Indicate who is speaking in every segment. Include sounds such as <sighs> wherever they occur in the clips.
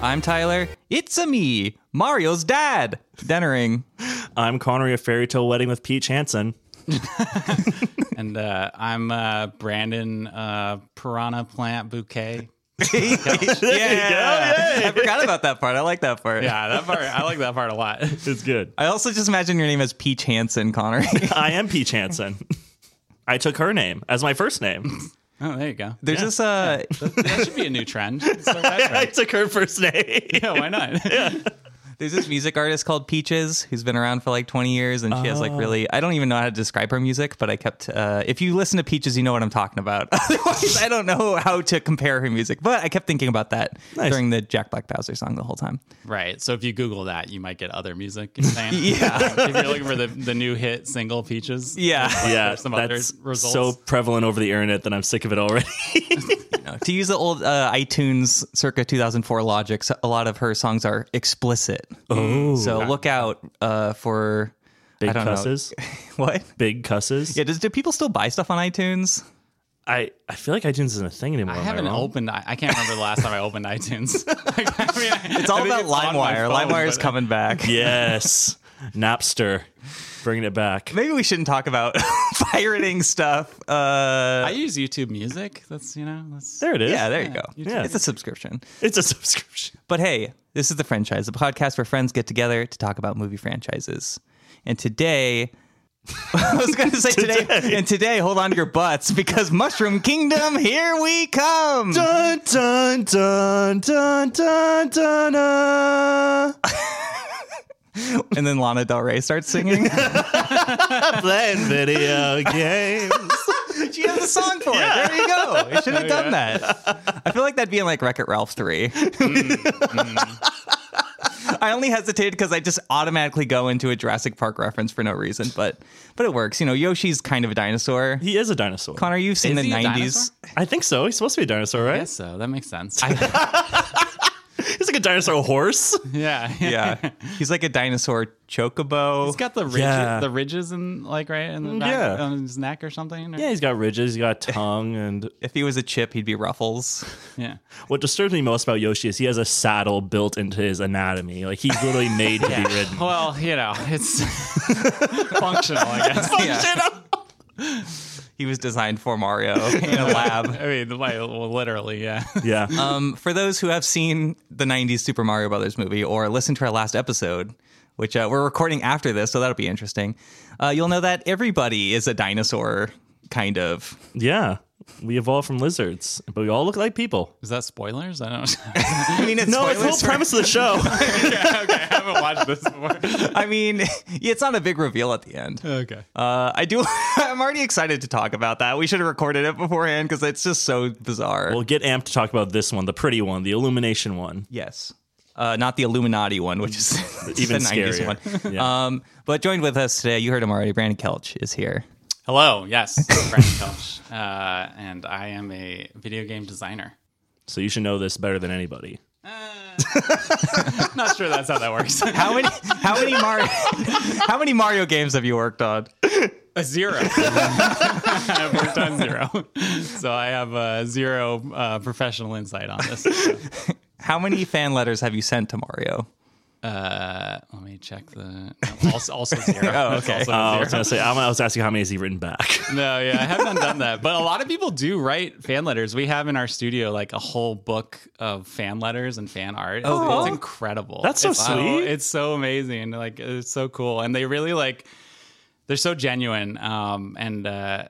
Speaker 1: I'm Tyler. It's a me, Mario's dad,
Speaker 2: <laughs>
Speaker 1: Dennering.
Speaker 3: I'm Connery of Fairy Tale Wedding with Peach Hansen.
Speaker 2: And uh, I'm uh, Brandon uh, Piranha Plant Bouquet.
Speaker 1: yeah, I forgot about that part. I like that part.
Speaker 2: Yeah, that part I like that part a lot.
Speaker 3: It's good.
Speaker 1: <laughs> I also just imagine your name as Peach Hansen,
Speaker 2: <laughs>
Speaker 1: Connery.
Speaker 3: I am Peach Hansen. I took her name as my first name.
Speaker 2: <laughs> Oh, there you go.
Speaker 1: There's this uh,
Speaker 2: That should be a new trend. <laughs> It's so
Speaker 3: I
Speaker 2: bad, right?
Speaker 3: took her first name.
Speaker 2: <laughs> Yeah, why not?
Speaker 1: there's this music artist called Peaches who's been around for like 20 years, and she has like really
Speaker 2: Oh.
Speaker 1: I don't even know how to describe her music, but I kept uh, if you listen to Peaches, you know what I'm talking about. <laughs> Otherwise, I don't know how to compare her music, but I kept thinking about that
Speaker 3: Nice.
Speaker 1: during the Jack Black Bowser song the whole time.
Speaker 2: Right. So if you Google that, you might get other music. You're saying? <laughs> yeah. If you're looking for the, the new hit single Peaches.
Speaker 1: Yeah.
Speaker 3: Yeah,
Speaker 2: Some other
Speaker 3: that's
Speaker 2: results.
Speaker 3: so prevalent over the internet that I'm sick of it already.
Speaker 1: to use the old uh, iTunes circa 2004 logic, so- a lot of her songs are explicit. Oh, so look out uh, for I
Speaker 3: Big
Speaker 1: don't
Speaker 3: cusses.
Speaker 1: know <laughs> what.
Speaker 3: Big cusses.
Speaker 1: Yeah, does, do people still buy stuff on iTunes?
Speaker 3: I, I feel like iTunes isn't a thing anymore.
Speaker 2: I
Speaker 3: am
Speaker 2: haven't
Speaker 3: wrong?
Speaker 2: opened. I, I can't remember the last time I opened <laughs> iTunes. I mean, I-
Speaker 1: It's all
Speaker 2: I think
Speaker 1: about
Speaker 2: on my
Speaker 1: LimeWire.
Speaker 2: phone,
Speaker 1: LimeWire's
Speaker 2: but-
Speaker 1: coming back.
Speaker 3: Yes. Napster. Bringing it
Speaker 1: <laughs>
Speaker 3: back.
Speaker 1: Maybe we shouldn't talk about <laughs> pirating stuff. Uh,
Speaker 2: I use YouTube Music. That's you know. That's
Speaker 3: There it is.
Speaker 1: yeah, there you go.
Speaker 3: Yeah.
Speaker 1: It's a subscription.
Speaker 3: It's a subscription.
Speaker 1: But hey, this is The Franchise, a podcast where friends get together to talk about movie franchises. And today, <laughs> I was going to say today, and today, hold on to your butts because Mushroom Kingdom, here we come.
Speaker 3: Dun dun dun dun dun dun. dun.
Speaker 1: And then Lana Del Rey starts singing.
Speaker 3: Playing video games.
Speaker 1: she has a song for it. There you go. You should have done that. I feel like that'd be in like Wreck It Ralph 3. <laughs> I only hesitated because I just automatically go into a Jurassic Park reference for no reason, but but it works. You know, Yoshi's kind of a dinosaur.
Speaker 3: He is a dinosaur.
Speaker 1: Connor, you've seen the
Speaker 2: Is he a
Speaker 1: nineties.
Speaker 3: I think so. He's supposed to be a dinosaur, right?
Speaker 2: I guess so. That makes sense.
Speaker 3: He's like a dinosaur horse.
Speaker 2: <laughs> yeah.
Speaker 1: <laughs>
Speaker 2: <laughs>
Speaker 1: Yeah, he's like a dinosaur chocobo.
Speaker 2: He's got the ridges,
Speaker 3: Yeah.
Speaker 2: the ridges in like right in the
Speaker 3: Mm,
Speaker 2: back
Speaker 3: yeah.
Speaker 2: on his neck or something. or-
Speaker 3: Yeah, he's got ridges, he's got a tongue, and
Speaker 1: if he was a chip, he'd be Ruffles.
Speaker 2: yeah.
Speaker 3: what disturbs me most about Yoshi is he has a saddle built into his anatomy. Like he's literally made to be ridden.
Speaker 1: <laughs>
Speaker 2: Well, you know, it's <laughs> functional, I guess.
Speaker 1: He was designed for Mario in
Speaker 2: <laughs>
Speaker 1: a lab.
Speaker 2: I mean, like, well, literally, yeah.
Speaker 3: Yeah.
Speaker 1: Um, for those who have seen the '90s Super Mario Brothers movie or listened to our last episode, which uh, we're recording after this, so that'll be interesting. Uh, you'll know that everybody is a dinosaur, kind of.
Speaker 3: yeah. We evolved from lizards, but we all look like people.
Speaker 2: Is that spoilers? <laughs> I don't. <laughs>
Speaker 1: I mean, it's
Speaker 3: No, it's the whole
Speaker 1: spoilers for-
Speaker 3: premise of the show.
Speaker 1: <laughs>
Speaker 2: okay, I haven't watched this before.
Speaker 1: I mean, <laughs> it's not a big reveal at the end.
Speaker 2: Okay.
Speaker 1: Uh, I do. <laughs> I'm already excited to talk about that. We should have recorded it beforehand because it's just so bizarre.
Speaker 3: we'll get amped to talk about this one, the pretty one, the illumination one.
Speaker 1: yes, uh, not the Illuminati one, which is
Speaker 3: <laughs>
Speaker 1: <laughs>
Speaker 3: Even
Speaker 1: the
Speaker 3: scarier.
Speaker 1: 90s one.
Speaker 3: Yeah.
Speaker 1: Um, but joined with us today, you heard him already. Brandon Kelch is here.
Speaker 2: Hello, yes, Brandon Kelch, uh, and I am a video game designer.
Speaker 3: So you should know this better than anybody.
Speaker 2: Not sure that's how that works.
Speaker 1: How many? How many Mario? <laughs> how many Mario games have you worked on?
Speaker 2: a <laughs> zero. I've worked on zero, so I have uh, zero uh, professional insight on this.
Speaker 1: How many fan letters have you sent to Mario?
Speaker 2: Uh, let me check the no,
Speaker 1: <laughs>
Speaker 2: also, also zero.
Speaker 1: Oh,
Speaker 2: It's
Speaker 1: okay.
Speaker 2: also
Speaker 3: Uh, I was
Speaker 2: zero.
Speaker 3: gonna say I was asking how many has he written back. <laughs>
Speaker 2: No, yeah, I haven't done that. But a lot of people do write fan letters. We have in our studio like a whole book of fan letters and fan art.
Speaker 1: Oh,
Speaker 2: it's
Speaker 1: cool.
Speaker 2: incredible.
Speaker 3: That's so
Speaker 2: It's
Speaker 3: sweet.
Speaker 2: It's so amazing. Like it's so cool, and they really like they're so genuine. Um, and uh,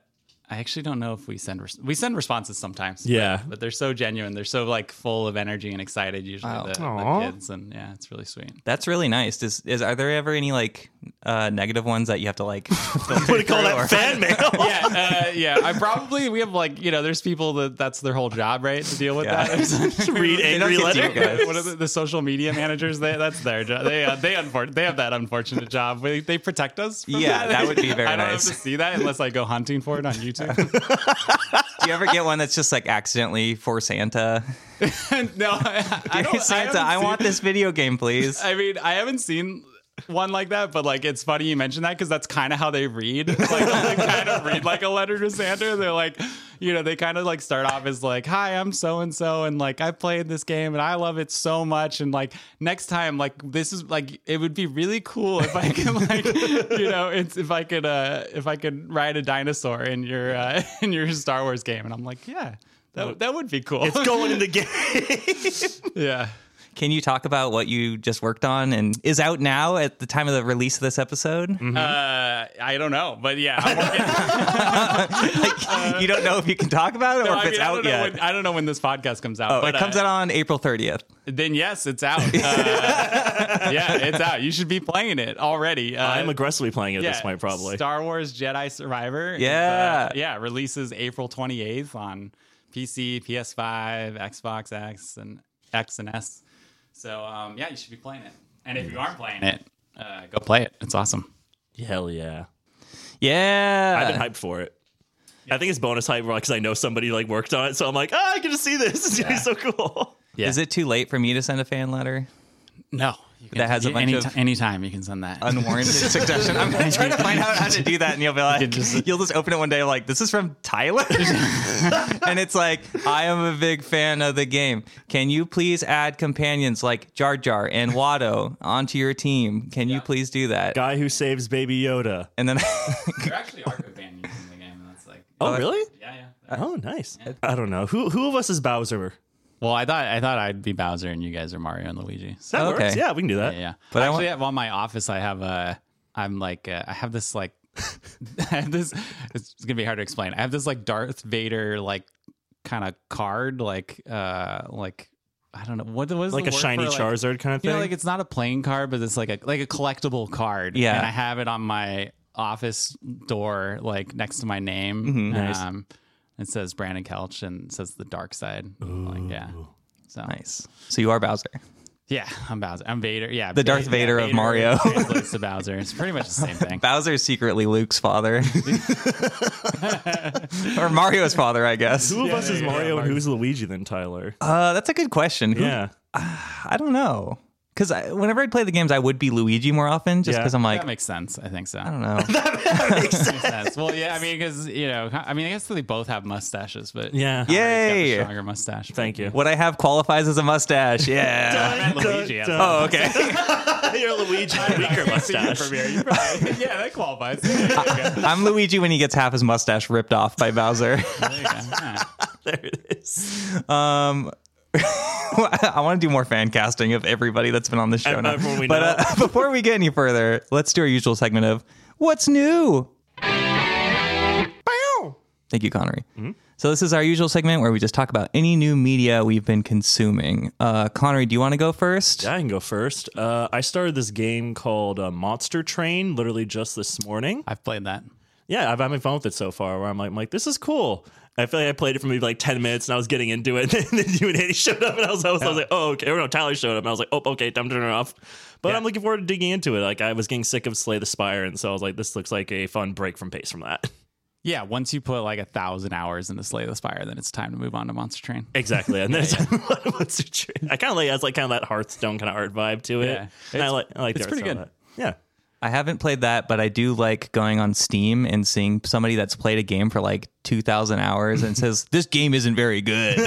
Speaker 2: I actually don't know if we send res- we send responses sometimes. but-
Speaker 3: Yeah.
Speaker 2: but, they're so genuine. They're so like full of energy and excited. Usually the, the
Speaker 3: Aw.
Speaker 2: kids and yeah, it's really sweet.
Speaker 1: That's really nice. Is, is are there ever any like uh, negative ones that you have to
Speaker 3: <laughs>
Speaker 1: like? what
Speaker 3: What do you
Speaker 1: <laughs>
Speaker 3: call that fan <laughs> mail?
Speaker 2: yeah, uh, yeah. I probably we have like you know, there's people that that's their whole job, right, to deal with
Speaker 1: Yeah. <laughs>
Speaker 2: that.
Speaker 3: Read angry
Speaker 1: get to you
Speaker 3: letter.
Speaker 1: guys.
Speaker 3: <laughs>
Speaker 2: What are the, the social media managers? They, that's their job. They uh, they unfor- they have that unfortunate job. They, they protect us. From
Speaker 1: Yeah,
Speaker 2: that.
Speaker 1: that would be very
Speaker 2: <laughs> I don't
Speaker 1: nice.
Speaker 2: have to see that unless I go hunting
Speaker 1: <laughs>
Speaker 2: for it on YouTube. <laughs>
Speaker 1: Do you ever get one that's just like accidentally for Santa?
Speaker 2: no, I, I
Speaker 1: <laughs>
Speaker 2: don't.
Speaker 1: Santa,
Speaker 2: I,
Speaker 1: I,
Speaker 2: haven't
Speaker 1: want
Speaker 2: seen-
Speaker 1: this video game, please.
Speaker 2: I mean, I haven't seen one like that, but like it's <laughs> funny you mentioned that because that's kind of how they read. It's like they kind of read like a letter to Santa. They're like, you know, they kind of like start off as like, "Hi, I'm so and so, and like I played this game and I love it so much, and like next time, like this is like it would be really cool if I could like, you know, it's if I could uh if I could ride a dinosaur in your uh, <laughs> in your Star Wars game," and I'm like, "Yeah, that that would be cool."
Speaker 3: It's going in the game.
Speaker 2: <laughs> yeah.
Speaker 1: Can you talk about what you just worked on and is out now at the time of the release of this episode?
Speaker 2: Uh, I don't know, but yeah, I'm working.
Speaker 1: <laughs> Like, you don't know if you can talk about it or
Speaker 2: No,
Speaker 1: if
Speaker 2: I mean,
Speaker 1: it's
Speaker 2: I don't
Speaker 1: out
Speaker 2: know
Speaker 1: yet.
Speaker 2: When, I don't know when this podcast comes out.
Speaker 1: Oh,
Speaker 2: but,
Speaker 1: it comes
Speaker 2: uh,
Speaker 1: out on April 30th.
Speaker 2: Then yes,
Speaker 1: <laughs>
Speaker 2: it's out. Uh, yeah, it's out. You should be playing it already. Uh,
Speaker 3: I'm aggressively playing it at
Speaker 2: yeah,
Speaker 3: this point, probably.
Speaker 2: Star Wars Jedi Survivor. is,
Speaker 1: Yeah.
Speaker 2: uh, yeah, releases April 28th on PC, PS5, Xbox X, and X and S. So um, yeah, you should be playing it. And if you aren't playing it, uh, go play it. It's awesome.
Speaker 3: Hell yeah.
Speaker 1: Yeah.
Speaker 3: I've been hyped for it. I think it's bonus hype because I know somebody like worked on it, so I'm like, ah, I get to see this. It's gonna be so cool.
Speaker 2: Yeah.
Speaker 1: Is it too late for me to send a fan letter?
Speaker 2: No, you can,
Speaker 1: That has a
Speaker 2: you-
Speaker 1: bunch
Speaker 2: any,
Speaker 1: of-
Speaker 2: ti- anytime you can send that.
Speaker 1: <laughs> Unwarranted suggestion. I'm going to try to find out <laughs> how to do that, and you'll be like, <laughs>
Speaker 2: just-
Speaker 1: you'll just open it one day, like, this is from <laughs> Tyler? and it's like, I am a big fan of the game. Can you please add companions like Jar Jar and Watto onto your team? Can you please do that?
Speaker 3: Guy who saves Baby Yoda.
Speaker 1: And <laughs> then
Speaker 2: there actually are companions in the game, and that's like,
Speaker 3: Oh, really?
Speaker 2: yeah, Uh, yeah.
Speaker 3: Oh, nice. I don't know who who of us is Bowser.
Speaker 2: Well, I thought I thought I'd be Bowser and you guys are Mario and Luigi. So
Speaker 3: That
Speaker 1: Okay.
Speaker 3: works. Yeah, we can do that.
Speaker 2: yeah, yeah.
Speaker 1: But
Speaker 2: But
Speaker 1: I
Speaker 2: actually, at on my office, I have a. I'm like uh, I have this like <laughs> I have this. It's gonna be hard to explain. I have this like Darth Vader like kind of card like uh like I don't know what was
Speaker 3: Like
Speaker 2: the
Speaker 3: a
Speaker 2: word
Speaker 3: shiny
Speaker 2: for, like-
Speaker 3: Charizard kind of
Speaker 2: You
Speaker 3: thing.
Speaker 2: know, like it's not a playing card, but it's like a like a collectible card.
Speaker 1: Yeah.
Speaker 2: and I have it on my office door, like next to my name.
Speaker 1: Mm-hmm.
Speaker 3: Nice.
Speaker 2: Um, it says Brandon Kelch and it says the dark side. Like yeah. So
Speaker 1: nice. So you are Bowser.
Speaker 2: yeah, I'm Bowser. I'm Vader. Yeah,
Speaker 1: The Darth
Speaker 2: Ba-
Speaker 1: Vader of
Speaker 2: <laughs>
Speaker 1: Mario.
Speaker 2: translates to Bowser. It's pretty much
Speaker 1: <laughs>
Speaker 2: the same thing.
Speaker 1: Bowser is secretly Luke's
Speaker 3: <laughs>
Speaker 1: father, or Mario's father, I guess.
Speaker 3: who of us
Speaker 2: there
Speaker 3: is
Speaker 2: you go,
Speaker 3: Mario and
Speaker 2: Mario.
Speaker 3: who's Luigi then, Tyler?
Speaker 1: Uh, that's a good question. Who-
Speaker 3: yeah.
Speaker 1: I don't know. Because whenever I play the games, I would be Luigi more often just
Speaker 3: Yeah.
Speaker 1: because I'm like,
Speaker 2: that makes sense. I think so.
Speaker 1: I don't know.
Speaker 2: makes sense. Well, yeah, I mean, because you know, I mean, I guess they both have mustaches, but
Speaker 3: Yeah.
Speaker 2: Mario's got the
Speaker 1: Yay.
Speaker 2: stronger mustache.
Speaker 3: Thank
Speaker 2: <laughs>
Speaker 3: you.
Speaker 1: what I have qualifies as a
Speaker 3: <laughs>
Speaker 1: mustache. Yeah.
Speaker 2: I meant Luigi. I
Speaker 3: Dun,
Speaker 1: oh, okay.
Speaker 3: dun. <laughs> You're
Speaker 2: <laughs>
Speaker 3: Luigi. Weaker mustache.
Speaker 2: yeah, that qualifies. There you go.
Speaker 1: <laughs> I'm Luigi when he gets half his mustache ripped off by
Speaker 3: <laughs>
Speaker 1: Bowser.
Speaker 2: There you go.
Speaker 1: <laughs>
Speaker 2: Yeah.
Speaker 3: there it is.
Speaker 1: Um, <laughs> I want to do more fan casting of everybody that's been on this show.
Speaker 3: Ev-
Speaker 1: now.
Speaker 3: everyone we
Speaker 1: but
Speaker 3: know.
Speaker 1: Uh, <laughs> before we get any further, let's do our usual segment of what's new. Thank you, Connery.
Speaker 3: Mm-hmm.
Speaker 1: So this is our usual segment where we just talk about any new media we've been consuming. Uh, Connery, do you want to go first?
Speaker 3: Yeah, I can go first. Uh, I started this game called uh, Monster Train literally just this morning.
Speaker 2: I've played that.
Speaker 3: yeah, I've, I've been fun with it so far. Where I'm like, I'm like, this is cool. I feel like I played it for maybe like ten minutes, and I was getting into it. <laughs> And then you and Andy showed up, and I was, I was, I was like, oh, okay. Or no, Tyler showed up, and I was like, oh, okay, time to turn it off. But I'm looking forward to digging into it. Like I was getting sick of Slay the Spire, and so I was like, this looks like a fun break from pace from that. <laughs>
Speaker 2: Yeah, once you put like a thousand hours into Slay the Spire, then it's time to move on to Monster Train.
Speaker 3: Exactly, <laughs> and then it's- what's the tr- I kind of like has like kind of that Hearthstone kind of art vibe to it.
Speaker 2: Yeah.
Speaker 3: And I like, I like the
Speaker 2: it's pretty
Speaker 3: Hearthstone art. Yeah.
Speaker 1: I haven't played that, but I do like going on Steam and seeing somebody that's played a game for like 2,000 hours
Speaker 2: <laughs>
Speaker 1: and says, this game isn't very good.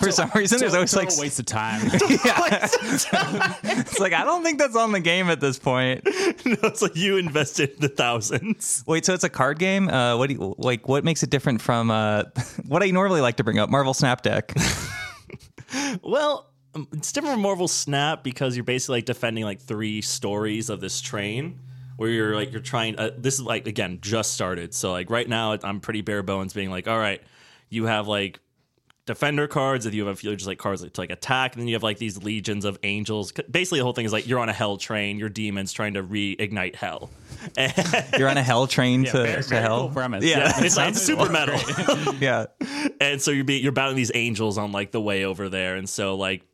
Speaker 1: for some reason, there's always like,
Speaker 2: Total waste of time.
Speaker 1: <laughs>
Speaker 2: <laughs>
Speaker 1: yeah. <laughs> it's like, I don't think that's on the game at this point.
Speaker 3: <laughs> no, it's like you invested the thousands.
Speaker 1: Wait, so it's a card game? Uh, what do you, like, what makes it different from, uh, <laughs> what I normally like to bring up, Marvel Snap Deck?
Speaker 3: Well, um, it's different from Marvel Snap because you're basically like defending like three stories of this train where you're like you're trying. Uh, this is like again just started, so like right now I'm pretty bare bones, being like, all right, you have like defender cards, and you have a few just like cards like, to like attack, and then you have like these legions of angels. C- Basically, the whole thing is like you're on a hell train, you're demons trying to reignite hell. <laughs>
Speaker 1: You're on a hell
Speaker 2: <laughs>
Speaker 1: train to,
Speaker 2: Very,
Speaker 1: to
Speaker 2: very
Speaker 1: hell.
Speaker 2: cool premise.
Speaker 1: Yeah.
Speaker 3: it's like super metal.
Speaker 1: <laughs> yeah.
Speaker 3: and so you're be, you're battling these angels on like the way over there, and so like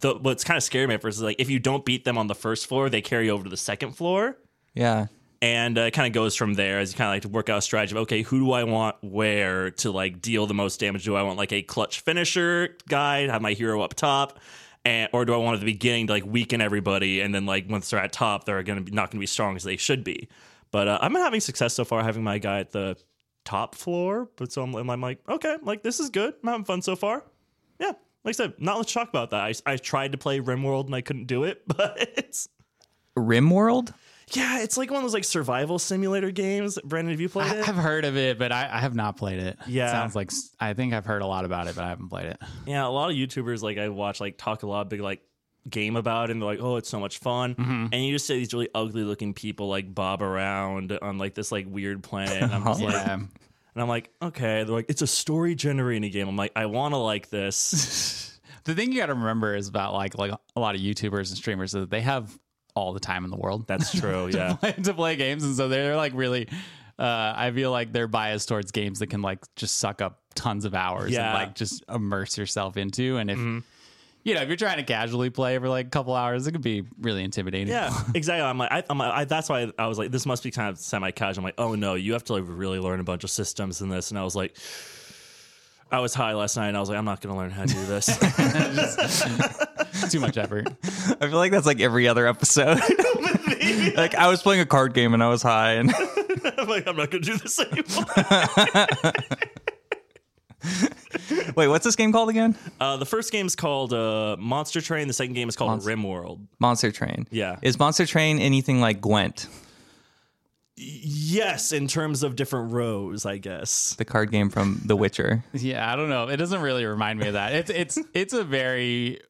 Speaker 3: the what's kind of scary me at first is like if you don't beat them on the first floor, they carry over to the second floor,
Speaker 1: Yeah.
Speaker 3: and uh, it kind of goes from there as you kind of like to work out a strategy of okay, who do I want where to like deal the most damage? Do I want like a clutch finisher guy, have my hero up top? And, or do I want at the beginning to like weaken everybody, and then like once they're at top, they're gonna be not gonna be strong as they should be. But uh, I'm having success so far, having my guy at the top floor. But so I'm, and I'm like, okay, like this is good. I'm having fun so far. Yeah, like I said, not much talk about that. I, I tried to play RimWorld and I couldn't do it, <laughs> but it's
Speaker 1: Rimworld?
Speaker 3: yeah, it's like one of those like survival simulator games. Brandon, have you played
Speaker 2: I,
Speaker 3: it?
Speaker 2: I've heard of it, but I, I have not played it.
Speaker 3: Yeah.
Speaker 2: sounds like s- I think I've heard a lot about it, but I haven't played it.
Speaker 3: Yeah, a lot of YouTubers like I watch like talk a lot big like game about it and they're like, oh, it's so much fun.
Speaker 2: Mm-hmm.
Speaker 3: And you just see these really ugly looking people like bob around on like this like weird planet. And I'm just like,
Speaker 2: <laughs> Yeah,
Speaker 3: and I'm like, okay. They're like, it's a story generating game. I'm like, I want to like this.
Speaker 2: the thing you got to remember is about like like a lot of YouTubers and streamers is that they have all the time in the world <laughs>
Speaker 3: That's true. Yeah.
Speaker 2: to play games, and so they're like really. Uh, I feel like they're biased towards games that can like just suck up tons of hours
Speaker 3: Yeah. Mm-hmm.
Speaker 2: and like just immerse yourself into. And if you know, if you're trying to casually play for like a couple hours, it could be really intimidating.
Speaker 3: Yeah, exactly. I'm like, I, I'm like, I, that's why I was like, this must be kind of semi-casual. I'm like, oh no, you have to like really learn a bunch of systems in this. And I was like, I was high last night, and I was like, I'm not going to learn how to do
Speaker 2: <laughs>
Speaker 3: this. <laughs>
Speaker 2: it's <laughs> too much effort.
Speaker 1: I feel like that's like every other <laughs> episode. <laughs> like I was playing a card game and I was high and <laughs>
Speaker 3: I'm like, I'm not going to do this anymore.
Speaker 2: <laughs>
Speaker 1: wait, what's this game called again?
Speaker 3: Uh, the first game is called uh, Monster Train. The second game is called
Speaker 1: Monster-
Speaker 3: RimWorld.
Speaker 1: Monster Train.
Speaker 3: Yeah.
Speaker 1: Is Monster Train anything like Gwent,
Speaker 3: Yes, in terms of different rows, I guess.
Speaker 1: the card game from The Witcher?
Speaker 2: Yeah, I don't know. It doesn't really remind me of that. It's it's it's a very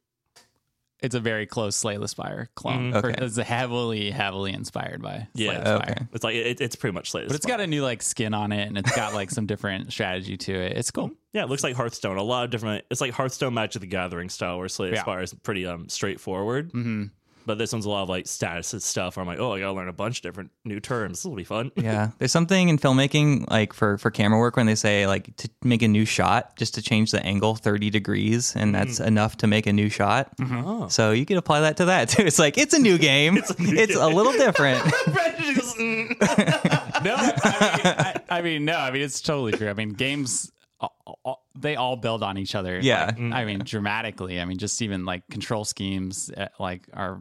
Speaker 2: it's a very close Slay the Spire clone.
Speaker 1: Mhm. Okay.
Speaker 2: It's heavily heavily inspired by Slay
Speaker 3: Mm-hmm. Yeah.
Speaker 2: the Spire.
Speaker 1: Okay.
Speaker 3: It's like it, it's pretty much like.
Speaker 2: But it's got a new like skin on it and it's got like some different strategy to it. It's cool.
Speaker 3: yeah, it looks like Hearthstone. A lot of different. It's like Hearthstone Magic the Gathering style, where Slay the
Speaker 2: Yeah.
Speaker 3: Spire is pretty um straightforward.
Speaker 1: Mm-hmm.
Speaker 2: Mhm.
Speaker 3: But this one's a lot of like status and stuff. Where I'm like, oh, I gotta learn a bunch of different new terms. This will
Speaker 1: <laughs>
Speaker 3: be fun.
Speaker 1: <laughs>
Speaker 3: <laughs>
Speaker 1: Yeah, there's something in filmmaking, like for for camera work, when they say like to make a new shot, just to change the angle 30 degrees, and that's enough to make a new shot.
Speaker 3: Oh.
Speaker 1: So you can apply that to that too. <laughs> It's like it's a new game. Uh-huh. <laughs> it's a, little <laughs> different.
Speaker 3: Brandon just, mm.
Speaker 2: <laughs> No, I mean, I, I mean no, I mean it's totally true. I mean games a- a- they all build on each other.
Speaker 1: Yeah.
Speaker 2: Like, I mean dramatically. I mean just even like control schemes uh, like are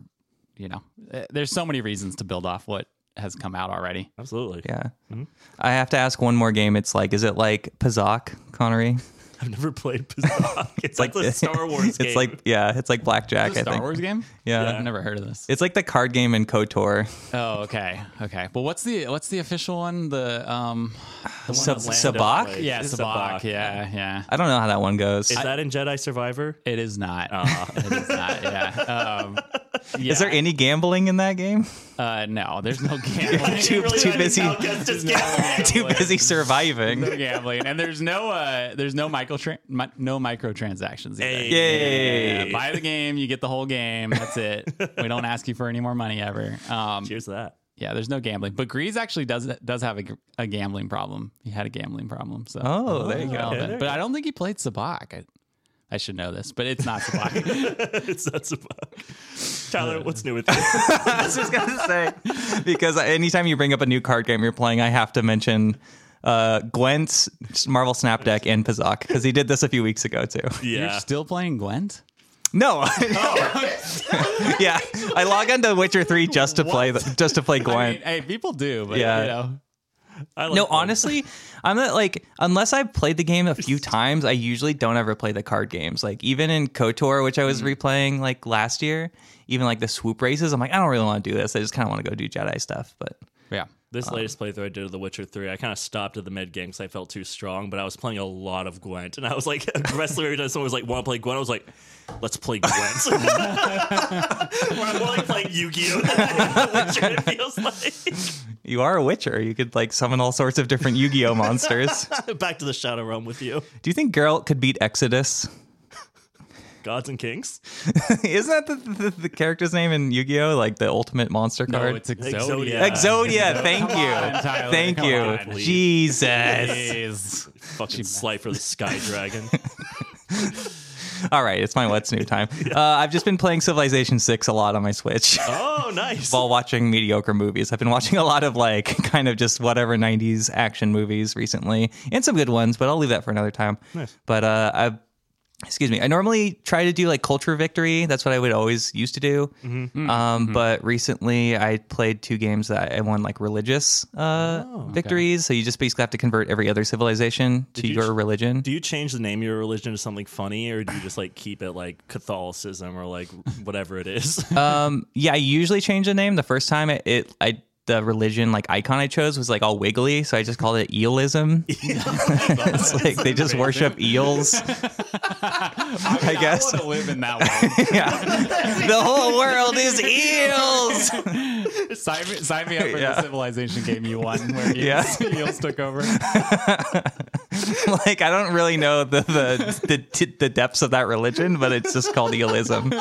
Speaker 2: you know, eh, there's so many reasons to build off what has come out already.
Speaker 3: Absolutely.
Speaker 1: yeah. I have to ask one more game. It's like, is it like Pazak, Connery?
Speaker 3: I've never played
Speaker 1: <laughs>
Speaker 3: Pizzock. It's like the Star Wars
Speaker 1: it's
Speaker 3: game.
Speaker 1: like yeah, it's like blackjack.
Speaker 2: Is it a
Speaker 1: I
Speaker 2: Star
Speaker 1: think.
Speaker 2: Wars game?
Speaker 1: Yeah.
Speaker 2: I've never heard of this.
Speaker 1: It's like the card game in Kotor.
Speaker 2: Oh, okay, okay. Well, what's the what's the official one? The um,
Speaker 1: Sub-
Speaker 3: Lando
Speaker 1: Sabak?
Speaker 3: plays.
Speaker 2: yeah,
Speaker 3: It's
Speaker 2: Sabak. Yeah, yeah.
Speaker 1: I don't know how that one goes.
Speaker 3: Is that in
Speaker 1: <laughs>
Speaker 3: Jedi Survivor?
Speaker 2: It is not. It is not. Yeah. Um, yeah.
Speaker 1: Oh. Is there any gambling in that game? <laughs>
Speaker 2: Uh, no, there's no gambling.
Speaker 1: Too- too busy-
Speaker 3: <laughs> Just
Speaker 1: Too busy surviving.
Speaker 2: <laughs> no gambling, and there's no uh, there's no micro mi- no microtransactions. Either.
Speaker 3: Hey.
Speaker 1: Yay!
Speaker 2: Yeah, buy the game, you get the whole game. That's it. we don't ask you for any more money ever. Um,
Speaker 3: Here's that. <laughs>
Speaker 2: yeah, there's no gambling. But Grease actually does does have a, g- a gambling problem. He had a gambling problem. So
Speaker 1: Oh, there you <laughs> go.
Speaker 2: relevant.
Speaker 3: there you
Speaker 2: But I don't think he played Sabak. I, I should know this, but it's not
Speaker 1: <laughs>
Speaker 2: Sabak.
Speaker 3: it's not Sabak. Tyler, what's new with you?
Speaker 1: I was just gonna say because anytime you bring up a new card game you're playing, I have to mention uh, Gwent's Marvel Snap Deck and Pazak because he did this a few weeks ago too. <laughs>
Speaker 2: You're still playing Gwent?
Speaker 1: No,
Speaker 3: Oh.
Speaker 1: <laughs> yeah, I log into Witcher Three just to play the, just to play Gwent.
Speaker 2: I mean, hey, people do, but
Speaker 1: Yeah.
Speaker 2: you know.
Speaker 3: I like
Speaker 1: no,
Speaker 3: that.
Speaker 1: honestly, I'm not like unless I've played the game a
Speaker 2: <laughs>
Speaker 1: few times, I usually don't ever play the card games. Like even in Kotor, which I was
Speaker 2: Mm-hmm.
Speaker 1: replaying like last year, even like the swoop races, I'm like, I don't really want to do this. I just kind of want to go do Jedi stuff. But
Speaker 2: Yeah.
Speaker 3: This
Speaker 1: Um,
Speaker 3: latest playthrough I did of The Witcher 3, I kind of stopped at the mid game because I felt too strong, but I was playing a lot of Gwent. And I was like, <laughs> aggressively, every time someone was like, want to play Gwent? I was like, let's play Gwent. <laughs> Where I'm more like playing Yu Gi Oh! than <laughs> Witcher, it feels like.
Speaker 1: you are a Witcher. You could like summon all sorts of different Yu-Gi-Oh
Speaker 2: <laughs>
Speaker 1: monsters.
Speaker 3: <laughs> Back to the Shadow Realm with you.
Speaker 1: Do you think Geralt could beat Exodus? <laughs>
Speaker 3: Gods and Kings.
Speaker 1: Isn't that the, the, the character's name in Yu-Gi-Oh? Like the ultimate monster
Speaker 2: No,
Speaker 1: card.
Speaker 2: it's Exodia.
Speaker 3: Exodia.
Speaker 2: <laughs>
Speaker 1: Exodia. Thank
Speaker 2: Come
Speaker 1: you.
Speaker 2: on, Tyler,
Speaker 1: Thank
Speaker 2: come
Speaker 1: you.
Speaker 2: on, please. <laughs>
Speaker 1: Jesus.
Speaker 2: Jeez.
Speaker 3: Fucking Slifer
Speaker 1: <laughs>
Speaker 3: the Sky Dragon.
Speaker 1: All right, it's my what's new
Speaker 3: <laughs>
Speaker 1: time. Uh, I've just been playing Civilization Six a lot on my Switch <laughs>
Speaker 3: Oh, nice.
Speaker 1: while watching mediocre movies. I've been watching a lot of like <laughs> kind of just whatever '90s action movies recently, and some good ones, but I'll leave that for another time. But uh, I've excuse me i normally try to do like culture victory that's what i would always used to do
Speaker 3: Mm-hmm.
Speaker 1: um, but recently i played two games that i won like religious uh,
Speaker 3: Oh,
Speaker 1: victories so you just basically have to convert every other civilization to
Speaker 3: you
Speaker 1: your
Speaker 3: ch-
Speaker 1: religion
Speaker 3: Do you change the name of your religion to something funny, or do you just like keep it like Catholicism or like whatever
Speaker 1: <laughs>
Speaker 3: it is? <laughs>
Speaker 1: um, yeah i usually change the name the first time it, it i the religion like icon i chose was like all wiggly so i just called it eelism it's like they just worship eels <laughs>
Speaker 2: I, mean,
Speaker 1: guess.
Speaker 2: I want to live in that
Speaker 1: <laughs>
Speaker 2: world.
Speaker 1: yeah the whole world is eels <laughs>
Speaker 2: sign, me, sign me up for
Speaker 1: Yeah.
Speaker 2: the civilization game you won, where eels, <laughs>
Speaker 1: Yeah.
Speaker 2: eels took over.
Speaker 1: like I don't really know the the the, t- the depths of that religion, but it's just called eolism.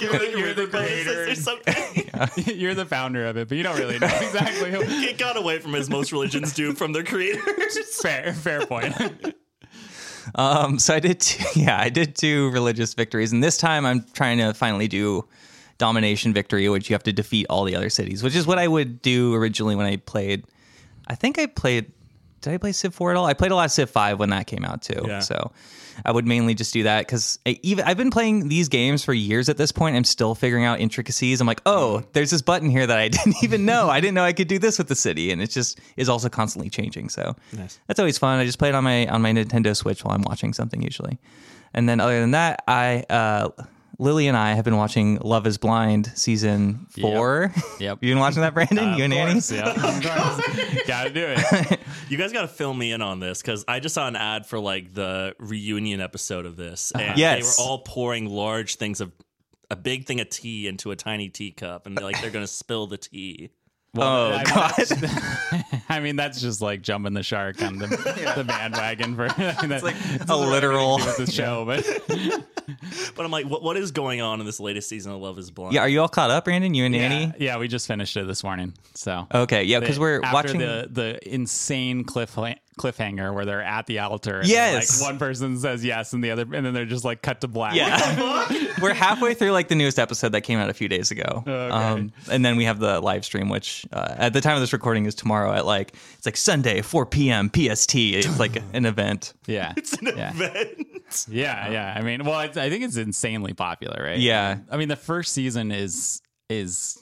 Speaker 3: You're the
Speaker 2: creator.
Speaker 3: or <laughs> something.
Speaker 2: You're the founder of it, but you don't really know
Speaker 1: <laughs>
Speaker 2: exactly. who-
Speaker 3: It got away from as most religions do from their creators.
Speaker 2: fair,
Speaker 1: <laughs>
Speaker 2: fair point.
Speaker 1: Um, so I did, two, <laughs> yeah, I did two religious victories, and this time I'm trying to finally do domination victory, which you have to defeat all the other cities, which is what I would do originally when I played. I think I played. Did I play Civ Four at all? I played a lot of Civ Five when that came out too.
Speaker 3: Yeah.
Speaker 1: So I would mainly just do that because even I've been playing these games for years at this point. I'm still figuring out intricacies. I'm like, oh,
Speaker 3: Mm-hmm.
Speaker 1: there's this button here that I <laughs> didn't even know. I didn't know I could do this with the city, and it just is also constantly changing. So
Speaker 3: Nice.
Speaker 1: that's always fun. I just play it on my on my Nintendo Switch while I'm watching something usually. And then other than that, I uh, Lily and I have been watching Love Is Blind season four. <laughs>
Speaker 4: Yep.
Speaker 1: you been watching that, Brandon?
Speaker 3: Uh,
Speaker 1: you and Annie? <laughs> Oh,
Speaker 2: <laughs> Gotta do it.
Speaker 3: You guys got to fill me in on this because I just saw an ad for like the reunion episode of this, and
Speaker 1: Uh-huh. Yes.
Speaker 3: they were all pouring large things of a big thing of tea into a tiny teacup, and like they're gonna spill the tea.
Speaker 1: Oh
Speaker 2: I
Speaker 1: god.
Speaker 2: mean, that's- I mean, that's just like jumping the shark
Speaker 1: <laughs>
Speaker 2: on the, the bandwagon for <laughs> I mean, that's
Speaker 1: like a literal
Speaker 2: the
Speaker 1: <laughs>
Speaker 2: show, but
Speaker 3: But I'm like, what what is going on in this latest season of Love Is Blind? <laughs>
Speaker 1: Yeah, are you all caught up, Brandon? You and Annie?
Speaker 2: yeah, we just finished it this morning. So
Speaker 1: Okay, yeah, because we're
Speaker 2: after
Speaker 1: watching.
Speaker 2: <laughs> the the insane cliff cliffhanger where they're at the altar. And
Speaker 1: Yes.
Speaker 2: like one person says yes, and the other, and then they're just like cut to black.
Speaker 1: yeah, <laughs> we're halfway through like the newest episode that came out a few days ago,
Speaker 2: Oh,
Speaker 1: Um,
Speaker 2: Okay.
Speaker 1: and then we have the live stream, which uh, at the time of this recording is tomorrow at like it's like Sunday 4 p.m. PST. It's like an event.
Speaker 2: <laughs> yeah, yeah.
Speaker 3: Event.
Speaker 2: Yeah, yeah. I mean, well, it's, I think it's insanely popular, right?
Speaker 1: Yeah.
Speaker 2: I mean, the first season is is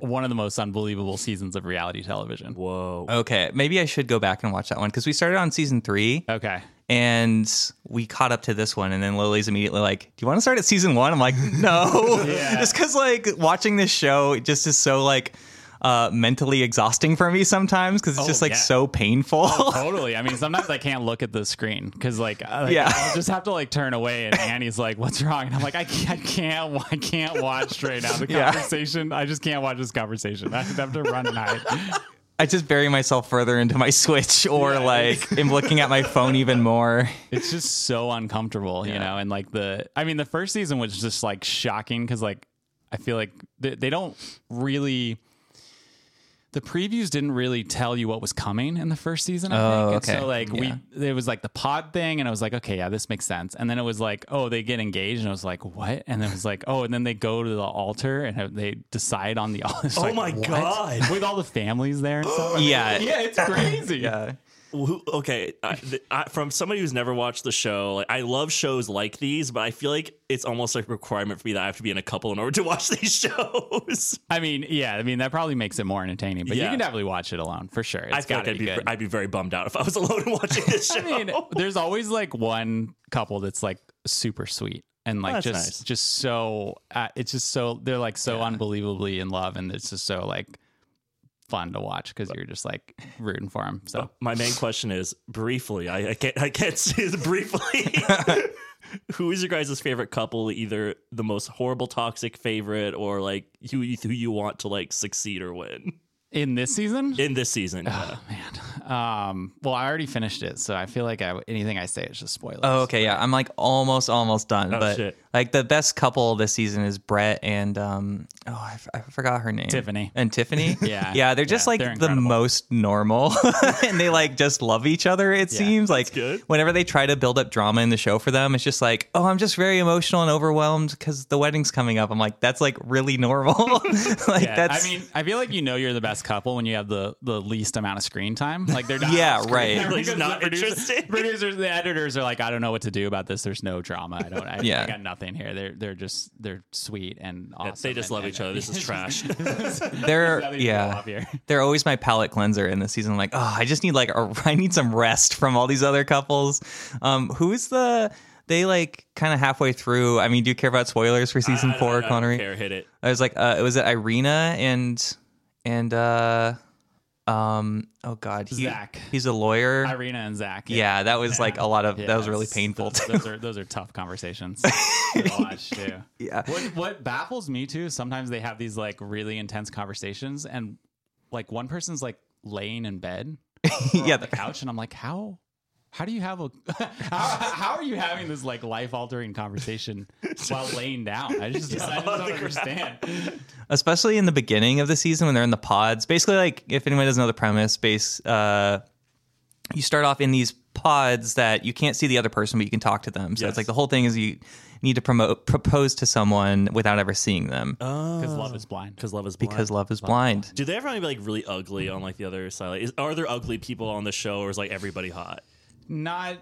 Speaker 2: one of the most unbelievable seasons of reality television.
Speaker 3: Whoa.
Speaker 1: Okay, maybe I should go back and watch that one because we started on season three
Speaker 2: Okay.
Speaker 1: and we caught up to this one, and then Lily's immediately like, "Do you want to start at season one?" I'm like, "No,"
Speaker 2: <laughs> Yeah.
Speaker 1: <laughs> just because like watching this show it just is so like uh, mentally exhausting for me sometimes because it's just like
Speaker 2: Oh, yeah.
Speaker 1: so painful. <laughs>
Speaker 2: <laughs> Totally. I mean, sometimes I can't look at the screen because, like, I- like,
Speaker 1: Yeah.
Speaker 2: I'll just have to like turn away, and Annie's like, "What's wrong?" And I'm like, "I can't, I can't, I can't watch straight now. The
Speaker 1: <laughs> Yeah.
Speaker 2: conversation. I just can't watch this conversation. I have to run and hide."
Speaker 1: I just bury myself further into my Switch or
Speaker 2: Yeah.
Speaker 1: like am looking at my phone even
Speaker 2: <laughs>
Speaker 1: more.
Speaker 2: it's just so uncomfortable, you know. And like the, I mean, the first season was just like shocking because like I feel like they, they don't really. The previews didn't really tell you what was coming in the first season. I
Speaker 1: Oh,
Speaker 2: think. And
Speaker 1: okay.
Speaker 2: so like we, it was like the pod thing, and I was like, okay, yeah, this makes sense. And then it was like, oh, they get engaged, and I was like, what? And then it was like, oh, and then they go to the altar and they decide on the <laughs> altar.
Speaker 3: Oh my God.
Speaker 2: With all the families there
Speaker 3: <gasps>
Speaker 2: and stuff.
Speaker 1: Yeah.
Speaker 2: yeah, it's crazy.
Speaker 1: Yeah.
Speaker 3: Who, okay, I, th- I, from somebody who's never watched the show, like I love shows like these, but I feel like it's almost like a requirement for me that I have to be in a couple in order to watch <laughs> these shows.
Speaker 2: I mean, yeah, I mean that probably makes it more entertaining, but you
Speaker 3: Yeah.
Speaker 2: can definitely watch it alone for sure. It's
Speaker 3: I feel like
Speaker 2: gotta
Speaker 3: I'd
Speaker 2: be
Speaker 3: be,
Speaker 2: good.
Speaker 3: I'd be very bummed out if I was <laughs> alone watching this show.
Speaker 2: <laughs>
Speaker 3: <laughs>
Speaker 2: I mean, there's always like one couple that's like super sweet and like
Speaker 3: That's
Speaker 2: just
Speaker 3: nice.
Speaker 2: just so uh, it's just so they're like so unbelievably in love and it's just so like fun to watch because you're just like rooting for them. So
Speaker 3: My main question is briefly. I, I can't. I can't <laughs> say this
Speaker 2: <laughs>
Speaker 3: briefly. who is your guys' favorite couple? Either the most horrible, toxic favorite, or like who you, who you want to like succeed or win
Speaker 2: in this season,
Speaker 3: in this season?
Speaker 2: <sighs>
Speaker 3: yeah.
Speaker 2: oh, man, um, well, I already finished it, so I feel like I, anything I say is just spoilers.
Speaker 1: Oh, okay. Yeah. I'm like almost, almost done.
Speaker 3: Oh,
Speaker 1: but
Speaker 3: shit.
Speaker 1: Like the best couple this season is Brett and um oh I, f- I forgot her name
Speaker 2: Tiffany.
Speaker 1: and Tiffany
Speaker 2: <laughs> Yeah.
Speaker 1: <laughs> yeah they're just
Speaker 2: Yeah,
Speaker 1: like
Speaker 2: they're
Speaker 1: the
Speaker 2: incredible.
Speaker 1: most normal <laughs> and they like just love each other it seems like
Speaker 3: good.
Speaker 1: whenever they try to build up drama in the show for them it's just like oh I'm just very emotional and overwhelmed because the wedding's coming up I'm like that's like really normal <laughs> like
Speaker 2: Yeah,
Speaker 1: that's
Speaker 2: I mean, <laughs> I feel like you know you're the best couple when you have the, the least amount of screen time. Like they're
Speaker 1: <laughs>
Speaker 2: not
Speaker 1: Yeah,
Speaker 2: on screen.
Speaker 1: right.
Speaker 3: Everybody's not
Speaker 2: Because the
Speaker 3: interested.
Speaker 2: Producers, the editors are like, I don't know what to do about this. There's no drama. I don't. I,
Speaker 1: Yeah.
Speaker 2: I got nothing here. They're they're just they're sweet and awesome.
Speaker 3: They just
Speaker 2: and-
Speaker 3: love
Speaker 2: and-
Speaker 3: each other.
Speaker 2: <laughs>
Speaker 3: This is trash. <laughs>
Speaker 1: they're
Speaker 2: Nothing to go
Speaker 1: yeah <laughs>
Speaker 2: off here.
Speaker 1: they're always my palate cleanser in the season. Like, oh, I just need like a, <laughs> I need some rest from all these other couples. Um, who is the they like kind of halfway through? I mean, do you care about spoilers for season
Speaker 3: I-
Speaker 1: four,
Speaker 3: I don't
Speaker 1: Connery?
Speaker 3: care, hit it.
Speaker 1: I was like, uh, it was it Irina and and uh, um, oh god, he-
Speaker 2: Zach.
Speaker 1: he's a lawyer.
Speaker 2: Irina and Zach.
Speaker 1: yeah, that was like a lot of that was really
Speaker 2: Yes.
Speaker 3: <laughs>
Speaker 1: painful.
Speaker 2: Those,
Speaker 1: Too.
Speaker 2: those are those are tough
Speaker 1: <laughs>
Speaker 2: conversations to watch too.
Speaker 1: Yeah. <laughs>
Speaker 2: What what baffles me too, sometimes they have these like really intense conversations and like one person's like laying in bed or
Speaker 1: Yeah,
Speaker 2: on the couch and I'm like, how how do you have a <laughs> how, how are you having this like life altering conversation while laying down? I just, I just don't understand.
Speaker 1: especially in the beginning of the season when they're in the pods. Basically, like if anyone doesn't know the premise, base uh, you start off in these pods that you can't see the other person, but you can talk to them. So
Speaker 3: Yes.
Speaker 1: it's like the whole thing is you need to promote propose to someone without ever seeing them
Speaker 2: Because love is blind.
Speaker 3: Because love is blind.
Speaker 1: because love is blind.
Speaker 3: Do they ever be like really ugly on like the other side? Like, is, are there ugly people on the show, or is like everybody hot?
Speaker 2: Not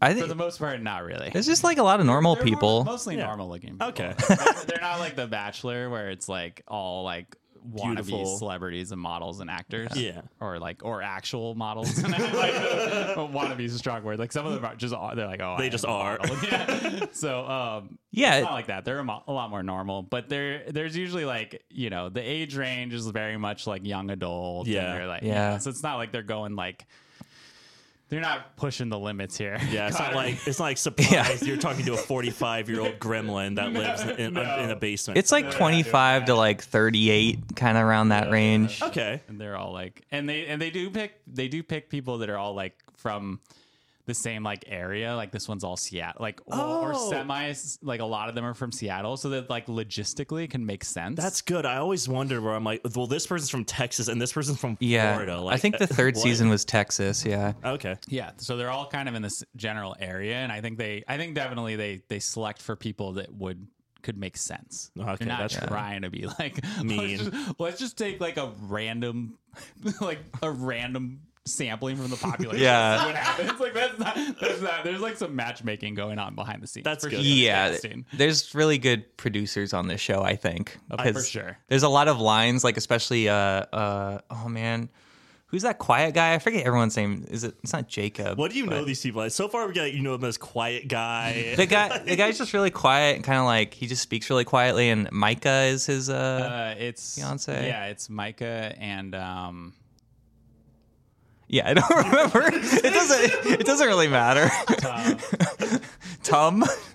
Speaker 1: I
Speaker 2: for the
Speaker 1: think
Speaker 2: most part, not really.
Speaker 1: there's just like a lot of normal
Speaker 2: They're
Speaker 1: people.
Speaker 2: more- mostly
Speaker 3: Yeah.
Speaker 2: normal looking. people.
Speaker 3: Okay,
Speaker 1: <laughs>
Speaker 2: they're not like The Bachelor where it's like all like wannabe
Speaker 3: Beautiful.
Speaker 2: celebrities and models and actors.
Speaker 3: Yeah.
Speaker 2: Or like or actual models. <laughs> like wannabe is a strong word. Like some of them are just are- they're like oh I
Speaker 3: they
Speaker 2: am
Speaker 3: just
Speaker 2: a
Speaker 3: are.
Speaker 2: model. <laughs> yeah. So um
Speaker 1: yeah,
Speaker 2: it's not like that. They're a, mo- a lot more normal, but there there's usually like you know the age range is very much like young adult. and
Speaker 3: Yeah.
Speaker 2: they're like
Speaker 1: Yeah.
Speaker 2: yeah. So it's not like they're going like they're not pushing the limits here.
Speaker 3: <laughs> Yeah,
Speaker 2: <laughs>
Speaker 3: it's not
Speaker 2: Connor.
Speaker 3: like it's
Speaker 1: <laughs>
Speaker 3: not like surprise. You're talking to a 45 year old gremlin that lives in, in a basement.
Speaker 1: it's like 25 to like 38, kind of around that range.
Speaker 3: okay,
Speaker 2: and they're all like and they and they do pick they do pick people that are all like from the same like area like this one's all seattle like well, or
Speaker 3: Oh.
Speaker 2: semi like a lot of them are from seattle so that like logistically it can make sense
Speaker 3: that's good. I always wonder where I'm like, well, this person's from Texas and this person's from
Speaker 1: Yeah,
Speaker 3: Florida.
Speaker 1: I
Speaker 3: Like,
Speaker 1: think
Speaker 3: <laughs>
Speaker 1: the third
Speaker 3: what?
Speaker 1: season was Texas. Yeah,
Speaker 3: Okay,
Speaker 2: yeah so they're all kind of in this general area and i think they i think definitely they they select for people that would could make sense.
Speaker 3: Okay,
Speaker 2: You're not
Speaker 3: that's fair.
Speaker 2: trying to be like <laughs>
Speaker 3: Mean.
Speaker 2: Let's just, let's just take like a random, <laughs> like a random
Speaker 3: <laughs>
Speaker 2: sampling from the population.
Speaker 1: Yeah.
Speaker 2: See what happens? Like that's not. That's not. There's like some matchmaking going on behind the scenes.
Speaker 3: That's
Speaker 2: for
Speaker 3: good.
Speaker 2: sure.
Speaker 1: yeah
Speaker 2: Casting.
Speaker 1: there's really good producers on this show i think
Speaker 2: for
Speaker 1: 'Cause
Speaker 2: sure.
Speaker 1: there's a lot of lines like especially uh uh oh man who's that quiet guy i forget everyone's name is it it's not jacob
Speaker 3: what do you know
Speaker 1: but-
Speaker 3: these people? Like, so far, we got you know them as quiet guy.
Speaker 1: the guy the guy's just really quiet and kind of like he just speaks really quietly and micah is his uh
Speaker 2: Uh, it's
Speaker 1: Beyonce.
Speaker 2: Yeah, it's Micah and
Speaker 3: <laughs>
Speaker 2: um. <laughs>
Speaker 1: yeah i don't <laughs> remember it doesn't it doesn't really matter <laughs> tom
Speaker 3: <laughs>
Speaker 1: <laughs>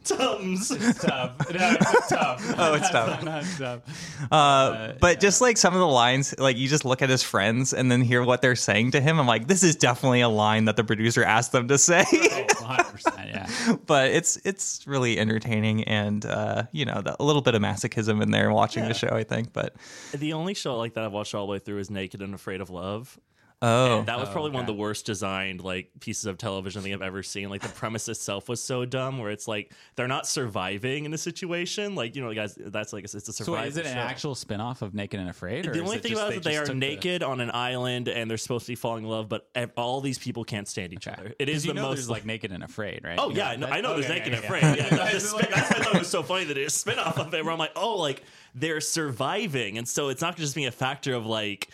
Speaker 3: Tums. Oh,
Speaker 2: <laughs> Tough. No, it's tough.
Speaker 1: oh it's tom
Speaker 2: Not tough.
Speaker 1: Uh, but just like some of the lines, like you just look at his friends and then hear what they're saying to him. I'm like, this is definitely a line that the producer asked them to say. <laughs>
Speaker 2: Oh, 100%. Yeah.
Speaker 1: but it's it's really entertaining and uh, you know the, a little bit of masochism in there watching the show. I think, but
Speaker 3: The only show like that I've watched all the way through is Naked and Afraid of Love.
Speaker 1: oh
Speaker 3: That was probably one of the worst designed like pieces of television I think I've ever seen.
Speaker 2: <laughs>
Speaker 3: Like the premise itself was so dumb, where it's like they're not surviving in a situation. Like you know, guys, that's like it's a
Speaker 2: So
Speaker 3: survival.
Speaker 2: wait, is it an
Speaker 3: show.
Speaker 2: actual spin-off of Naked and Afraid? Or
Speaker 3: The
Speaker 2: is
Speaker 3: only
Speaker 2: it
Speaker 3: thing
Speaker 2: just
Speaker 3: about it is that they
Speaker 2: just
Speaker 3: are
Speaker 2: took the-
Speaker 3: naked on an island and they're supposed to be falling in love, but ev- all these people can't stand each
Speaker 2: Okay.
Speaker 3: other. It
Speaker 2: 'Cause
Speaker 3: is
Speaker 2: you
Speaker 3: the
Speaker 2: know
Speaker 3: most
Speaker 2: there's like Naked and Afraid, right?
Speaker 3: Oh
Speaker 2: You
Speaker 3: yeah, no,
Speaker 2: that-
Speaker 3: I know there's
Speaker 2: okay,
Speaker 3: Naked
Speaker 2: yeah,
Speaker 3: and
Speaker 2: yeah.
Speaker 3: Afraid. Yeah, that's the spin- that's why <laughs> I thought it was so funny that it's a spinoff of it where I'm like, oh, like they're surviving, and so it's not just being a factor of like,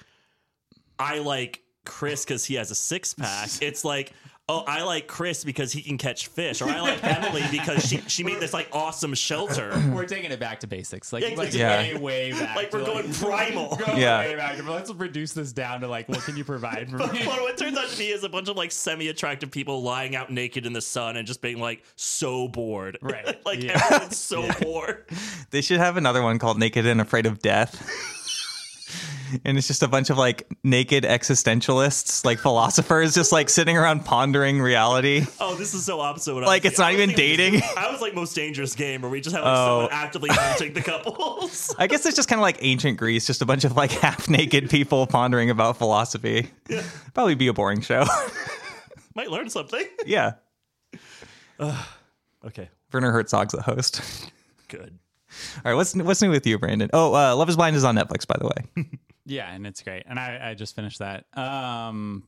Speaker 3: I like Chris because he has a six pack. <laughs> It's like. Oh, I like Chris because he can catch fish, or I like Emily because she, she made this like awesome <laughs> shelter.
Speaker 2: <laughs> We're taking it back to basics, like,
Speaker 3: Yeah,
Speaker 2: like
Speaker 1: yeah.
Speaker 2: way, way back.
Speaker 3: Like
Speaker 2: to,
Speaker 3: we're going primal.
Speaker 2: <laughs> go
Speaker 1: Yeah.
Speaker 2: way back. to- Let's reduce this down to like, what can you
Speaker 3: <laughs>
Speaker 2: provide for me?
Speaker 3: But what it turns out to be is a bunch of like semi-attractive people lying out naked in the sun and just being like so bored.
Speaker 2: Right.
Speaker 3: <laughs> like
Speaker 2: Yeah.
Speaker 3: everyone's so bored.
Speaker 1: they should have another one called Naked and Afraid of Death. <laughs> and it's just a bunch of like naked existentialists, like philosophers, just like sitting around pondering reality.
Speaker 3: Oh, this is so opposite. of What
Speaker 1: Like,
Speaker 3: I was
Speaker 1: it's not even
Speaker 3: thinking. I was thinking-
Speaker 1: dating. Oh.
Speaker 3: I was like most dangerous game, where we just have like, someone actively hunting the couples. <laughs>
Speaker 1: I guess it's just kind of like ancient Greece, just a bunch of like <laughs> half naked people pondering about philosophy. Probably be a boring show. <laughs>
Speaker 3: Might learn something.
Speaker 1: yeah.
Speaker 3: Okay,
Speaker 1: Werner Herzog's the host.
Speaker 3: good.
Speaker 1: All right, what's what's new with you, Brandon? Oh, uh, Love Is Blind is on Netflix, by the
Speaker 3: <laughs>
Speaker 1: way.
Speaker 2: Yeah, and it's great. And I, I just finished that. Um,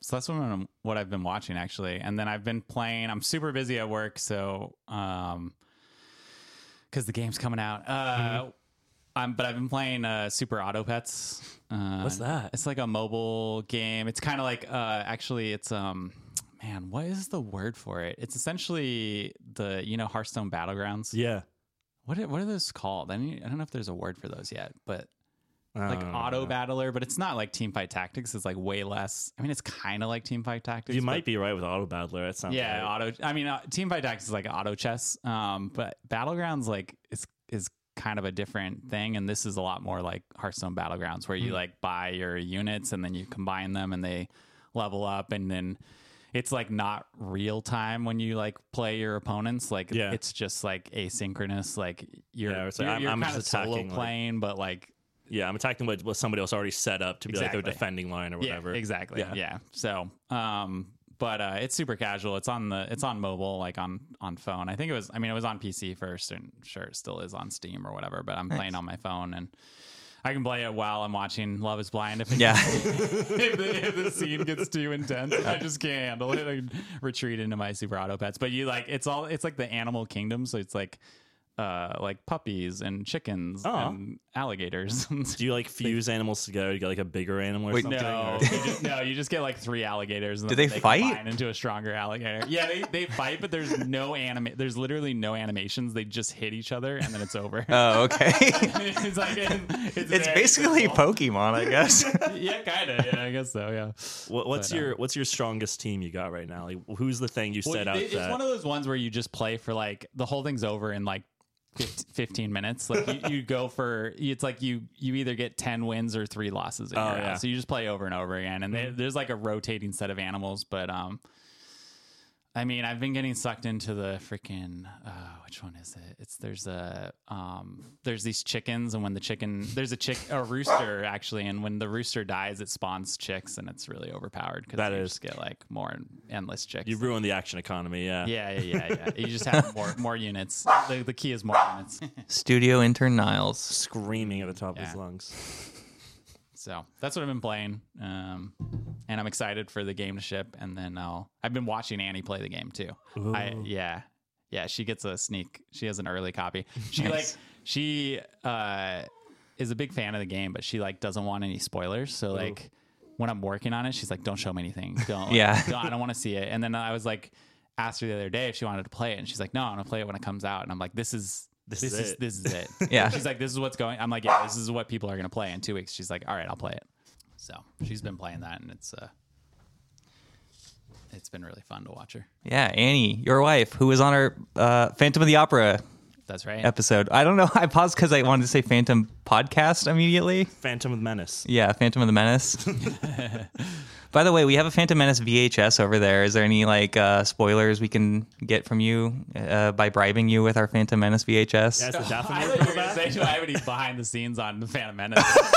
Speaker 2: so that's what, I'm, what I've been watching actually. And then I've been playing. I'm super busy at work, so um, because the game's coming out. Uh,
Speaker 3: Mm-hmm.
Speaker 2: I'm, but I've been playing uh, Super Auto Pets. Uh,
Speaker 3: What's that?
Speaker 2: It's like a mobile game. It's kind of like uh, actually, it's um, man, what is the word for it? It's essentially the you know Hearthstone Battlegrounds.
Speaker 3: Yeah,
Speaker 2: What are, what are those called? I don't, I don't know if there's a word for those yet, but like
Speaker 3: Uh,
Speaker 2: auto battler, but it's not like team fight tactics. It's like way less. I mean, it's kind of like team fight tactics.
Speaker 3: You
Speaker 2: but-
Speaker 3: might be right with auto battler. That sounds
Speaker 2: yeah,
Speaker 3: Right.
Speaker 2: auto. I mean, uh, team fight tactics is like auto chess. Um, but battlegrounds like is is kind of a different thing, and this is a lot more like Hearthstone battlegrounds,
Speaker 3: Hmm.
Speaker 2: where you like buy your units and then you combine them and they level up, and then it's like not real time when you like play your opponents. Like
Speaker 3: Yeah.
Speaker 2: it's just like asynchronous. Like you're
Speaker 3: Yeah, it's like
Speaker 2: you're,
Speaker 3: I'm-
Speaker 2: you're
Speaker 3: I'm
Speaker 2: kind
Speaker 3: just
Speaker 2: of solo
Speaker 3: attacking, like-
Speaker 2: playing, but like
Speaker 3: yeah. I'm attacking what, what somebody else already set up to be like
Speaker 2: Exactly.
Speaker 3: their defending line or whatever.
Speaker 2: Yeah, exactly.
Speaker 3: Yeah.
Speaker 2: Yeah. So, um, but uh, it's super casual. It's on the it's on mobile, like on on phone. I think it was. I mean, it was on PC first, and sure, it still is on Steam or whatever. But I'm playing on my phone, and I can play it while I'm watching Love Is Blind. If, it-
Speaker 1: Yeah.
Speaker 2: <laughs> if, the, if the scene gets too intense, I just can't handle it. I retreat into my super auto pets. But you like it's all it's like the animal kingdom, so it's like. Uh, like puppies and chickens
Speaker 3: Aw.
Speaker 2: and alligators. <laughs>
Speaker 3: Do you like fuse animals together to get like a bigger animal or
Speaker 1: Wait,
Speaker 3: something?
Speaker 2: No,
Speaker 3: or-
Speaker 2: you just, no, you just get like three alligators. And
Speaker 1: Do
Speaker 2: then
Speaker 1: they fight?
Speaker 2: combine into a stronger alligator? Yeah, they, they fight, but there's no anime. There's literally no animations. They just hit each other and then it's over.
Speaker 1: Oh, okay.
Speaker 2: <laughs> it's like
Speaker 1: <laughs>
Speaker 2: it's,
Speaker 1: it's
Speaker 2: very
Speaker 1: basically
Speaker 2: simple.
Speaker 1: Pokemon, I guess.
Speaker 2: <laughs> yeah, kind of. Yeah, I guess so. Yeah.
Speaker 3: What, what's
Speaker 2: But, uh,
Speaker 3: your What's your strongest team you got right now? Like, who's the thing you
Speaker 2: Well,
Speaker 3: set
Speaker 2: it-
Speaker 3: out?
Speaker 2: It's
Speaker 3: that-
Speaker 2: one of those ones where you just play for like the whole thing's over in like fif- <laughs> 15 minutes. Like you, you go for it's like you you either get 10 wins or three losses. In
Speaker 3: Oh,
Speaker 2: your
Speaker 3: yeah. Mm-hmm.
Speaker 2: house. So you just play over and over again. And they, there's like a rotating set of animals, but um. I mean, I've been getting sucked into the freaking uh, which one is it? It's there's a um, there's these chickens, and when the chicken there's a chick a rooster actually, and when the rooster dies, it spawns chicks, and it's really overpowered because
Speaker 3: That
Speaker 2: you
Speaker 3: is-
Speaker 2: just get like more endless chicks.
Speaker 3: you ruined the action economy. Yeah.
Speaker 2: Yeah, yeah, yeah, yeah. You just have more <laughs> more units. The, the key is more units. <laughs>
Speaker 1: Studio intern Niles.
Speaker 3: Screaming at the top of his
Speaker 2: Yeah.
Speaker 3: lungs.
Speaker 2: So that's what I've been playing, um, and I'm excited for the game to ship. And then I'll I've been watching Annie play the game too. I yeah, yeah. She gets a sneak. She has an early copy. She like she uh, is a big fan of the game, but she like doesn't want any spoilers. So like when I'm working on it, she's like, "Don't show me anything. Don't. like,
Speaker 1: Yeah.
Speaker 2: don't- I don't want to see it." And then I was like, asked her the other day if she wanted to play it, and she's like, "No, I'm gonna play it when it comes out." And I'm like, "This is."
Speaker 3: This
Speaker 2: This,
Speaker 3: is
Speaker 2: is,
Speaker 3: it.
Speaker 2: this is it.
Speaker 1: <laughs> Yeah.
Speaker 2: She's like, this is what's going. I'm like, yeah, this is what people are gonna play in two weeks. She's like, all right, I'll play it. So she's been playing that, and it's uh, it's been really fun to watch her.
Speaker 1: Yeah, Annie, your wife, who was on our uh, Phantom of the Opera
Speaker 2: That's right.
Speaker 1: episode. I don't know. <laughs> I paused because I wanted to say Phantom podcast immediately.
Speaker 3: Phantom of Menace.
Speaker 1: Yeah, Phantom of the
Speaker 2: <laughs>
Speaker 1: Menace. By the way, we have a Phantom Menace VHS over there. Is there any like uh, spoilers we can get from you uh, by bribing you with our Phantom Menace VHS?
Speaker 3: That's the
Speaker 2: <laughs> I
Speaker 3: Daphne.
Speaker 2: thought you were gonna say, do I have any behind the scenes on the Phantom Menace? <laughs>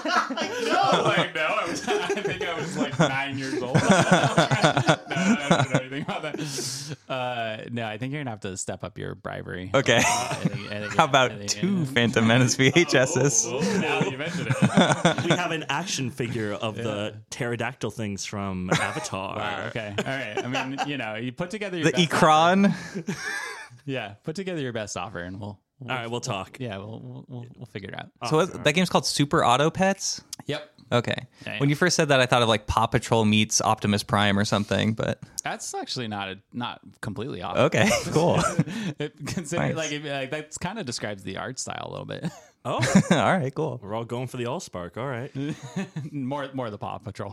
Speaker 2: I was like, no, I was like, no. I, was, I think I was like nine years old. <laughs> no, I don't know anything about that. Uh, no, I think you're gonna have to step up your bribery. <laughs>
Speaker 1: Okay.
Speaker 2: I think- I think-
Speaker 1: How
Speaker 2: I
Speaker 1: about
Speaker 2: think-
Speaker 1: two Phantom Menace
Speaker 2: <laughs>
Speaker 1: VHSs?
Speaker 2: Oh, now that you mentioned it.
Speaker 3: we have an action figure of the pterodactyl things
Speaker 2: <laughs>
Speaker 3: from Avatar.
Speaker 2: okay. All right. I
Speaker 3: <laughs>
Speaker 2: mean, you know, you put together your
Speaker 1: The
Speaker 2: best,
Speaker 1: Ekron.
Speaker 2: yeah, put together your best offer, and we'll, we'll
Speaker 3: All right, we'll talk.
Speaker 2: yeah, we'll, we'll we'll we'll figure it out.
Speaker 1: So what, that game's called Super Auto Pets.
Speaker 2: Yep.
Speaker 1: Okay.
Speaker 2: Yeah,
Speaker 1: When
Speaker 2: yeah.
Speaker 1: you first said that, I thought of like Paw Patrol meets Optimus Prime or something. But
Speaker 2: That's actually not a, not completely off.
Speaker 1: okay, <laughs> cool.
Speaker 2: <laughs> it, considering
Speaker 1: Nice.
Speaker 2: like, if, like that's kind of describes the art style a little bit. <laughs>
Speaker 3: Oh,
Speaker 1: All right, cool.
Speaker 3: we're all going for the Allspark. All right.
Speaker 2: more more the
Speaker 3: <laughs>
Speaker 2: Paw Patrol.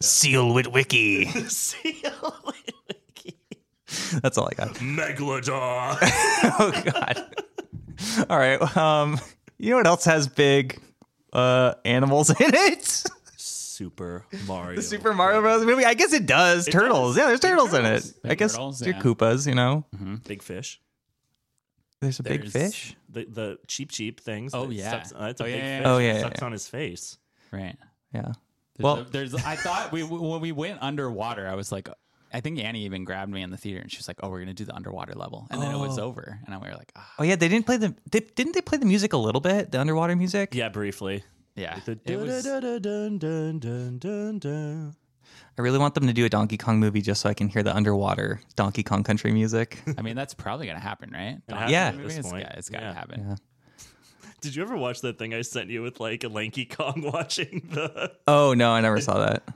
Speaker 1: Seal with
Speaker 2: <laughs>
Speaker 1: Wiki.
Speaker 3: See
Speaker 1: That's all I got. <laughs>
Speaker 3: Megalodon.
Speaker 1: Oh God. <laughs> All right. Um, you know what else has big uh, animals <laughs> in it?
Speaker 3: Super Mario.
Speaker 1: Super Mario Bros. movie. I guess it does. turtles.
Speaker 3: does.
Speaker 1: Yeah, there's turtles, in it.
Speaker 2: turtles.
Speaker 1: I guess
Speaker 2: Turtles,
Speaker 1: your
Speaker 2: yeah. Mm-hmm.
Speaker 1: Koopas. You know,
Speaker 3: Big fish.
Speaker 1: there's a big
Speaker 2: There's-
Speaker 1: fish.
Speaker 3: The the cheap cheap things.
Speaker 2: Oh,
Speaker 3: that
Speaker 2: yeah.
Speaker 3: Sucks, uh, that's a
Speaker 2: Oh,
Speaker 3: big
Speaker 2: yeah, yeah,
Speaker 3: fish.
Speaker 2: yeah.
Speaker 1: Oh,
Speaker 3: that
Speaker 1: yeah,
Speaker 3: Sucks
Speaker 1: yeah.
Speaker 3: on his face.
Speaker 2: Right.
Speaker 1: Yeah.
Speaker 2: There's
Speaker 1: Well-
Speaker 2: a- there's I thought we when we went underwater, I was like, I think Annie even grabbed me in the theater and she was like, "Oh, we're gonna do the underwater level," and then it
Speaker 3: Oh.
Speaker 2: was over, and I we were like, ah,
Speaker 1: Oh yeah, they didn't play the. They, didn't they play the music a little bit? The underwater music.
Speaker 3: Yeah, briefly.
Speaker 2: "Yeah."
Speaker 3: The
Speaker 2: It was,
Speaker 3: dun, dun, dun, dun, dun, dun.
Speaker 1: I really want them to do a Donkey Kong movie just so I can hear the underwater Donkey Kong country music.
Speaker 2: I mean, that's probably gonna happen, right?
Speaker 3: happen
Speaker 1: Yeah.
Speaker 3: at this
Speaker 2: it's
Speaker 3: point.
Speaker 2: got, it's gotta
Speaker 3: Yeah.
Speaker 2: happen.
Speaker 3: Did you ever watch that thing I sent you with like a lanky Kong <laughs> watching the? <laughs>
Speaker 1: oh no, I never saw that. <laughs>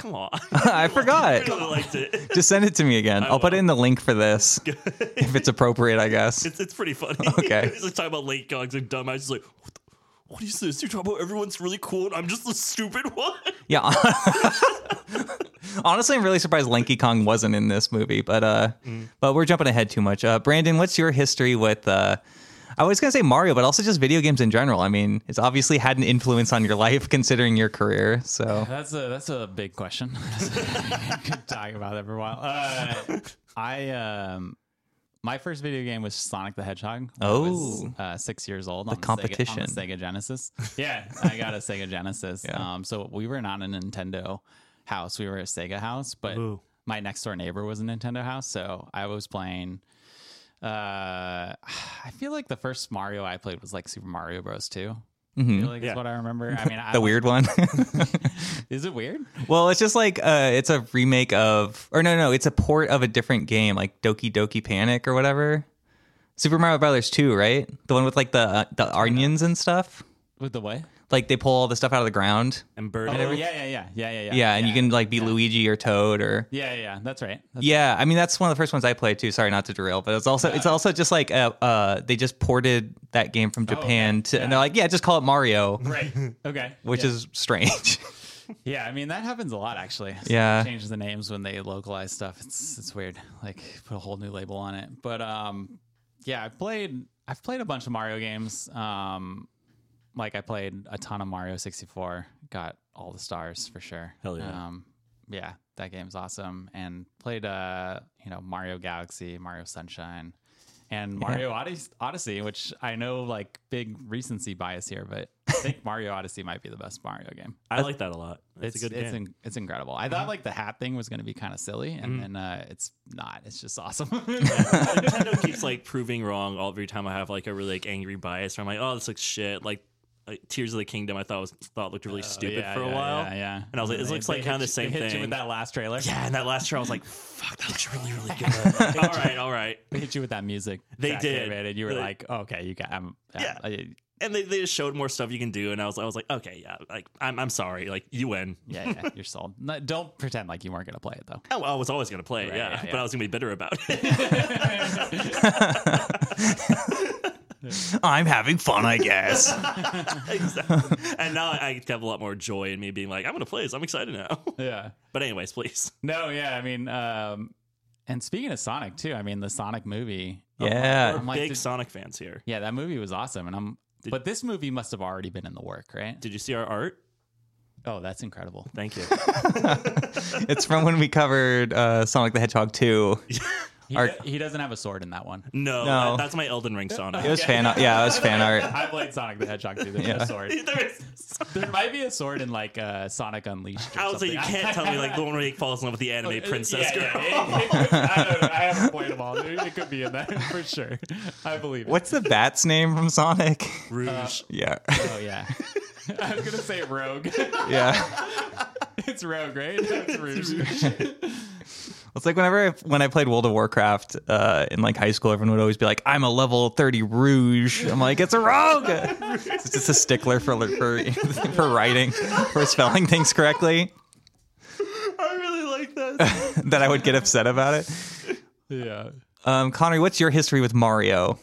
Speaker 3: Come on, <laughs>
Speaker 1: I
Speaker 3: I really <laughs>
Speaker 1: forgot.
Speaker 3: liked it.
Speaker 1: Just send it to me again. I'll put in the link for this if it's appropriate, I guess.
Speaker 3: It's, it's pretty
Speaker 2: <laughs>
Speaker 3: funny.
Speaker 1: Okay.
Speaker 3: <laughs> it's like talking about late Kongs and dumb. I was just like, what, the, what is this? You're talking about everyone's really cool. and I'm just the stupid <laughs> one.
Speaker 1: Yeah. <laughs> Honestly, I'm really surprised Lanky Kong wasn't in this movie, but uh, but we're jumping ahead too much. Uh, Brandon, what's your history with? Uh, I was gonna say Mario, but also just video games in general. I mean, it's obviously had an influence on your life, <laughs> considering your career. So
Speaker 2: That's a that's a big question. <laughs> Could talk about that for a while. Uh, I um, my first video game was Sonic the Hedgehog. when I was,
Speaker 1: Oh.
Speaker 2: uh, six years old. On the,
Speaker 1: competition.
Speaker 2: Sega, on the Sega Genesis. Yeah, I got a Sega Genesis.
Speaker 1: Yeah.
Speaker 2: Um, so we were not a Nintendo house. We were a Sega house, but
Speaker 3: Ooh.
Speaker 2: my next door neighbor was a Nintendo house, so I was playing. Uh, I feel like the first Mario I played was like Super Mario Bros. Two. I
Speaker 1: mhm.
Speaker 2: feel like that's
Speaker 3: Yeah.
Speaker 2: what I remember. I mean, I,
Speaker 1: the weird one.
Speaker 2: <laughs>
Speaker 1: <laughs>
Speaker 2: Is it weird?
Speaker 1: well, it's just like uh, it's a remake of, or no, no, it's a port of a different game, like Doki Doki Panic or whatever. Super Mario Brothers Two, right? The one with like the uh, the onions and stuff.
Speaker 2: With the what?
Speaker 1: Like they pull all the stuff out of the ground.
Speaker 3: And Bird.
Speaker 2: Oh, yeah, yeah, yeah, yeah, yeah, yeah.
Speaker 1: yeah, and you can like be Luigi or Toad or
Speaker 2: Yeah, yeah, yeah. That's right.
Speaker 1: <laughs>
Speaker 2: That's
Speaker 1: yeah. I mean, that's one of the first ones I played too. Sorry, not to derail, but it's also it's also just like uh, uh they just ported that game from Japan to, and they're like, yeah, just call it Mario,
Speaker 2: right. Okay.
Speaker 1: which
Speaker 2: yeah.
Speaker 1: is strange. <laughs>
Speaker 2: yeah. I mean, that happens a lot actually. So
Speaker 1: Yeah.
Speaker 2: Change the names when they localize stuff. It's it's weird. Like put a whole new label on it. But um, yeah, I played I've played a bunch of Mario games. Um, like I played a ton of Mario 64. Got all the stars for sure.
Speaker 3: Hell yeah.
Speaker 2: Um, yeah, that game's awesome. And played uh, you know, Mario Galaxy, Mario Sunshine. and Mario Odys- Odyssey, which I know like big recency bias here, but
Speaker 3: <laughs>
Speaker 2: I think Mario Odyssey might be the best Mario game.
Speaker 3: I like that a lot. That's
Speaker 2: It's
Speaker 3: a good
Speaker 2: it's,
Speaker 3: game.
Speaker 2: in- it's incredible. I thought like the hat thing was going to be kind of silly, and then uh, it's not. It's just awesome. <laughs>
Speaker 3: Nintendo keeps <laughs> like proving wrong all every time I have like a really like angry bias. Where I'm like, oh, this looks shit. Like, like Tears of the Kingdom, I thought was thought looked really stupid
Speaker 2: Oh, Yeah,
Speaker 3: for a
Speaker 2: yeah,
Speaker 3: while.
Speaker 2: yeah, yeah.
Speaker 3: And I was like,
Speaker 2: They-
Speaker 3: this looks
Speaker 2: they
Speaker 3: like
Speaker 2: hit
Speaker 3: kinda
Speaker 2: you-
Speaker 3: same
Speaker 2: they hit you
Speaker 3: thing.
Speaker 2: with that last trailer.
Speaker 3: Yeah, and that last year I was like, fuck, that looks really,
Speaker 2: <laughs>
Speaker 3: really good. Like, all right, all right.
Speaker 2: They hit you with that music.
Speaker 3: <laughs> They
Speaker 2: track,
Speaker 3: did.
Speaker 2: man, and you were
Speaker 3: They-
Speaker 2: like, okay, you got. I'm, uh,
Speaker 3: Yeah.
Speaker 2: I- I-
Speaker 3: And they, they just showed more stuff you can do, and I was I was like, okay, yeah, like I'm I'm sorry, like you win.
Speaker 2: yeah,
Speaker 3: <laughs>
Speaker 2: yeah, you're sold. No, don't pretend like you weren't going to play it though.
Speaker 3: Oh, I was always gonna play,
Speaker 2: Right,
Speaker 3: yeah,
Speaker 2: yeah, yeah.
Speaker 3: but I was gonna be bitter about it.
Speaker 1: I'm having fun, I guess.
Speaker 3: <laughs> Exactly. and now I have a lot more joy in me being like, I'm gonna play this. I'm excited now. <laughs>
Speaker 2: Yeah.
Speaker 3: But anyways, please.
Speaker 2: No. Yeah. I mean, um, and speaking of Sonic too, I mean the Sonic movie.
Speaker 1: yeah,
Speaker 3: <laughs> We're
Speaker 2: I'm like,
Speaker 3: big
Speaker 2: did-
Speaker 3: Sonic fans here.
Speaker 2: Yeah, that movie was awesome, and I'm. but this movie must have already been in the work, right?
Speaker 3: Did you see our art?
Speaker 2: Oh, that's incredible.
Speaker 3: Thank
Speaker 2: <laughs>
Speaker 3: you.
Speaker 1: <laughs> it's from when we covered uh, Sonic the Hedgehog 2.
Speaker 2: He,
Speaker 1: Our-
Speaker 2: do- he doesn't have a sword in that one.
Speaker 3: No,
Speaker 1: No.
Speaker 3: that- that's my Elden Ring Sonic.
Speaker 1: It was fan, art. yeah, it was fan art.
Speaker 2: I played Sonic the Hedgehog too. There's
Speaker 1: Yeah.
Speaker 2: no
Speaker 3: <laughs>
Speaker 2: sword.
Speaker 3: There is-
Speaker 2: There might be a sword in like uh, Sonic Unleashed. Or
Speaker 3: I was like,
Speaker 2: something.
Speaker 3: you can't tell me
Speaker 2: <laughs>
Speaker 3: like the one where he falls in love with the anime princess
Speaker 2: Yeah,
Speaker 3: girl.
Speaker 2: yeah, it- it could- I, don't know. I haven't played them all. It could be in that for sure. I believe. it.
Speaker 1: What's the bat's name from Sonic?
Speaker 3: <laughs>
Speaker 1: <laughs>
Speaker 3: Rouge.
Speaker 1: Yeah,
Speaker 2: Oh yeah. <laughs> I was gonna say rogue. <laughs>
Speaker 3: <laughs>
Speaker 1: yeah.
Speaker 2: it's rogue, <laughs> right? That's rude.
Speaker 1: It's like whenever I, when I played World of Warcraft uh, in like high school, everyone would always be like, "I'm a level 30 Rouge." I'm like, "It's a rogue." it's just a stickler for for <laughs> for writing, for spelling things correctly.
Speaker 3: I really like that.
Speaker 1: <laughs> that I would get upset about it.
Speaker 2: Yeah.
Speaker 1: Um, Connery, what's your history with Mario?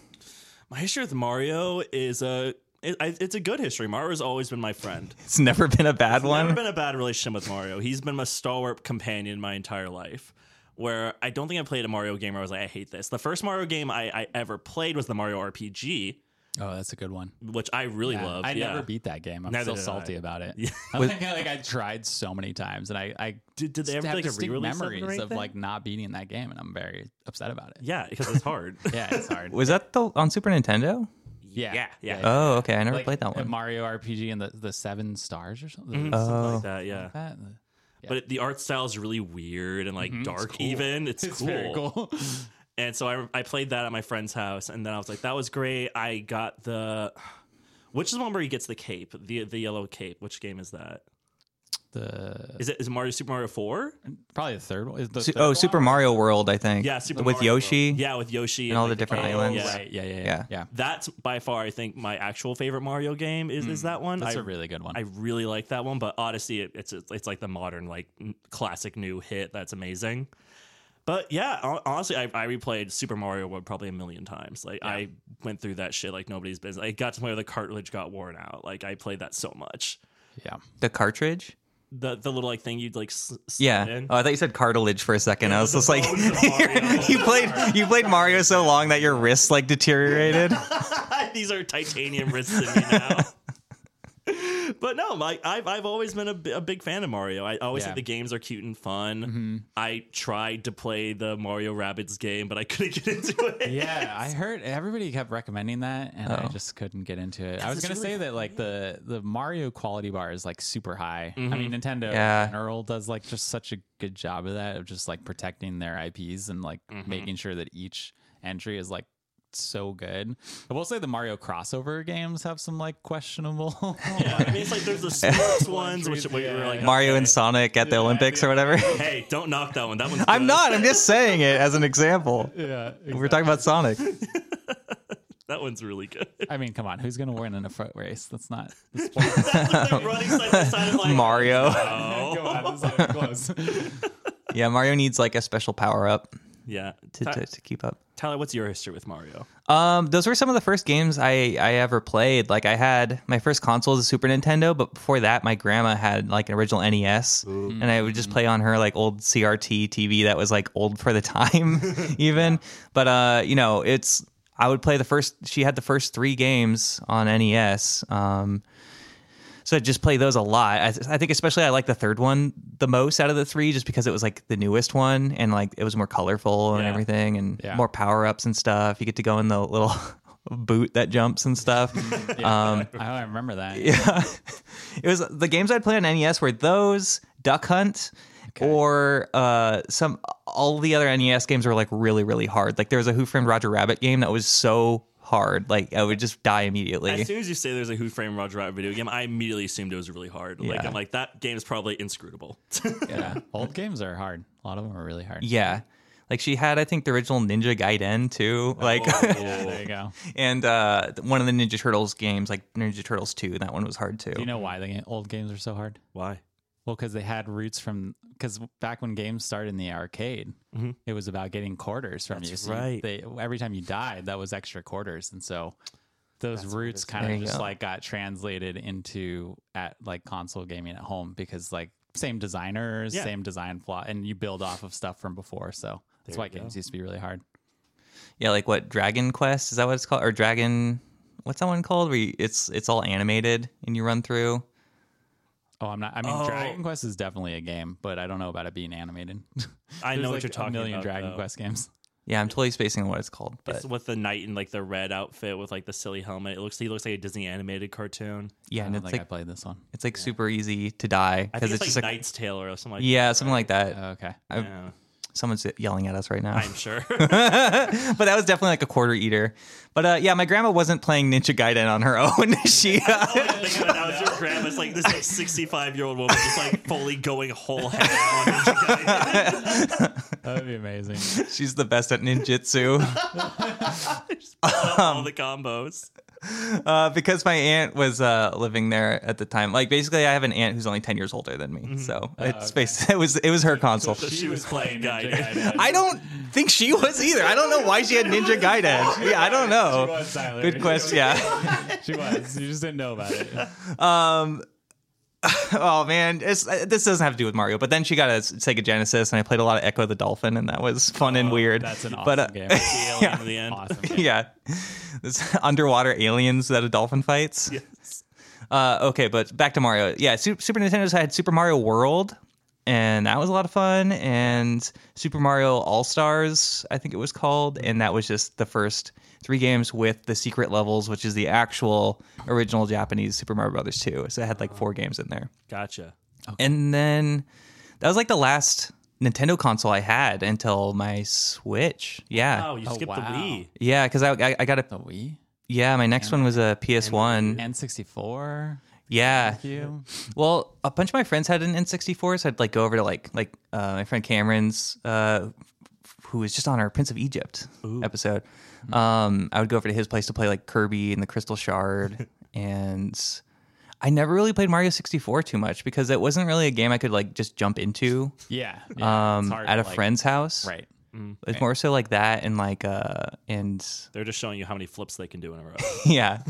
Speaker 3: my history with Mario is a it, I, it's a good history. Mario's always been my
Speaker 2: <laughs>
Speaker 3: friend.
Speaker 1: It's never been a bad one.
Speaker 3: Never been a bad relationship with Mario. He's been my stalwart companion my entire life. Where I don't think I played a Mario game where I was like, I hate this. The first Mario game I, I ever played was the Mario RPG.
Speaker 2: Oh, that's a good one.
Speaker 3: which I really
Speaker 2: Yeah,
Speaker 3: love.
Speaker 2: I
Speaker 3: yeah.
Speaker 2: never beat that game. I'm
Speaker 3: Neither
Speaker 2: still
Speaker 3: did I.
Speaker 2: salty about it. <laughs>
Speaker 3: Yeah.
Speaker 2: I think like I tried so many times, and I I
Speaker 3: Did- did they ever
Speaker 2: have
Speaker 3: like a
Speaker 2: distinct
Speaker 3: re-release of it or
Speaker 2: memories of
Speaker 3: anything?
Speaker 2: like not beating that game, and I'm very upset about it.
Speaker 3: Yeah, because it's hard.
Speaker 2: Yeah, it's hard.
Speaker 1: Was that the on Super Nintendo?
Speaker 2: <laughs> yeah,
Speaker 3: yeah, yeah.
Speaker 1: Oh, okay. I never
Speaker 2: Like,
Speaker 1: played that
Speaker 2: a
Speaker 1: one.
Speaker 2: Mario RPG and the, the seven stars or something.
Speaker 3: Something
Speaker 1: Oh.
Speaker 3: like that, yeah.
Speaker 2: That- Uh, yeah. Mm-hmm.
Speaker 3: But it, the art style is really weird and like dark, even. It's,
Speaker 2: <laughs> It's
Speaker 3: cool.
Speaker 2: very cool.
Speaker 3: And so I, I played that at my friend's house, and then I was like, that was great. I got the. Which is the one where he gets the cape, the the yellow cape? Which game is that?
Speaker 2: the
Speaker 3: Is it is it Mario Super Mario Four?
Speaker 2: probably the third one. Is the
Speaker 1: Su-
Speaker 2: third
Speaker 1: oh,
Speaker 2: one?
Speaker 1: Super Mario World, I think.
Speaker 3: Yeah, Super
Speaker 1: with
Speaker 3: Mario World.
Speaker 1: Yoshi.
Speaker 3: Yeah, with Yoshi
Speaker 1: And all
Speaker 3: like,
Speaker 1: the different
Speaker 3: cake.
Speaker 2: Oh,
Speaker 1: islands.
Speaker 3: Yeah.
Speaker 2: right. Yeah, yeah, yeah, yeah.
Speaker 1: Yeah.
Speaker 3: That's by far, I think, my actual favorite Mario game is is that one.
Speaker 2: Hmm. That's
Speaker 3: I
Speaker 2: a really good one.
Speaker 3: I really like that one, but Odyssey it, it's it's like the modern like n- classic new hit that's amazing. But yeah, hon- honestly, I, I replayed Super Mario World probably a million times. Like I went through that shit like nobody's business. I got to where the cartilage got worn out. Like I played that so much.
Speaker 2: yeah.
Speaker 1: The cartridge.
Speaker 3: The the little like thing you'd like s- slide
Speaker 1: Yeah.
Speaker 3: in.
Speaker 1: Oh, I thought you said cartilage for a second. I was
Speaker 3: the
Speaker 1: just like, <laughs>
Speaker 3: bones of Mario.
Speaker 1: you played you played Mario so long that your wrists like
Speaker 3: <laughs>
Speaker 1: deteriorated.
Speaker 3: These are titanium wrists in me now. but no, my, I've I've always been a, bi- a big fan of Mario. I always
Speaker 2: Yeah.
Speaker 3: think the games are cute and fun. I tried to play the Mario Rabbids game, but I couldn't get into it.
Speaker 2: <laughs> Yeah, I heard everybody kept recommending that, and I
Speaker 1: Oh.
Speaker 2: just couldn't get into it. I was
Speaker 3: it's
Speaker 2: gonna
Speaker 3: really
Speaker 2: say that like the the Mario quality bar is like super high. I mean, Nintendo
Speaker 1: Yeah.
Speaker 2: in general does like just such a good job of that of just like protecting their IPs and like making sure that each entry is like so good. I will say the Mario crossover games have some like questionable. <laughs>
Speaker 3: Yeah, <laughs> I mean, it's like there's the sports ones, which we were like,
Speaker 1: Mario and Sonic at the Olympics or whatever. <laughs>
Speaker 3: hey, don't knock that one. That one's
Speaker 1: I'm
Speaker 3: good.
Speaker 1: not. I'm just saying it as an example.
Speaker 2: yeah.
Speaker 1: We're talking about Sonic.
Speaker 3: That one's really good. <laughs>
Speaker 2: I mean, come on, who's gonna win in a foot race? That's not.
Speaker 3: That's what they're running side by side. I'm like, <laughs>
Speaker 1: Mario.
Speaker 3: Oh.
Speaker 2: on, this <laughs> is close.
Speaker 1: Yeah, Mario needs like a special power up
Speaker 3: Yeah,
Speaker 1: to,
Speaker 3: Ty-
Speaker 1: to, to keep up.
Speaker 3: Tyler, what's your history with Mario?
Speaker 1: Um, those were some of the first games I, I ever played. Like I had my first console is a Super Nintendo, but before that, my grandma had like an original NES, and I would just play on her like old CRT TV that was like old for the <laughs> time, even. But uh, you know, it's I would play the first. She had the first three games on NES. Um, so I just play those a lot. I, I think especially I like the third one the most out of the three, just because it was like the newest one and like it was more colorful and
Speaker 3: Yeah.
Speaker 1: everything, and
Speaker 2: Yeah.
Speaker 1: more power ups and stuff. You get to go in the little <laughs> boot that jumps and stuff.
Speaker 2: Um, I remember that.
Speaker 1: yeah, <laughs> it was the games I'd play on NES were those Duck Hunt. Or uh, some all the other NES games were like really really hard. Like there was a Who Framed Roger Rabbit game that was so hard, like I would just die immediately.
Speaker 3: As soon as you say there's a Who Framed Roger Rabbit video game, I immediately assumed it was really hard. Like
Speaker 1: Yeah.
Speaker 3: I'm like that game is probably inscrutable. <laughs>
Speaker 2: yeah. Old games are hard. A lot of them are really hard.
Speaker 1: Yeah. Like she had, I think, the original Ninja Gaiden too. Like,
Speaker 3: Oh.
Speaker 2: There you go.
Speaker 1: <laughs> and uh, one of the Ninja Turtles games, like Ninja Turtles two, that one was hard too.
Speaker 2: Do you know why the ga- old games are so hard?
Speaker 3: Why?
Speaker 2: Well, because they had roots from because back when games started in the arcade, it was about getting quarters from you. you-
Speaker 3: Mm-hmm. right.
Speaker 2: They, every time you died, that was extra quarters, and so those roots kind
Speaker 1: There
Speaker 2: of
Speaker 1: you
Speaker 2: just
Speaker 1: go.
Speaker 2: like got translated into at like console gaming at home because like same designers,
Speaker 3: Yeah.
Speaker 2: same design flaw, and you build off of stuff from before. So that's why games used to be really hard.
Speaker 1: yeah, like what Dragon Quest is that what it's called, or Dragon? What's that one called? Where you, it's it's all animated and you run through.
Speaker 2: Oh, I'm not. I mean,
Speaker 3: Oh.
Speaker 2: Dragon Quest is definitely a game, but I don't know about it being animated. <laughs>
Speaker 3: I
Speaker 2: There's
Speaker 3: know
Speaker 2: like
Speaker 3: what you're talking
Speaker 2: a million
Speaker 3: about.
Speaker 2: Dragon
Speaker 3: though.
Speaker 2: Quest games.
Speaker 1: Yeah, I'm totally spacing on what it's called, but
Speaker 3: It's with the knight in like the red outfit with like the silly helmet. It looks he looks like a Disney animated cartoon.
Speaker 1: yeah,
Speaker 2: I
Speaker 1: and
Speaker 2: don't
Speaker 1: it's
Speaker 2: think
Speaker 1: like
Speaker 2: I played this one.
Speaker 1: it's like super easy to die
Speaker 3: I think
Speaker 1: because
Speaker 3: it's,
Speaker 1: it's, just
Speaker 3: like
Speaker 1: like
Speaker 3: Knight's Tale or something like
Speaker 1: yeah, something like that.
Speaker 2: Oh, <laughs> Okay.
Speaker 1: I-
Speaker 3: that. Yeah,
Speaker 1: Someone's yelling at us right now. <laughs>
Speaker 3: I'm sure. <laughs>
Speaker 1: but that was definitely like a quarter eater. But uh, yeah, my grandma wasn't playing Ninja Gaiden on her <laughs> own. she uh, <laughs>
Speaker 3: Thinking about now, it's your grandma. It's like this like 65 year old woman just like fully going whole head on. Ninja Gaiden. <laughs>
Speaker 2: That would be <laughs> amazing.
Speaker 1: she's the best at ninjutsu.
Speaker 3: all the combos.
Speaker 1: uh, because my aunt was uh, living there at the time. Like basically, I have an aunt who's only ten years older than me,
Speaker 2: Mm-hmm.
Speaker 1: so
Speaker 2: Oh,
Speaker 1: it's based, <laughs> it was it was her console.
Speaker 3: So she was playing Gaiden. <laughs>
Speaker 2: Ninja Gaiden.
Speaker 1: <laughs> I don't think she was either. I don't know why she had Ninja Gaiden. Yeah, I don't know.
Speaker 2: was Tyler.
Speaker 1: Good question. Yeah. <laughs>
Speaker 2: <laughs> She was. You just didn't know about it.
Speaker 1: Um, oh man, it's, uh, this doesn't have to do with Mario. But then she got a Sega Genesis, and I played a lot of Echo the Dolphin, and that was fun and weird.
Speaker 2: Oh, That's an awesome
Speaker 1: But, uh,
Speaker 2: game.
Speaker 3: The alien at the end.
Speaker 2: Awesome.
Speaker 1: <laughs> yeah, this <laughs> underwater aliens that a dolphin fights.
Speaker 3: Yes.
Speaker 1: Uh, okay, but back to Mario. Yeah, Su- Super Nintendo's had Super Mario World, and that was a lot of fun. And Super Mario All Stars, I think it was called, and that was just the first three games with the secret levels, which is the actual original Japanese Super Mario Brothers 2. So it had like four games in there.
Speaker 3: <laughs> Gotcha.
Speaker 1: And then that was like the last Nintendo console I had until my Switch. Yeah.
Speaker 3: Oh, you
Speaker 2: Oh,
Speaker 3: skipped
Speaker 2: wow.
Speaker 3: the Wii.
Speaker 1: Yeah, because I, I I got a
Speaker 2: The Wii,
Speaker 1: yeah. My next one was a PS One.
Speaker 2: N64,
Speaker 1: Yeah.
Speaker 2: you.
Speaker 1: Well, a bunch of my friends had an N64, so I'd like go over to like like uh, my friend Cameron's, uh, who was just on our Prince of Egypt episode.
Speaker 2: Hmm.
Speaker 1: Um, I would go over to his place to play like Kirby and the Crystal
Speaker 2: <laughs>
Speaker 1: Shard, and I never really played Mario 64 too much because it wasn't really a game I could like just jump into
Speaker 2: Yeah.
Speaker 1: um, at a friend's house.
Speaker 2: Right.
Speaker 1: It's more so like that and like uh and
Speaker 3: They're just showing you how many flips they can do in a row.
Speaker 1: <laughs> yeah.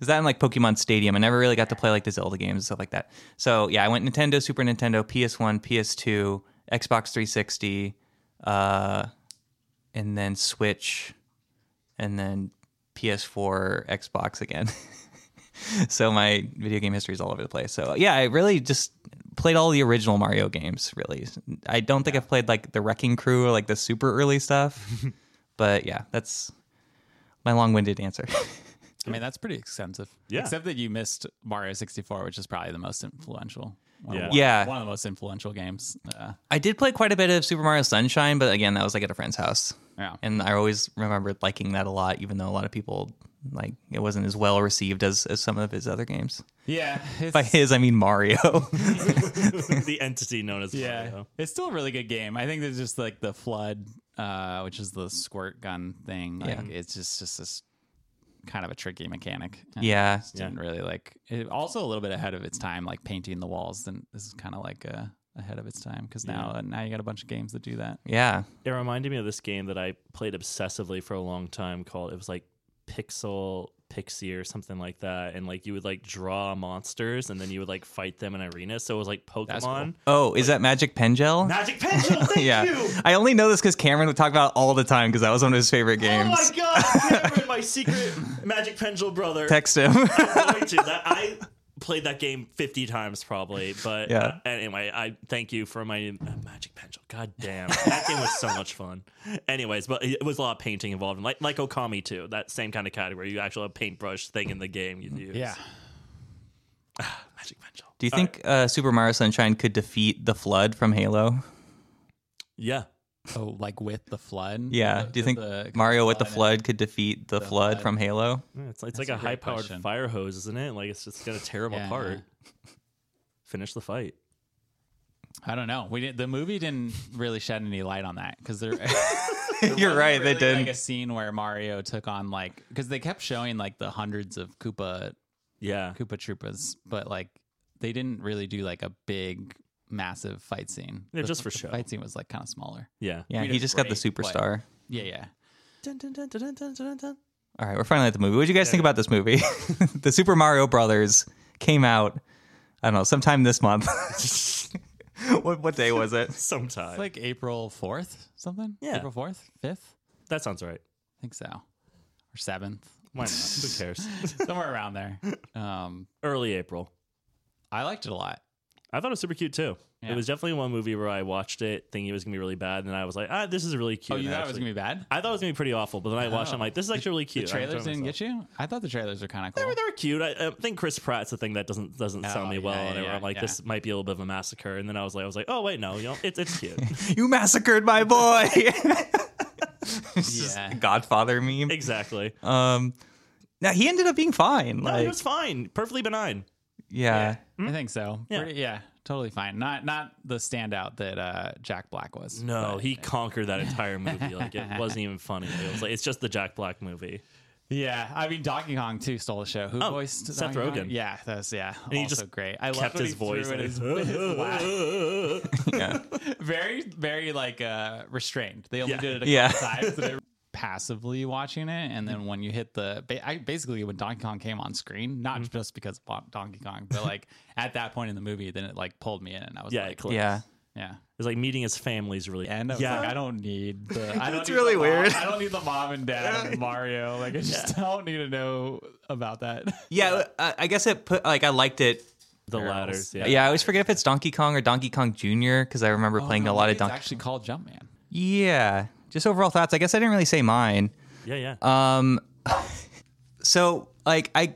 Speaker 1: Is that in like Pokemon Stadium? I never really got to play like the Zelda games and stuff like that. So yeah, I went Nintendo, Super Nintendo, PS1, PS2, Xbox 360, uh, and then Switch, and then PS4, Xbox again. <laughs> so my video game history is all over the place. So yeah, I really just played all the original Mario games. Really, I don't think I've played like the Wrecking Crew or like the super early stuff. but yeah, that's my long-winded answer. <laughs>
Speaker 2: I mean, that's pretty extensive.
Speaker 3: Yeah.
Speaker 2: Except that you missed Mario 64, which is probably the most influential. One
Speaker 3: Yeah.
Speaker 2: Of, one-
Speaker 1: Yeah.
Speaker 2: One of the most influential games. Uh,
Speaker 1: I did play quite a bit of Super Mario Sunshine, but again, that was like at a friend's house.
Speaker 2: Yeah.
Speaker 1: And I always remembered liking that a lot, even though a lot of people like it wasn't as well received as, as some of his other games.
Speaker 2: yeah.
Speaker 1: By
Speaker 2: It's,
Speaker 1: his, I mean Mario.
Speaker 3: <laughs>
Speaker 1: <laughs>
Speaker 3: the entity known as
Speaker 2: yeah.
Speaker 3: Mario.
Speaker 2: It's still a really good game. I think there's just like the flood, uh, which is the squirt gun thing. Like,
Speaker 1: Yeah.
Speaker 2: It's just, just this kind of a tricky mechanic.
Speaker 1: yeah.
Speaker 2: Just Didn't really like it. Also, a little bit ahead of its time, like painting the walls. And this is kind of like uh, ahead of its time because now, now you got a bunch of games that do that.
Speaker 1: Yeah.
Speaker 3: It reminded me of this game that I played obsessively for a long time called it was like Pixel Pixie or something like that. And like you would like draw monsters and then you would like fight them in arenas. So it was like Pokemon.
Speaker 1: Oh, is that Magic Pen Gel?
Speaker 3: Magic Pendulum,
Speaker 1: <laughs>
Speaker 3: thank
Speaker 1: yeah.
Speaker 3: you. Oh
Speaker 1: I only know this because Cameron would talk about it all the time because that was one of his favorite
Speaker 3: Oh
Speaker 1: games.
Speaker 3: my god, Cameron, my secret Magic Pendulum brother.
Speaker 1: Text him. <laughs>
Speaker 3: I'm going to. That- I played that game 50 times probably, but
Speaker 1: Yeah.
Speaker 3: uh, anyway, I thank you for my uh, magic pendulum. God damn, that game was so much fun. Anyways, but it was a lot of painting involved, and like like Okami too. That same kind of category. You actually have a paintbrush thing in the game. You use. magic pendulum.
Speaker 1: do you think uh, Super Mario Sunshine could defeat the flood from Halo?
Speaker 3: Yeah,
Speaker 2: Oh, like with the flood?
Speaker 1: Yeah.
Speaker 2: The-
Speaker 1: Do you think
Speaker 2: the-
Speaker 1: Mario with the flood could defeat the, flood
Speaker 2: flood.
Speaker 1: from Halo?
Speaker 3: Yeah, it's it's like
Speaker 2: a
Speaker 3: a
Speaker 2: great
Speaker 3: high powered
Speaker 2: question.
Speaker 3: fire hose, isn't it? Like it's just gonna tear them
Speaker 2: Yeah.
Speaker 3: apart. Finish the fight.
Speaker 2: I don't know. We did, the movie didn't really shed any light on that because there. <laughs>
Speaker 1: <laughs> You're right. They
Speaker 2: really,
Speaker 1: didn't.
Speaker 2: like a scene where Mario took on like because they kept showing like the hundreds of Koopa
Speaker 3: Yeah,
Speaker 2: Koopa Troopas, but like they didn't really do like a big massive fight scene.
Speaker 3: They're
Speaker 2: The-
Speaker 3: just for
Speaker 2: the
Speaker 3: show.
Speaker 2: Fight scene was like kind of smaller.
Speaker 3: yeah.
Speaker 1: Yeah,
Speaker 2: Rita
Speaker 1: he just got the
Speaker 2: Bray, what?
Speaker 1: superstar.
Speaker 2: Yeah, yeah.
Speaker 3: Dun, dun, dun, dun, dun, dun, dun, dun.
Speaker 1: All right, we're finally at the movie. What did you guys think about this movie? <laughs> the Super Mario Brothers came out. I don't know, sometime this month. <laughs> what what day was
Speaker 3: <laughs>
Speaker 1: it?
Speaker 3: Sometime
Speaker 2: It's like April fourth something.
Speaker 3: Yeah.
Speaker 2: April fourth, fifth.
Speaker 3: that sounds right.
Speaker 2: I think so,
Speaker 3: <laughs>
Speaker 2: or seventh,
Speaker 3: Why not? Who cares?
Speaker 2: somewhere around there. Um,
Speaker 3: Early April.
Speaker 2: I liked it a lot.
Speaker 3: I thought it was super cute too. It
Speaker 2: Yeah.
Speaker 3: was definitely one movie where I watched it thinking it was gonna be really bad, and then I was like, ah, this is really cute.
Speaker 2: Oh, you
Speaker 3: and
Speaker 2: thought it was
Speaker 3: actually-
Speaker 2: gonna be bad?
Speaker 3: I thought it was gonna be pretty awful, but then I watched. it, I'm like, this is actually really cute.
Speaker 2: The trailers didn't get you. I thought the trailers were kind of
Speaker 3: They
Speaker 2: cool.
Speaker 3: were, they were cute. I, I think Chris Pratt's the thing that doesn't doesn't sell
Speaker 2: Oh,
Speaker 3: me
Speaker 2: yeah,
Speaker 3: well.
Speaker 2: yeah,
Speaker 3: and I-
Speaker 2: yeah,
Speaker 3: I'm like,
Speaker 2: yeah.
Speaker 3: this might be a little bit of a massacre. And then I was like, I was like, oh wait, no, you know, it's it's <laughs> cute.
Speaker 1: You massacred my
Speaker 3: <laughs>
Speaker 1: boy. <laughs>
Speaker 2: yeah.
Speaker 1: Godfather meme.
Speaker 3: exactly.
Speaker 2: <laughs>
Speaker 1: Um now he ended up being fine.
Speaker 3: No,
Speaker 1: like
Speaker 3: it was fine, perfectly benign.
Speaker 1: yeah.
Speaker 2: I think so.
Speaker 3: Hmm? Yeah.
Speaker 2: Yeah. Pretty, yeah, totally fine. Not not the standout that uh, Jack Black was.
Speaker 3: No, he conquered that entire movie. Like <laughs> it wasn't even funny. It was like it's just the Jack Black movie.
Speaker 2: Yeah, I mean Donkey Kong too stole the show. Who voiced
Speaker 3: Oh, Seth
Speaker 2: Donkey
Speaker 3: Rogen.
Speaker 2: Kong? Yeah, that's yeah.
Speaker 3: he
Speaker 2: also
Speaker 3: just
Speaker 2: great. I loved
Speaker 3: Kept
Speaker 2: when
Speaker 3: his
Speaker 2: he threw
Speaker 3: voice.
Speaker 2: in
Speaker 3: <laughs>
Speaker 2: his- his laugh.
Speaker 3: like,
Speaker 2: <laughs>
Speaker 1: Yeah.
Speaker 2: very very like uh, restrained. They only
Speaker 3: Yeah.
Speaker 2: did it a couple
Speaker 1: Yeah.
Speaker 3: <laughs>
Speaker 2: times. and it passively watching it, and then when you hit the, ba- I basically when Donkey Kong came on screen,
Speaker 3: Hmm.
Speaker 2: not just because of Bon- Donkey Kong, but like at that point in the movie, then it like pulled me in, and I was
Speaker 3: Yeah, it
Speaker 2: like,
Speaker 3: clicks.
Speaker 1: Yeah.
Speaker 2: yeah.
Speaker 3: It's like meeting his family is really
Speaker 2: And I was
Speaker 3: yeah.
Speaker 2: like, I don't need the.
Speaker 1: <laughs>
Speaker 2: I don't
Speaker 1: It's
Speaker 2: need
Speaker 1: really
Speaker 2: the mom-
Speaker 1: weird.
Speaker 2: I don't need the mom and
Speaker 1: <laughs>
Speaker 2: dad and Mario. Like I just don't need to know about that.
Speaker 1: Yeah, I, I guess it put like I liked it.
Speaker 3: the ladders. Yeah. Oh,
Speaker 1: Yeah, I always forget if it's Donkey Kong or Donkey Kong Jr. because I remember playing a lot of
Speaker 2: It's
Speaker 1: Donkey.
Speaker 2: actually called Jumpman.
Speaker 1: Yeah, just overall thoughts. I guess I didn't really say mine.
Speaker 3: Yeah. Yeah.
Speaker 1: Um, so like I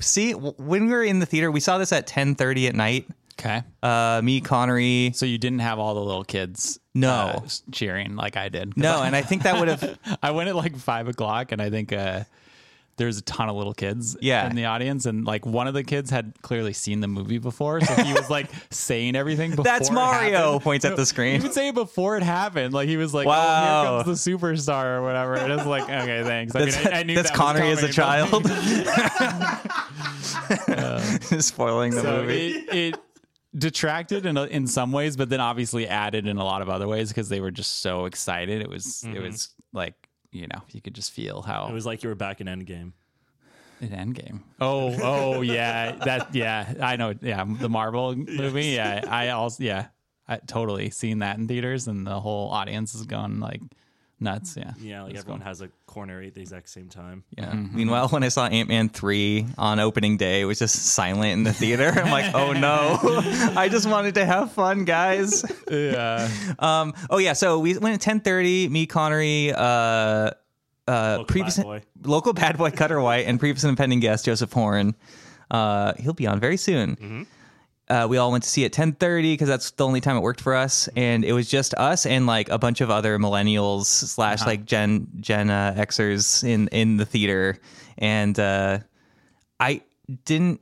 Speaker 1: see when we were in the theater, we saw this at ten thirty at night.
Speaker 2: Okay,
Speaker 1: Uh, me, Connery.
Speaker 2: so you didn't have all the little kids
Speaker 1: No.
Speaker 2: uh, cheering like I did. 'Cause
Speaker 1: No, and I think that would have.
Speaker 2: <laughs> I went at like five o'clock, and I think uh, there's a ton of little kids
Speaker 1: Yeah.
Speaker 2: in the audience, and like one of the kids had clearly seen the movie before, so he was
Speaker 1: <laughs>
Speaker 2: like saying everything. Before
Speaker 1: That's
Speaker 2: it
Speaker 1: Mario.
Speaker 2: happened.
Speaker 1: Points at the
Speaker 2: He
Speaker 1: screen.
Speaker 2: would say it before it happened. Like he was like, "Oh,
Speaker 1: Wow.
Speaker 2: here comes the superstar" or whatever. And I was like, "Okay, thanks." I mean, I, I knew
Speaker 1: that's
Speaker 2: that was
Speaker 1: Connery as a
Speaker 2: coming,
Speaker 1: child. <laughs>
Speaker 2: <laughs>
Speaker 1: Spoiling the
Speaker 2: but- <laughs> So
Speaker 1: movie.
Speaker 2: it, it detracted in in some ways, but then obviously added in a lot of other ways because they were just so excited. It was it
Speaker 1: Mm-hmm.
Speaker 2: was like you know you could just feel how
Speaker 3: it was like you were back in Endgame.
Speaker 2: An Endgame. Oh, <laughs> oh yeah, that yeah, I know. Yeah, the Marvel movie. Yeah, I also yeah, I totally seen that in theaters, and the whole audience is going like nuts. Yeah,
Speaker 3: Yeah. Like
Speaker 2: It's
Speaker 3: everyone
Speaker 2: cool.
Speaker 3: has a corner at the exact same time.
Speaker 1: Yeah. Meanwhile, when I saw Ant Man three on opening day, it was just silent in the theater. I'm like, oh
Speaker 2: <laughs>
Speaker 1: no, <laughs> I just wanted to have fun, guys.
Speaker 2: yeah.
Speaker 1: <laughs> Um. Oh yeah. So we went at ten thirty. Me, Connery, uh, uh,
Speaker 3: Local
Speaker 1: previous
Speaker 3: bad boy.
Speaker 1: local bad boy Cutter White, and previous and impending guest Joseph Horn. Uh, he'll be on very soon. Uh, we all went to see it ten thirty because that's the only time it worked for us, and it was just us and like a bunch of other millennials slash like Gen Gen uh, Xers in in the theater, and uh, I didn't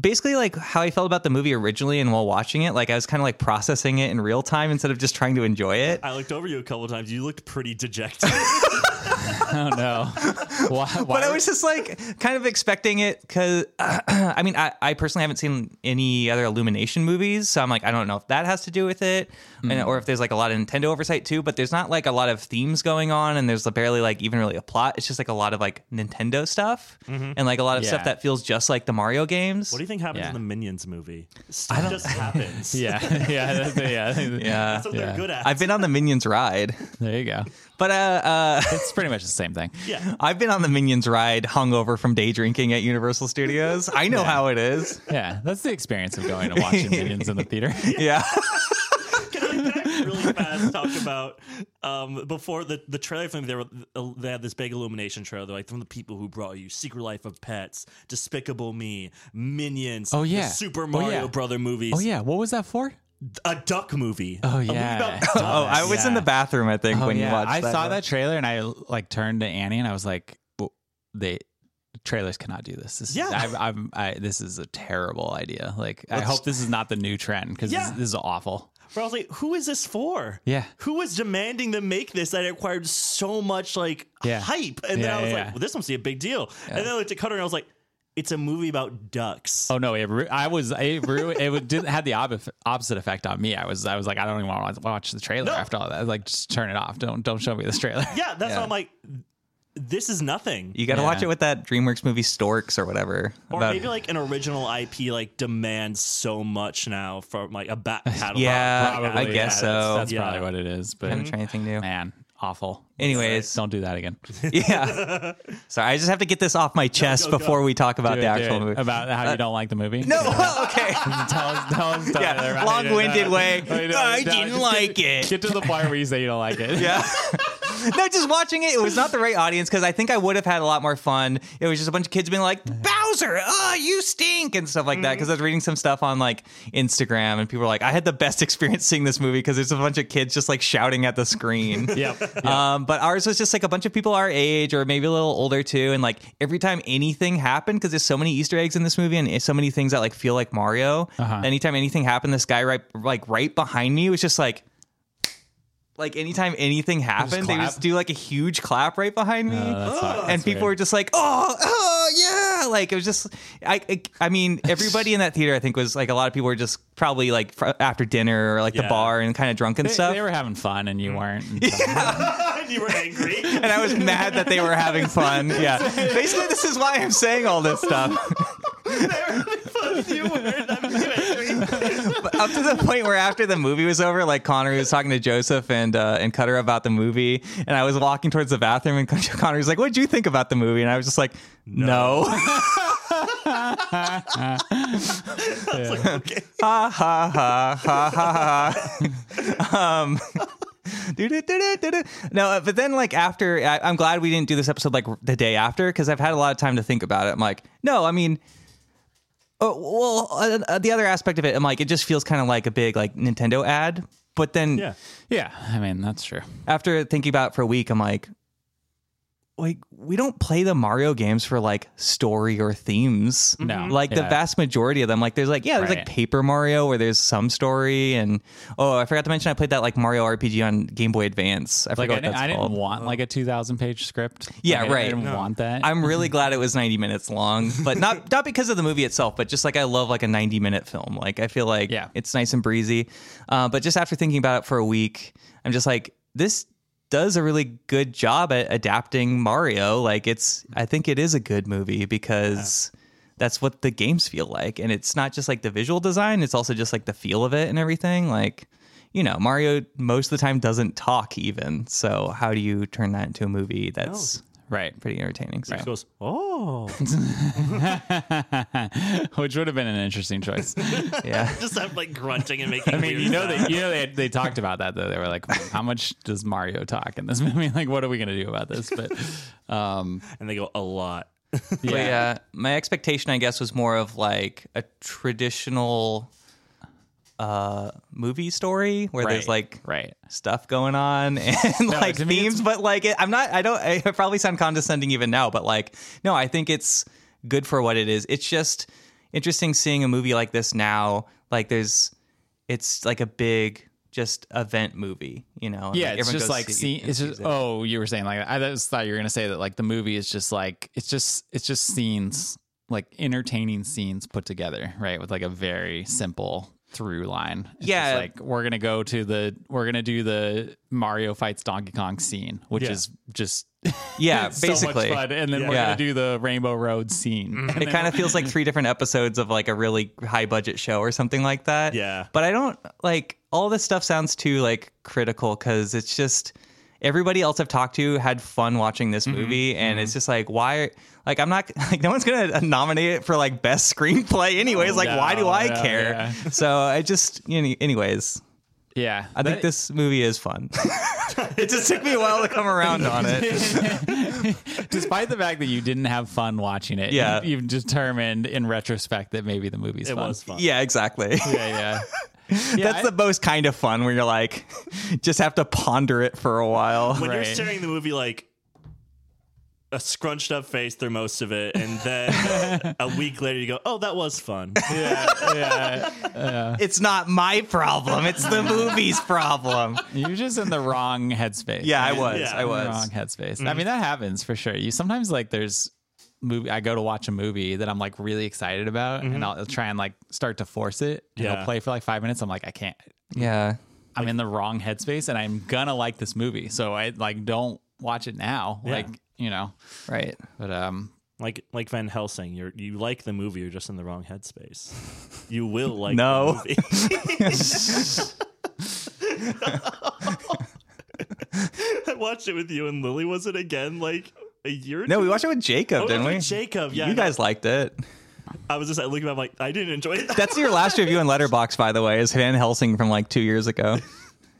Speaker 1: basically like how I felt about the movie originally and while watching it, like I was kind of like processing it in real time instead of just trying to enjoy it.
Speaker 3: I looked over you a couple of times. You looked pretty dejected.
Speaker 2: <laughs> Oh no.
Speaker 1: <laughs>
Speaker 2: Why, why
Speaker 1: but I was just like kind of expecting it because <clears throat> I mean I, I personally haven't seen any other Illumination movies, so I'm like I don't know if that has to do with it,
Speaker 3: Hmm.
Speaker 1: and, or if there's like a lot of Nintendo oversight too. But there's not like a lot of themes going on, and there's barely like even really a plot. It's just like a lot of like Nintendo stuff and like a lot of
Speaker 2: Yeah.
Speaker 1: stuff that feels just like the Mario games.
Speaker 3: Mm-hmm. What do you think happened
Speaker 2: Yeah.
Speaker 3: in the Minions movie? Stuff
Speaker 2: <laughs>
Speaker 3: just
Speaker 1: <laughs>
Speaker 3: happens.
Speaker 2: yeah, <laughs> yeah, that's- yeah, yeah.
Speaker 3: That's what they're good at.
Speaker 1: I've been
Speaker 3: <laughs>
Speaker 1: on the Minions ride,
Speaker 2: There you go.
Speaker 1: but uh, uh, <laughs>
Speaker 2: It's pretty much the same thing.
Speaker 3: yeah.
Speaker 1: I've been on the Minions ride hungover from day drinking at Universal Studios. I know how it
Speaker 3: <laughs>
Speaker 1: is.
Speaker 2: Yeah, that's the experience of going and
Speaker 1: <laughs>
Speaker 2: watching Minions in the theater.
Speaker 1: Yeah.
Speaker 3: Can I, can I really fast talk about um, before the, the trailer thing? They, were, uh, they had this big illumination trailer. They're like, from the people who brought you Secret Life of Pets, Despicable Me, Minions,
Speaker 2: Oh,
Speaker 3: the
Speaker 2: yeah.
Speaker 3: Super
Speaker 2: Oh,
Speaker 3: Mario
Speaker 2: yeah.
Speaker 3: Brother movies,
Speaker 2: Oh yeah, what was that for?
Speaker 3: a duck movie.
Speaker 2: Oh,
Speaker 3: A movie
Speaker 2: yeah.
Speaker 3: about
Speaker 2: Oh,
Speaker 1: <laughs> Oh,
Speaker 3: ducks.
Speaker 1: I was in
Speaker 2: Yeah.
Speaker 1: the bathroom, I think,
Speaker 2: Oh,
Speaker 1: when
Speaker 2: yeah.
Speaker 1: you watched
Speaker 2: I
Speaker 1: that.
Speaker 2: saw that trailer and I like turned to Annie and I was like, well, "They trailers cannot do this. this
Speaker 3: Yeah.
Speaker 2: is, I'm, I'm, I, this is a terrible idea. Like, I
Speaker 3: Let's-
Speaker 2: hope this is not the new trend because
Speaker 3: Yeah.
Speaker 2: this, this is awful.
Speaker 3: Where I was like, who is this for?
Speaker 2: Yeah,
Speaker 3: Who was demanding them make this that acquired so much like
Speaker 2: Yeah.
Speaker 3: hype? And then
Speaker 2: Yeah,
Speaker 3: I was
Speaker 2: yeah,
Speaker 3: like,
Speaker 2: yeah.
Speaker 3: well, this must be a big deal. And then I looked at Cutter and I was like, it's a movie about ducks.
Speaker 2: Oh no! It ru- I was it, ru- it would- did had the ob- opposite effect on me. I was I was like I don't even want to watch the trailer
Speaker 3: No.
Speaker 2: after all that. I was Like just turn it off. Don't don't show me this trailer.
Speaker 3: <laughs> Yeah, that's
Speaker 1: Yeah.
Speaker 3: why I'm like, this is nothing.
Speaker 1: You got to
Speaker 2: Yeah.
Speaker 1: watch it with that DreamWorks movie Storks or whatever.
Speaker 3: or
Speaker 1: about-
Speaker 3: maybe like an original IP like demands so much now from like
Speaker 1: <laughs>
Speaker 3: a back catalog.
Speaker 1: Yeah,
Speaker 3: Probably,
Speaker 1: I guess
Speaker 3: yeah,
Speaker 1: so.
Speaker 2: That's
Speaker 3: yeah. <laughs>
Speaker 2: probably what it is. But
Speaker 3: mm.
Speaker 1: I'm trying anything new.
Speaker 2: man, awful.
Speaker 1: Anyways.
Speaker 2: don't do
Speaker 3: <laughs>
Speaker 2: that again.
Speaker 1: <laughs> Yeah. Sorry, I just have to get this off my chest
Speaker 3: go.
Speaker 1: before we talk about
Speaker 2: Do
Speaker 1: the
Speaker 2: it, do
Speaker 1: actual
Speaker 2: it.
Speaker 1: movie.
Speaker 2: about how you don't like the movie.
Speaker 1: no, <laughs> well, okay.
Speaker 2: <laughs> tell us, tell us, Tyler, how you
Speaker 1: Yeah,
Speaker 2: didn't-
Speaker 1: long-winded
Speaker 2: <laughs>
Speaker 1: way.
Speaker 2: how you didn't-
Speaker 1: I
Speaker 2: no,
Speaker 1: didn't
Speaker 2: just
Speaker 1: like
Speaker 2: get,
Speaker 1: it.
Speaker 2: Get to the point where you say you don't like <laughs> it.
Speaker 1: Yeah. <laughs> no, just watching it, it was not the right audience because I think I would have had a lot more fun. It was just a bunch of kids being
Speaker 2: <laughs>
Speaker 1: like, Bowser, oh, you stink, and stuff like that. Because I was reading some stuff on like Instagram, and people were like, I had the best <laughs> experience seeing this movie because there's a bunch of kids just like shouting at the
Speaker 2: <laughs>
Speaker 1: screen.
Speaker 2: Yep. Uh,
Speaker 1: Um, but ours was just like a bunch of people our age or maybe a little older too. And like every time anything happened, because there's so many Easter eggs in this movie and so many things that like feel like Mario.
Speaker 2: Uh-huh.
Speaker 1: Anytime anything happened, this guy right like right behind me was just like like anytime anything happened, they
Speaker 2: clap. Uh,
Speaker 1: just do like a huge clap right behind me.
Speaker 2: that's hot.
Speaker 1: and
Speaker 2: That's
Speaker 1: people
Speaker 2: weird.
Speaker 1: were just like, oh, oh, yeah. Like it was just, I, I, I
Speaker 2: <laughs>
Speaker 1: mean, everybody in that theater, I think, was like a lot of people were just probably like fr- after dinner or like
Speaker 3: Yeah.
Speaker 1: the bar and kind of drunk and
Speaker 2: They,
Speaker 1: stuff.
Speaker 2: <laughs> they were having fun and you weren't. and so-
Speaker 3: I you
Speaker 1: <laughs>
Speaker 3: were angry.
Speaker 1: and I was mad that they were having fun. Yeah. Basically, this is why I'm saying all this stuff.
Speaker 3: you were. I'm angry.
Speaker 1: up to the point where after the movie was over, like Connery was talking to Joseph and uh, and Cutter about the movie, and I was walking towards the bathroom, and <laughs> Con- Connery was like, "What did you think about the movie?" And I was just like, "No,
Speaker 3: Okay.
Speaker 1: ha ha ha ha ha." ha. um, doo-doo-doo-doo-doo-doo. No, uh, but then like after, I, I'm glad we didn't do this episode like the day after because I've had a lot of time to think about it. I'm like, no, I mean. Oh, well, uh, uh, the other aspect of it, I'm like, it just feels kind of like a big like Nintendo ad. But then,
Speaker 3: Yeah.
Speaker 2: Yeah, I mean that's true.
Speaker 1: after thinking about it for a week, I'm like, like we don't play the Mario games for like story or themes.
Speaker 2: No.
Speaker 1: like the
Speaker 2: Yeah.
Speaker 1: vast majority of them, like there's like yeah, there's like
Speaker 2: Right.
Speaker 1: Paper Mario where there's some story, and oh, I forgot to mention I played that like Mario RPG on Game Boy Advance. I forgot
Speaker 2: Like I,
Speaker 1: what
Speaker 2: didn't,
Speaker 1: that's
Speaker 2: I didn't
Speaker 1: called.
Speaker 2: want like a two thousand page script.
Speaker 1: Yeah,
Speaker 2: Like, I-
Speaker 1: right.
Speaker 2: I didn't want that.
Speaker 1: I'm really glad it was 90 minutes long, but
Speaker 2: <laughs>
Speaker 1: not not because of the movie itself, but just like I love like a 90 minute film. Like I feel like
Speaker 2: Yeah.
Speaker 1: it's nice and breezy. Uh, but just after thinking about it for a week, I'm just like this does a really good job at adapting Mario. Like it's I think it is a good movie because that's what the games feel like, and it's not just like the visual design; it's also just like the feel of it and everything. Like. You know, Mario most of the time doesn't talk even. So how do you turn that into a movie that's
Speaker 2: right.
Speaker 1: pretty entertaining. So.
Speaker 3: She goes, oh,
Speaker 1: <laughs>
Speaker 2: <laughs> Which would have been an interesting choice.
Speaker 1: Yeah.
Speaker 3: just I'm like grunting and making.
Speaker 2: I mean, you know that you know they they talked about that though. They were like, "Hmm, "How much does Mario talk in this <laughs> movie? Like, what are we gonna do about this?" But um,
Speaker 3: and they go a lot.
Speaker 1: But yeah, my expectation, I guess, was more of like a traditional uh movie story where there's
Speaker 2: right,
Speaker 1: like
Speaker 2: right.
Speaker 1: stuff going on <laughs> and like
Speaker 2: to me it's-
Speaker 1: themes, but like it, I'm not, I don't, I probably sound condescending even now, but like, no, I think it's good for what it is. It's just interesting seeing a movie like this now. Like, there's, it's like a big, just event movie, you know? and,
Speaker 2: Yeah, it's
Speaker 1: everyone
Speaker 2: just
Speaker 1: goes
Speaker 2: like
Speaker 1: see-
Speaker 2: see,
Speaker 1: and
Speaker 2: it's
Speaker 1: sees
Speaker 2: just
Speaker 1: it.
Speaker 2: oh, you were saying like I just thought you were gonna say that like the movie is just like it's just it's just scenes like entertaining scenes put together, right? With like a very simple through line. It's just
Speaker 1: Yeah.
Speaker 2: like we're gonna go to the we're gonna do the Mario fights Donkey Kong scene, which
Speaker 3: Yeah.
Speaker 2: is just <laughs>
Speaker 1: yeah,
Speaker 2: so much
Speaker 1: basically.
Speaker 2: fun, and then we're
Speaker 1: Yeah. Mm-hmm.
Speaker 2: gonna do the Rainbow Road scene. And
Speaker 1: it kind of
Speaker 2: <laughs>
Speaker 1: feels like three different episodes of like a really high budget show or something like that.
Speaker 3: Yeah.
Speaker 1: But I don't like all this stuff sounds too like critical because it's just everybody else I've talked to had fun watching this
Speaker 2: Mm-hmm.
Speaker 1: movie and it's just like why like I'm not <laughs> like no one's gonna nominate it for like best screenplay anyways like why do
Speaker 2: Oh, No,
Speaker 1: I
Speaker 2: no,
Speaker 1: care
Speaker 2: yeah. <laughs>
Speaker 1: so I just you know, anyways
Speaker 2: Yeah,
Speaker 1: I think this movie is fun <laughs> it just took me a while to come around on
Speaker 2: <laughs>
Speaker 1: it
Speaker 2: <laughs> despite the fact that you didn't have fun watching it,
Speaker 1: Yeah.
Speaker 2: you, have determined in retrospect that maybe the movie's
Speaker 3: It
Speaker 2: fun.
Speaker 3: was fun.
Speaker 1: yeah exactly
Speaker 2: Yeah,
Speaker 1: <laughs>
Speaker 2: yeah. Yeah,
Speaker 1: That's
Speaker 2: I-
Speaker 1: the most kind of fun where you're like, <laughs> just have to ponder it for a while. <laughs>
Speaker 3: when you're
Speaker 2: Right.
Speaker 3: staring the movie like a scrunched up face through most of it, and
Speaker 1: <laughs>
Speaker 3: then a week later you go, "Oh, that was fun."
Speaker 1: It's not my problem. It's <laughs> the movie's problem.
Speaker 2: You're just in the wrong headspace.
Speaker 1: Yeah, I
Speaker 2: right?
Speaker 1: was. Mm-hmm.
Speaker 3: Yeah.
Speaker 1: I
Speaker 2: In the wrong
Speaker 1: was.
Speaker 2: headspace. I mean, that happens for sure. You sometimes like there's movie. I go to watch a movie that I'm like really excited about,
Speaker 1: Mm-hmm.
Speaker 2: and I'll, try and like start to force it. And
Speaker 3: Yeah.
Speaker 2: I'll play for like five minutes. I'm like, I can't.
Speaker 1: Yeah.
Speaker 2: I'm in the wrong headspace, and I'm gonna like this movie. So I like don't watch it now. Like you know,
Speaker 1: Right.
Speaker 2: but um,
Speaker 3: Like like Van Helsing, you are you like the movie, you're just in the wrong headspace. You will like
Speaker 1: No. <laughs>
Speaker 3: the movie. <laughs> I watched it with you and Lily. Was it again like a year? or
Speaker 1: No,
Speaker 3: two
Speaker 1: we
Speaker 3: ago?
Speaker 1: watched it with Jacob,
Speaker 3: Oh,
Speaker 1: didn't we?
Speaker 3: with Jacob, yeah.
Speaker 1: You guys liked it.
Speaker 3: I was just like, looking at. Him, like I didn't enjoy it.
Speaker 1: That's your last review in Letterbox, by the way, is Van Helsing from like two years ago.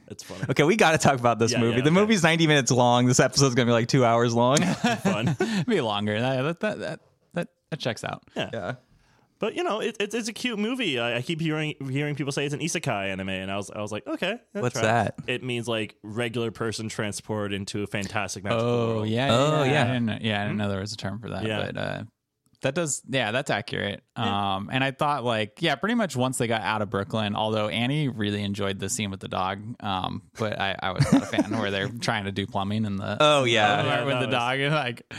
Speaker 3: That's funny.
Speaker 1: Okay, we got to talk about this
Speaker 3: Yeah,
Speaker 1: movie.
Speaker 3: yeah,
Speaker 1: the
Speaker 3: okay.
Speaker 1: movie's 90 minutes long. This episode's going to be like two hours long.
Speaker 3: Fun.
Speaker 2: maybe longer. That that that that, that, that checks out.
Speaker 1: yeah.
Speaker 3: But you know, it, it's it's a cute movie. I, I keep hearing hearing people say it's an isekai anime, and I was I was like, okay, that's
Speaker 1: What's
Speaker 3: right.
Speaker 1: that?
Speaker 3: It means like regular person transported into a fantastic magical
Speaker 2: Oh
Speaker 3: world. Hmm?
Speaker 2: yeah.
Speaker 1: Oh,
Speaker 2: yeah.
Speaker 1: yeah.
Speaker 2: I didn't know, yeah, I didn't know there was a term for that.
Speaker 3: Yeah.
Speaker 2: But uh, that does yeah, that's accurate. Um and I thought like, yeah, pretty much once they got out of Brooklyn, although Annie really enjoyed the scene with the dog. Um, but I,
Speaker 3: <laughs>
Speaker 2: I was not a fan where they're trying to do plumbing and the
Speaker 1: Oh, yeah.
Speaker 2: apartment
Speaker 3: Yeah,
Speaker 2: with
Speaker 3: that
Speaker 2: the
Speaker 3: was-
Speaker 2: dog and <laughs> like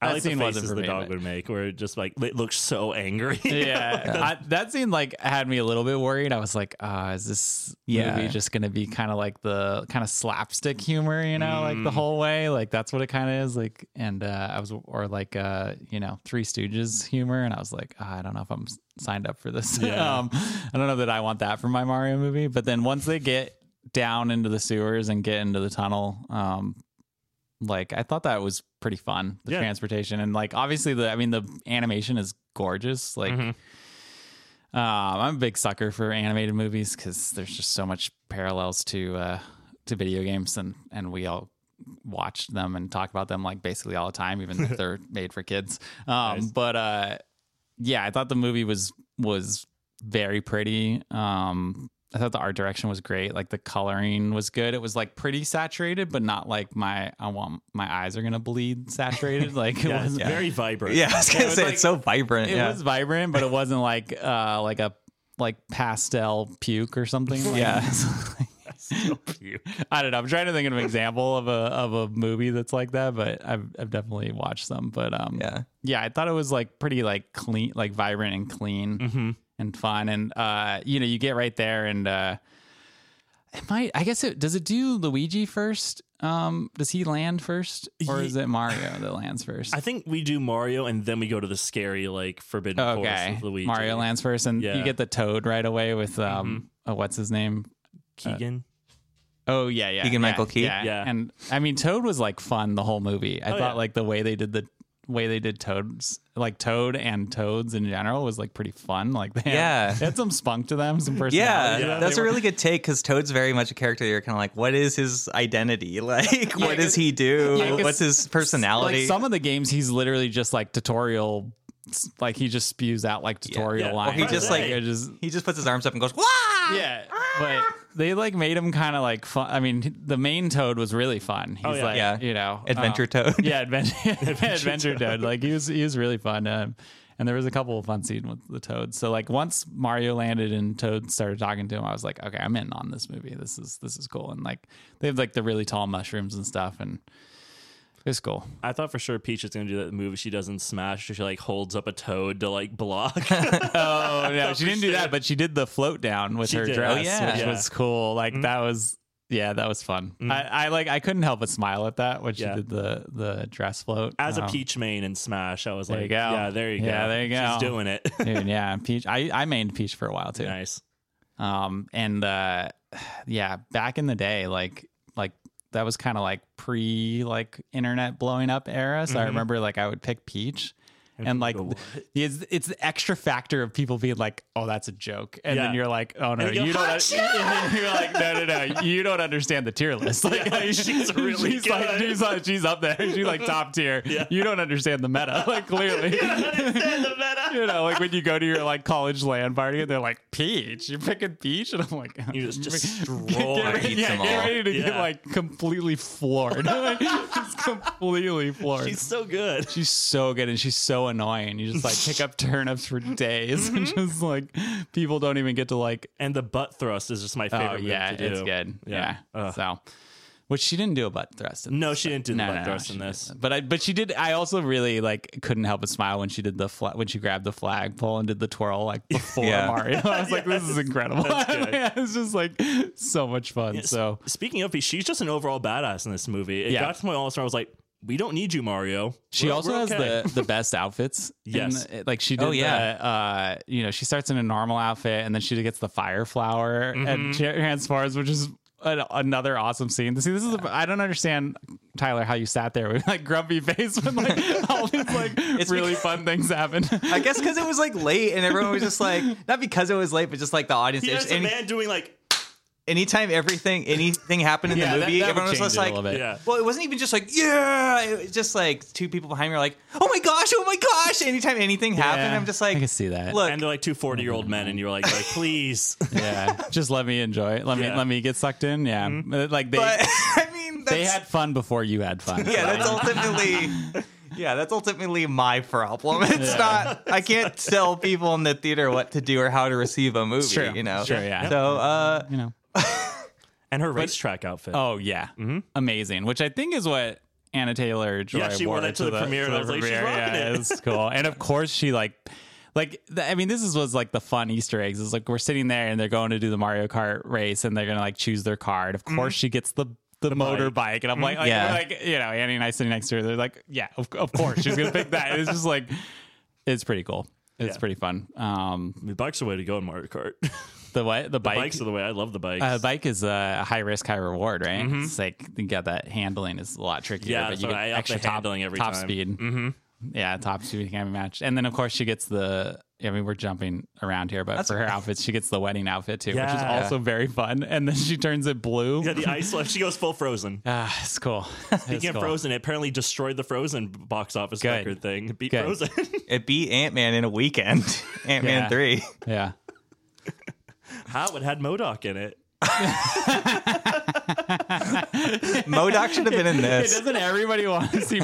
Speaker 3: I
Speaker 2: That
Speaker 3: like the
Speaker 2: scene wasn't
Speaker 3: faces
Speaker 2: for
Speaker 3: the
Speaker 2: me,
Speaker 3: dog
Speaker 2: but-
Speaker 3: would make, where it just like it looks so angry.
Speaker 2: <laughs>
Speaker 3: <laughs>
Speaker 2: yeah, I, that scene like had me a little bit worried. I was like, uh, is this
Speaker 1: Yeah.
Speaker 2: movie just gonna be kind of like the kind of slapstick humor, you know, like the whole way, like that's what it kind of is, like, and uh, I was or like uh, you know, Three Stooges humor, and I was like, ah, I don't know if I'm s- signed up for this. <laughs>
Speaker 3: Yeah.
Speaker 2: um, I don't know that I want that for my Mario movie. But then once they get down into the sewers and get into the tunnel, um, like I thought that was pretty fun the
Speaker 3: Yeah.
Speaker 2: transportation and like obviously the I mean the animation is gorgeous like
Speaker 3: Mhm.
Speaker 2: um, I'm a big sucker for animated movies because there's just so much parallels to uh, to video games and and we all watch them and talk about them like basically all the time even
Speaker 3: <laughs>
Speaker 2: if they're made for kids um,
Speaker 3: Nice.
Speaker 2: but uh, yeah I thought the movie was was very pretty um, I thought the art direction was great. Like the coloring was good. It was like pretty saturated, but not like my I want my eyes are gonna
Speaker 3: <laughs>
Speaker 2: bleed saturated. Like it
Speaker 3: yeah, it's
Speaker 2: wasn't.
Speaker 3: very vibrant.
Speaker 1: Yeah, I was gonna
Speaker 2: was
Speaker 1: say
Speaker 2: like-
Speaker 1: it's so vibrant.
Speaker 2: <laughs> It
Speaker 1: yeah.
Speaker 2: was vibrant, but it wasn't like uh like a like pastel puke
Speaker 1: <laughs>
Speaker 2: or something. Like,
Speaker 1: Yeah.
Speaker 3: <laughs> So cute.
Speaker 2: <laughs> I don't know. I'm trying to think of an example of a of a movie that's like that, but I've I've definitely watched some. But um
Speaker 1: yeah.
Speaker 2: yeah, I thought it was like pretty like clean, like vibrant and clean
Speaker 1: Mm-hmm.
Speaker 3: Mm-hmm.
Speaker 2: and fun. And uh, you know, you get right there and uh it might I guess it does it do Luigi first? Um does he land first? Or is it Mario that lands first?
Speaker 3: I think we do Mario and then we go to the scary like Forbidden
Speaker 2: okay.
Speaker 3: Forest with Luigi.
Speaker 2: Mario lands first and
Speaker 3: Yeah. Mm-hmm.
Speaker 2: you get the toad right away with um uh, what's his name?
Speaker 3: Keegan.
Speaker 2: Oh yeah, yeah.
Speaker 1: Keegan
Speaker 2: yeah,
Speaker 1: Michael Key?
Speaker 2: Yeah.
Speaker 3: Yeah.
Speaker 2: And I mean Toad was like fun the whole movie. I
Speaker 3: Oh, yeah.
Speaker 2: thought like the way they did the way they did toads like toad and toads in general was like pretty fun. Like they had,
Speaker 1: Yeah.
Speaker 2: they had some spunk to them, some
Speaker 1: Yeah,
Speaker 2: personality. to them.
Speaker 1: that's
Speaker 2: They
Speaker 1: a
Speaker 2: were-
Speaker 1: really good take because Toad's very much a character. You're kind of like, what is his identity? <laughs> Like, what does
Speaker 2: 'cause-
Speaker 1: he do?
Speaker 2: yeah, 'cause
Speaker 1: What's his personality?
Speaker 2: like some of the games he's literally just like tutorial like he just spews out like tutorial
Speaker 3: yeah. Or
Speaker 2: lines.
Speaker 1: he just,
Speaker 2: and,
Speaker 1: like-
Speaker 2: it just
Speaker 1: he just puts his arms up and goes, "Wah!"
Speaker 2: yeah, but they like made him kind of like fun. I mean, the main toad was really fun. He's
Speaker 3: yeah.
Speaker 2: like,
Speaker 1: Yeah.
Speaker 2: you know,
Speaker 1: Adventure
Speaker 2: uh,
Speaker 1: Toad.
Speaker 2: yeah, adventure,
Speaker 1: <laughs>
Speaker 2: <laughs> adventure toad. Like he was, he was really fun. Um, and there was a couple of fun scenes with the toad. So like once Mario landed and Toad started talking to him, I was like, okay, I'm in on this movie. This is this is cool. And like they have like the really tall mushrooms and stuff, and it's cool.
Speaker 3: I thought for sure Peach is gonna do that move. She doesn't smash. She like holds up a toad to like block.
Speaker 2: Oh
Speaker 3: <laughs>
Speaker 2: no, she didn't do that, but she did the float down with
Speaker 3: She
Speaker 2: her
Speaker 3: did.
Speaker 2: dress,
Speaker 3: Oh,
Speaker 1: yeah.
Speaker 2: which
Speaker 3: Yeah. Mm-hmm.
Speaker 2: was cool. Like that was, yeah, that was fun. I, I like, I couldn't help but smile at that when she
Speaker 3: Yeah.
Speaker 2: did the the dress float.
Speaker 3: As a
Speaker 2: Um,
Speaker 3: Peach main in Smash, I was
Speaker 2: There you
Speaker 3: like,
Speaker 2: go.
Speaker 3: yeah, there you go.
Speaker 2: Yeah, there you go.
Speaker 3: She's doing it.
Speaker 2: <laughs> dude, yeah, peach. I I mained peach for a while too.
Speaker 3: <laughs> nice.
Speaker 2: Um, and uh, yeah, back in the day, like like that was kind of like pre like internet blowing up era. So I remember like I would pick peach. And like,
Speaker 3: Mm-hmm. go,
Speaker 2: it's, it's the extra factor of people being like, "Oh, that's a joke," and
Speaker 3: Yeah.
Speaker 2: then you're like, "Oh
Speaker 3: <laughs>
Speaker 2: no,
Speaker 3: And you
Speaker 2: you
Speaker 3: go,
Speaker 2: don't."
Speaker 3: "Hachi!" <laughs>
Speaker 2: and then <laughs> you're like, "No, no, no, you don't understand the tier list." <laughs> Like,
Speaker 3: Yeah, she's really
Speaker 2: she's like,
Speaker 3: good.
Speaker 2: she's, like- she's up there. She's like top <laughs> tier.
Speaker 3: Yeah.
Speaker 2: You don't understand the meta. <laughs> Like, clearly,
Speaker 3: understand the meta.
Speaker 2: <laughs> you know, like when you go to your like college land party and they're like, peach, you're picking peach, and I'm <laughs> like,
Speaker 3: You just destroy
Speaker 2: get ready,
Speaker 1: eats
Speaker 2: yeah,
Speaker 1: them
Speaker 2: get
Speaker 1: all.
Speaker 2: ready to get
Speaker 3: Yeah.
Speaker 2: like completely floored, <laughs> just completely floored.
Speaker 3: She's
Speaker 2: She's-
Speaker 3: so good.
Speaker 2: so good and she's so annoying. You just like pick <laughs> up turnips for days <laughs> and just like people don't even get to like
Speaker 3: And the butt thrust is just my favorite
Speaker 2: oh
Speaker 3: move
Speaker 2: yeah,
Speaker 3: to do.
Speaker 2: it's good. Yeah.
Speaker 3: Ugh.
Speaker 2: So which she didn't do a butt thrust. in
Speaker 3: No,
Speaker 2: this,
Speaker 3: she
Speaker 2: but-
Speaker 3: didn't do the butt thrust
Speaker 2: she
Speaker 3: in this.
Speaker 2: didn't. But I but she did I also really like couldn't help but smile when she did the fla- when she grabbed the flagpole and did the
Speaker 3: <laughs>
Speaker 2: twirl like before
Speaker 1: Yeah.
Speaker 2: Mario. <laughs> I was like, this is incredible. <laughs>
Speaker 3: good.
Speaker 2: Yeah, it's just like so much fun. So
Speaker 3: S- speaking of, she's just an overall badass in this movie. It
Speaker 2: Yeah.
Speaker 3: got to my all-star. I was like, we don't need you, Mario.
Speaker 2: she
Speaker 3: We're-
Speaker 2: also
Speaker 3: we're
Speaker 2: has
Speaker 3: okay.
Speaker 2: the the best outfits. in
Speaker 3: Yes.
Speaker 2: the- like she did.
Speaker 1: Oh, yeah.
Speaker 2: the, uh, you know, she starts in a normal outfit and then she gets the fire flower
Speaker 1: Mm-hmm.
Speaker 2: and tra- transforms, which is an, another awesome scene. See, this is I I don't understand Tyler how you sat there with like grumpy face
Speaker 1: <laughs>
Speaker 2: when like all these like really
Speaker 1: because-
Speaker 2: fun things happen.
Speaker 1: I guess because it was like late and everyone was just
Speaker 2: <laughs>
Speaker 1: like, not because it was late, but just like the audience.
Speaker 3: He
Speaker 1: it
Speaker 3: has
Speaker 1: was-
Speaker 3: a
Speaker 1: any-
Speaker 3: man doing like,
Speaker 1: anytime everything anything happened in
Speaker 2: Yeah,
Speaker 1: the
Speaker 2: that-
Speaker 1: movie,
Speaker 2: that would
Speaker 1: everyone was
Speaker 2: change
Speaker 1: just
Speaker 2: it a
Speaker 1: like,
Speaker 2: little bit.
Speaker 3: yeah.
Speaker 1: Well, it wasn't even just like, yeah. It was just like two people behind me were like, oh my gosh, oh my gosh. Anytime anything happened,
Speaker 2: Yeah,
Speaker 1: I'm just like,
Speaker 2: I can see that.
Speaker 1: Look, <laughs>
Speaker 3: and they're like two 40-year-old men, and you're like,
Speaker 2: <laughs>
Speaker 3: like please.
Speaker 2: yeah, just let me enjoy it. Let me
Speaker 3: Yeah.
Speaker 2: let me get sucked in. Yeah, like
Speaker 1: Mm-hmm.
Speaker 2: they
Speaker 1: but I mean, that's, <laughs>
Speaker 2: they had fun before you had fun.
Speaker 1: yeah, that's ultimately. Yeah, that's ultimately my problem. <laughs> It's not. I can't tell people in the theater what to do or how to receive a movie.
Speaker 2: true.
Speaker 1: You know.
Speaker 2: Sure, yeah.
Speaker 1: So, uh,
Speaker 2: you know.
Speaker 3: and her racetrack outfit. Mm-hmm.
Speaker 2: Oh yeah, amazing. Which I think is what Anna Taylor Joy.
Speaker 3: Yeah, she
Speaker 2: wore
Speaker 3: went
Speaker 2: it
Speaker 3: up to the premiere and I was like, she's rocking
Speaker 2: yeah,
Speaker 3: it.
Speaker 2: it's cool. And of course, she like. Like th- I mean, this is was like the fun Easter eggs. It's like we're sitting there and they're going to do the Mario Kart race and they're gonna like choose their car. And of
Speaker 3: Mm-hmm.
Speaker 2: course, she gets the the, motorbike. And I'm like, like,
Speaker 1: Yeah.
Speaker 2: we're like, you know, Annie and I sitting next to her. They're like, yeah, of, of course she's gonna pick that. And it's just like, it's pretty cool. It's
Speaker 3: Yeah.
Speaker 2: pretty fun. Um,
Speaker 3: The bike's the way to go in Mario Kart. <laughs>
Speaker 2: the what the bike
Speaker 3: bikes are the way. I love the bikes.
Speaker 2: a bike is a high risk, high reward, right? It's like you got that handling is a lot trickier.
Speaker 3: Mm-hmm. Yeah,
Speaker 2: but
Speaker 3: so
Speaker 2: you get
Speaker 3: I upped
Speaker 2: extra
Speaker 3: the
Speaker 2: top,
Speaker 3: handling every
Speaker 2: top
Speaker 3: time.
Speaker 2: speed. Mm-hmm. Yeah, top speed can be matched, and then of course she gets the. I mean, we're jumping around here, but for her outfits, she gets the wedding outfit too, which is
Speaker 3: Yeah.
Speaker 2: also very fun. And then she turns it blue.
Speaker 3: yeah, the ice left. She goes full
Speaker 2: <laughs>
Speaker 3: Frozen.
Speaker 2: Ah, it's cool. It's
Speaker 3: Speaking of
Speaker 2: cool.
Speaker 3: Frozen, it apparently destroyed the Frozen box office
Speaker 2: Good.
Speaker 3: record thing. It Beat
Speaker 2: Good.
Speaker 3: Frozen. <laughs>
Speaker 1: It beat Ant Man in a weekend. <laughs> Ant Man
Speaker 2: Yeah.
Speaker 1: three.
Speaker 3: <laughs>
Speaker 2: yeah,
Speaker 3: How it had Modoc in it.
Speaker 1: Modoc should have been
Speaker 2: <laughs>
Speaker 1: in this.
Speaker 2: doesn't everybody want to <laughs> see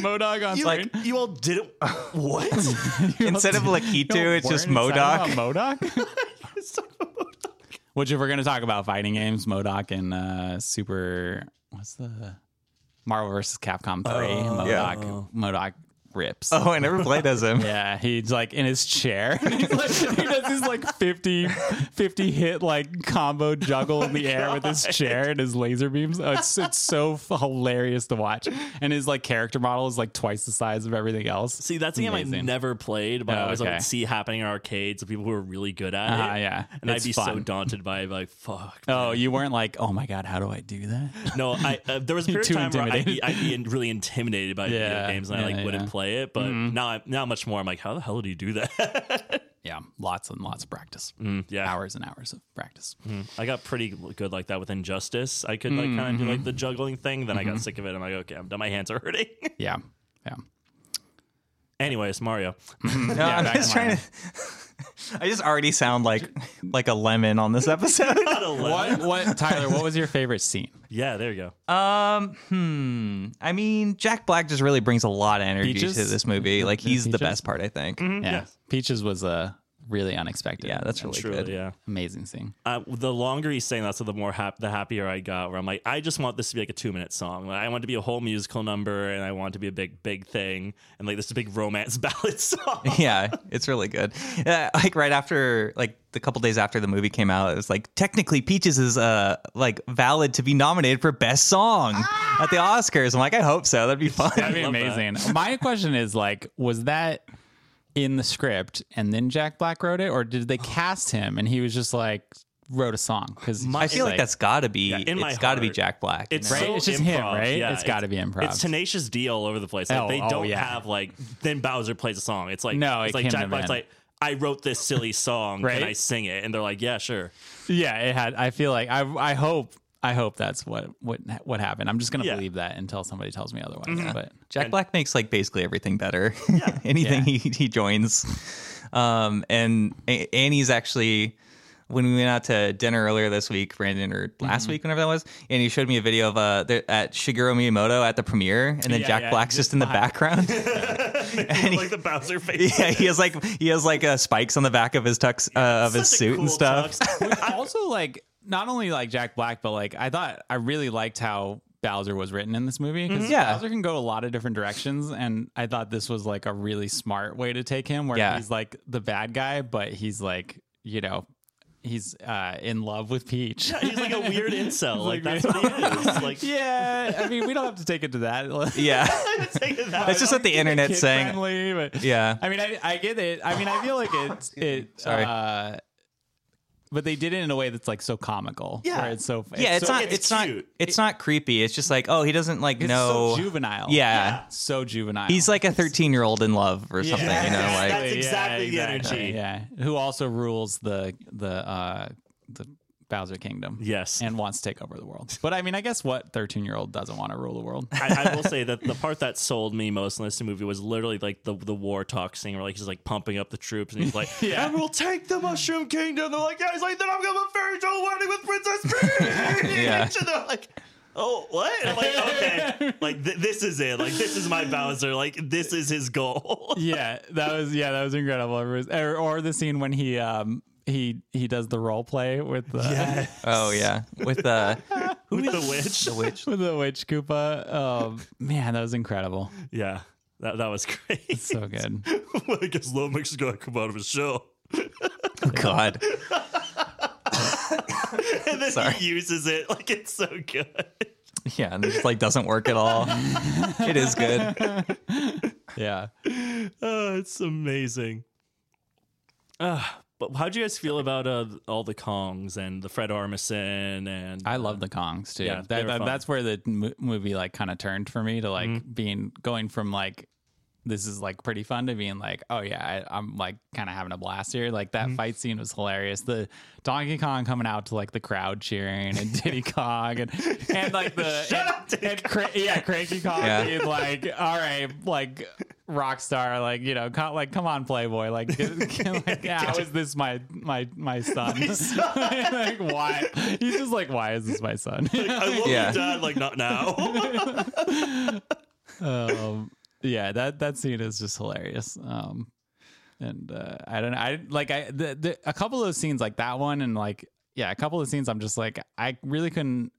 Speaker 2: Modog on <laughs>
Speaker 3: Like you all didn't. <laughs> What?
Speaker 1: Instead of Lakitu, it's just Modoc.
Speaker 2: <laughs> Modoc. Which, if we're going to talk about fighting games, Modoc and uh, Super, what's the Marvel vs. Capcom three?
Speaker 1: yeah.
Speaker 2: Modoc,
Speaker 3: Oh.
Speaker 2: Modoc rips.
Speaker 1: <laughs> Oh, I never played as him.
Speaker 2: <laughs> Yeah, he's like in his chair. he's like, <laughs> he does his like 50, 50 hit like combo juggle in <laughs> the air with his chair and his laser beams. Oh, it's it's so f- hilarious to watch. And his like character model is like twice the size of everything else.
Speaker 3: See, that's a game I
Speaker 2: Amazing.
Speaker 3: never played, but I
Speaker 2: Oh,
Speaker 3: always
Speaker 2: okay.
Speaker 3: like see happening in arcades of people who are really good at
Speaker 2: Uh-huh,
Speaker 3: it.
Speaker 2: yeah.
Speaker 3: and
Speaker 2: It's
Speaker 3: I'd be so
Speaker 2: fun.
Speaker 3: daunted by it, like fuck.
Speaker 2: Oh, you weren't like, oh my god, how do I do that?
Speaker 3: No, I uh, there was a period
Speaker 2: <laughs> Too
Speaker 3: of time where I'd be,
Speaker 2: intimidated.
Speaker 3: I'd be in- really intimidated by video
Speaker 2: Yeah,
Speaker 3: games, and I
Speaker 2: yeah,
Speaker 3: like wouldn't
Speaker 2: yeah. Mm-hmm.
Speaker 3: play it. But now, I, now much more, I'm like, how the hell do you do that? <laughs>
Speaker 2: Yeah, lots and lots of practice.
Speaker 1: Mm.
Speaker 3: yeah,
Speaker 2: Hours and hours of practice.
Speaker 3: I got pretty good like that with Injustice. I could
Speaker 2: Mm,
Speaker 3: like kind of
Speaker 2: mm-hmm.
Speaker 3: do like the juggling thing. Then I got sick of it. I'm like, okay, I'm done. My hands are <laughs> hurting.
Speaker 2: Yeah. Yeah.
Speaker 3: Anyways, Mario.
Speaker 2: <laughs>
Speaker 1: No, I'm
Speaker 2: back
Speaker 1: just
Speaker 2: to
Speaker 1: trying to. <laughs> I just already sound like like a lemon on this
Speaker 2: <laughs>
Speaker 1: episode.
Speaker 3: Not a lemon.
Speaker 2: What Oh, what <laughs> Tyler, what was your favorite scene?
Speaker 3: Yeah, there you go.
Speaker 1: Um, hmm. I mean, Jack Black just really brings a lot of energy
Speaker 2: Peaches?
Speaker 1: to this movie. Like he's the
Speaker 2: Peaches?
Speaker 1: best part, I think.
Speaker 2: Yeah.
Speaker 3: yes.
Speaker 2: Peaches was uh, really unexpected.
Speaker 1: Hmm? Yeah, that's really
Speaker 3: Truly,
Speaker 1: good.
Speaker 3: yeah.
Speaker 2: amazing scene.
Speaker 3: Uh, the longer he's saying that, so the more hap- the happier I got. Where I'm like, I just want this to be like a two minute song. Like, I want it to be a whole musical number, and I want it to be a big, big thing, and like this is a big romance <laughs> ballad song.
Speaker 1: yeah, it's really good. Uh, like right after, like the couple days after the movie came out, it was like technically Peaches is uh like valid to be nominated for best song at the Oscars. I'm like, I hope so. That'd be fun.
Speaker 2: That'd be amazing. My question is like, was that in the script and then Jack Black wrote it, or did
Speaker 1: Oh.
Speaker 2: they cast him and he was just like wrote a song? Because
Speaker 1: I feel like that's gotta be
Speaker 3: in my
Speaker 1: it's gotta be
Speaker 3: heart.
Speaker 1: Jack Black. you
Speaker 3: It's
Speaker 1: know?
Speaker 2: Right?
Speaker 3: so
Speaker 2: It's just
Speaker 3: improv.
Speaker 2: him, right?
Speaker 3: Yeah,
Speaker 2: It's gotta be improv.
Speaker 3: It's tenacious D all over the place. Like,
Speaker 2: Oh,
Speaker 3: they
Speaker 2: oh,
Speaker 3: don't
Speaker 2: yeah.
Speaker 3: have like then Bowser plays a song. It's like
Speaker 2: No,
Speaker 3: it's
Speaker 2: it
Speaker 3: like
Speaker 2: came
Speaker 3: Jack
Speaker 2: to
Speaker 3: Black's
Speaker 2: them.
Speaker 3: like I wrote this
Speaker 2: <laughs>
Speaker 3: silly song.
Speaker 2: Right?
Speaker 3: Can I sing it? And they're like, Yeah,
Speaker 2: <laughs>
Speaker 3: sure. <laughs>
Speaker 2: yeah, it had. I feel like I I hope I hope that's what what what happened. I'm just gonna
Speaker 3: Yeah.
Speaker 2: believe that until somebody tells me otherwise. But
Speaker 1: Jack Black makes like basically everything better. <laughs> Anything
Speaker 2: Yeah.
Speaker 1: he he joins. Um, and A- Annie's actually when we went out to dinner earlier this week, Brandon, or last week, whenever that was, and he showed me a video of uh there, at Shigeru Miyamoto at the premiere, and then
Speaker 2: Yeah,
Speaker 1: Jack
Speaker 2: yeah,
Speaker 1: Black's just,
Speaker 2: just
Speaker 1: in the background. <laughs>
Speaker 3: like the
Speaker 2: <laughs>
Speaker 3: Bowser face.
Speaker 1: yeah, he has like he has like uh, spikes on the back of his tux uh, of his
Speaker 3: Such a
Speaker 1: suit
Speaker 3: cool
Speaker 1: and stuff.
Speaker 3: tux.
Speaker 2: also like not only like Jack Black, but like I thought I really liked how Bowser was written in this movie because
Speaker 1: Yeah.
Speaker 2: Bowser can go a lot of different directions, and I thought this was like a really smart way to take him, where
Speaker 1: Yeah.
Speaker 2: he's like the bad guy, but he's like you know he's uh, in love with Peach.
Speaker 3: He's like a weird incel. like,
Speaker 2: like,
Speaker 3: that's what he is. Like <laughs>
Speaker 2: <laughs> yeah, I mean we don't have to take it to that. <laughs>
Speaker 1: Yeah,
Speaker 3: take it out.
Speaker 1: that's just what the internet
Speaker 2: Kid
Speaker 1: saying.
Speaker 2: friendly, but
Speaker 1: Yeah.
Speaker 2: I mean, I, I get it. I mean, I feel like
Speaker 1: <laughs>
Speaker 2: it's it.
Speaker 1: Sorry.
Speaker 2: Uh, but they did it in a way that's like so comical.
Speaker 3: Yeah.
Speaker 2: where it's so
Speaker 1: Yeah, it's
Speaker 2: so-
Speaker 1: not.
Speaker 3: it's
Speaker 1: It's, not.
Speaker 3: cute.
Speaker 1: It's not creepy. It's just like, oh, he doesn't like
Speaker 2: it's
Speaker 1: know.
Speaker 2: so juvenile.
Speaker 1: yeah,
Speaker 2: so juvenile.
Speaker 1: He's like a 13 year old in love or something, you know,
Speaker 3: That's-
Speaker 1: like
Speaker 3: that's exactly the energy.
Speaker 2: Yeah, who also rules the the uh the Bowser Kingdom.
Speaker 3: Yes.
Speaker 2: and wants to take over the world. But I mean, I guess what thirteen year old doesn't want to rule the
Speaker 1: <laughs>
Speaker 2: world? <laughs>
Speaker 3: I, I will say that the part that sold me most in this movie was literally like the, the war talk scene where like he's like pumping up the troops and he's like,
Speaker 2: <laughs> Yeah.
Speaker 3: and we'll take the Mushroom Kingdom. They're like, yeah, he's like, then I'm gonna have a fairy tale wedding with Princess Peach.
Speaker 1: <laughs> Yeah.
Speaker 3: And they're like, oh, what? I'm like,
Speaker 2: <laughs>
Speaker 3: okay, like th- this is it. Like this is my Bowser. Like this is his
Speaker 2: <laughs>
Speaker 3: goal.
Speaker 2: yeah, that was yeah, that was incredible. It was- or, or the scene when <laughs> he um he he does the role play with the
Speaker 3: <laughs>
Speaker 1: oh yeah, with uh
Speaker 3: with the witch.
Speaker 1: The witch.
Speaker 2: <laughs> with the witch Koopa. Um, man, that was incredible.
Speaker 3: Yeah, that that was great. <laughs>
Speaker 2: So good.
Speaker 3: I guess Love Mix is gonna come out of his shell. <laughs>
Speaker 1: God.
Speaker 3: And then
Speaker 1: Sorry.
Speaker 3: he uses it like it's so good.
Speaker 1: Yeah, and it just like doesn't work at
Speaker 3: <laughs>
Speaker 1: all. it is good.
Speaker 2: Yeah.
Speaker 3: <laughs> Oh, it's amazing. Ah, but how'd you guys feel about uh, all the Kongs and the Fred Armisen and uh,
Speaker 2: I love the Kongs too.
Speaker 3: Yeah, they
Speaker 2: that,
Speaker 3: were
Speaker 2: that-
Speaker 3: fun. Mm-hmm.
Speaker 2: that's where the mo- movie like kind of turned for me to like being going from like this is like pretty fun to being like oh yeah I, I'm like kind of having a blast here. Like that
Speaker 3: Mm-hmm.
Speaker 2: fight scene was hilarious. The Donkey Kong coming out to like the crowd cheering
Speaker 3: <laughs>
Speaker 2: and Diddy Kong and and like the and, and Cra- yeah Cranky Kong
Speaker 1: Yeah.
Speaker 2: being like all right like rock star like you know co- like come on Playboy like,
Speaker 3: <laughs>
Speaker 2: <laughs> like yeah, how is this my my my son? <laughs> like why? He's just like why is this my son?
Speaker 3: <laughs> I love
Speaker 1: Yeah.
Speaker 3: you, Dad. Like not now.
Speaker 2: <laughs>
Speaker 3: <laughs>
Speaker 2: um, yeah, that that scene is just hilarious. Um, and uh, I don't know, I like I the, the, a couple of those scenes like that one and like yeah, a couple of scenes I'm just like I really couldn't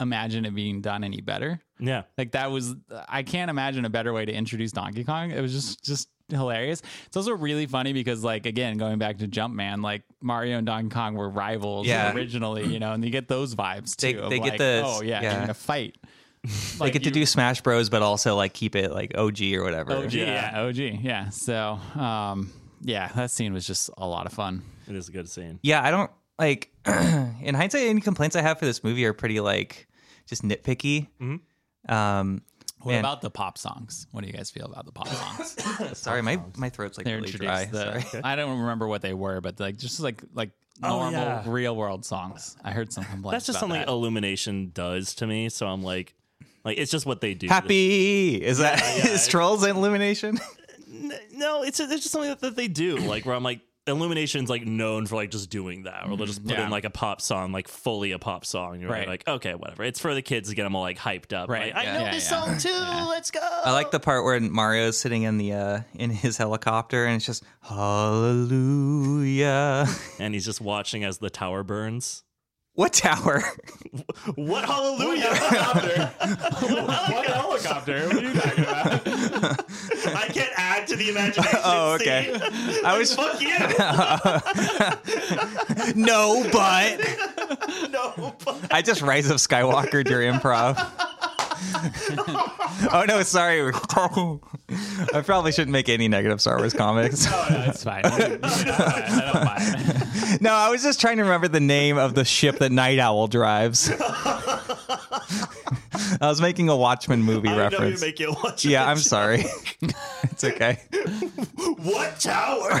Speaker 2: imagine it being done any better.
Speaker 3: yeah,
Speaker 2: Like that was I can't imagine a better way to introduce Donkey Kong. It was just just hilarious. It's also really funny because like again, going back to Jumpman, like Mario and Donkey Kong were rivals
Speaker 1: Yeah.
Speaker 2: originally, you know, and you get those vibes
Speaker 1: They-
Speaker 2: too. of
Speaker 1: they get
Speaker 2: like,
Speaker 1: the-
Speaker 2: oh yeah,
Speaker 1: yeah.
Speaker 2: you're in a fight.
Speaker 1: They get to do Smash Bros, but also like keep it like OG or whatever.
Speaker 2: OG, yeah. OG, yeah. So, um, yeah, that scene was just a lot of fun.
Speaker 3: it is a good scene.
Speaker 1: Yeah, I don't like. <clears throat> in hindsight, any complaints I have for this movie are pretty like just nitpicky.
Speaker 3: Mm-hmm.
Speaker 1: Um,
Speaker 2: What
Speaker 1: Man.
Speaker 2: about the pop songs? What do you guys feel about
Speaker 3: <laughs>
Speaker 2: the pop songs?
Speaker 1: sorry, my my throat's like
Speaker 2: They're
Speaker 1: really dry.
Speaker 2: introduced the,
Speaker 1: Sorry.
Speaker 2: I don't remember what they were, but like just like like normal
Speaker 3: Oh, yeah.
Speaker 2: real world songs. I heard some complaints.
Speaker 3: That's just
Speaker 2: about
Speaker 3: something
Speaker 2: that.
Speaker 3: Illumination does to me. So I'm like, like it's just what they do.
Speaker 1: Happy is that <laughs>
Speaker 3: yeah.
Speaker 1: is trolls and illumination?
Speaker 3: No, it's it's just something that, that they do. Like where I'm like, Illumination's like known for like just doing that, or they'll just put
Speaker 2: Yeah.
Speaker 3: in like a pop song, like fully a pop song. You're
Speaker 2: Right.
Speaker 3: like, okay, whatever. It's for the kids to get them all like hyped up.
Speaker 2: Right,
Speaker 3: Like, I
Speaker 2: yeah.
Speaker 3: know
Speaker 2: Yeah,
Speaker 3: this
Speaker 2: yeah.
Speaker 3: song too. Let's go.
Speaker 1: I like the part where Mario's sitting in the uh, in his helicopter and it's just hallelujah. <laughs>
Speaker 3: and he's just watching as the tower burns.
Speaker 1: What
Speaker 3: <laughs>
Speaker 1: tower?
Speaker 3: What
Speaker 1: <laughs>
Speaker 3: hallelujah!
Speaker 2: What helicopter? What are you talking about?
Speaker 1: <laughs>
Speaker 3: I can't add to the imagination.
Speaker 1: Oh, okay.
Speaker 3: see?
Speaker 1: I
Speaker 3: <laughs>
Speaker 1: was- <laughs>
Speaker 3: fuck you.
Speaker 1: no, but
Speaker 3: no, but-
Speaker 1: I just Rise of Skywalkered your improv. <laughs> oh no, sorry. <laughs> I probably shouldn't make any negative Star Wars
Speaker 3: <laughs>
Speaker 1: comments.
Speaker 2: Oh, no, it's fine. I don't mind.
Speaker 1: <laughs> No, I was just trying to remember the name of the ship that Night Owl
Speaker 3: <laughs>
Speaker 1: drives. <laughs> I was making a Watchmen movie
Speaker 3: I know you
Speaker 1: reference.
Speaker 3: make it watch.
Speaker 1: Yeah,
Speaker 3: it.
Speaker 1: I'm sorry. <laughs> it's okay.
Speaker 3: What tower?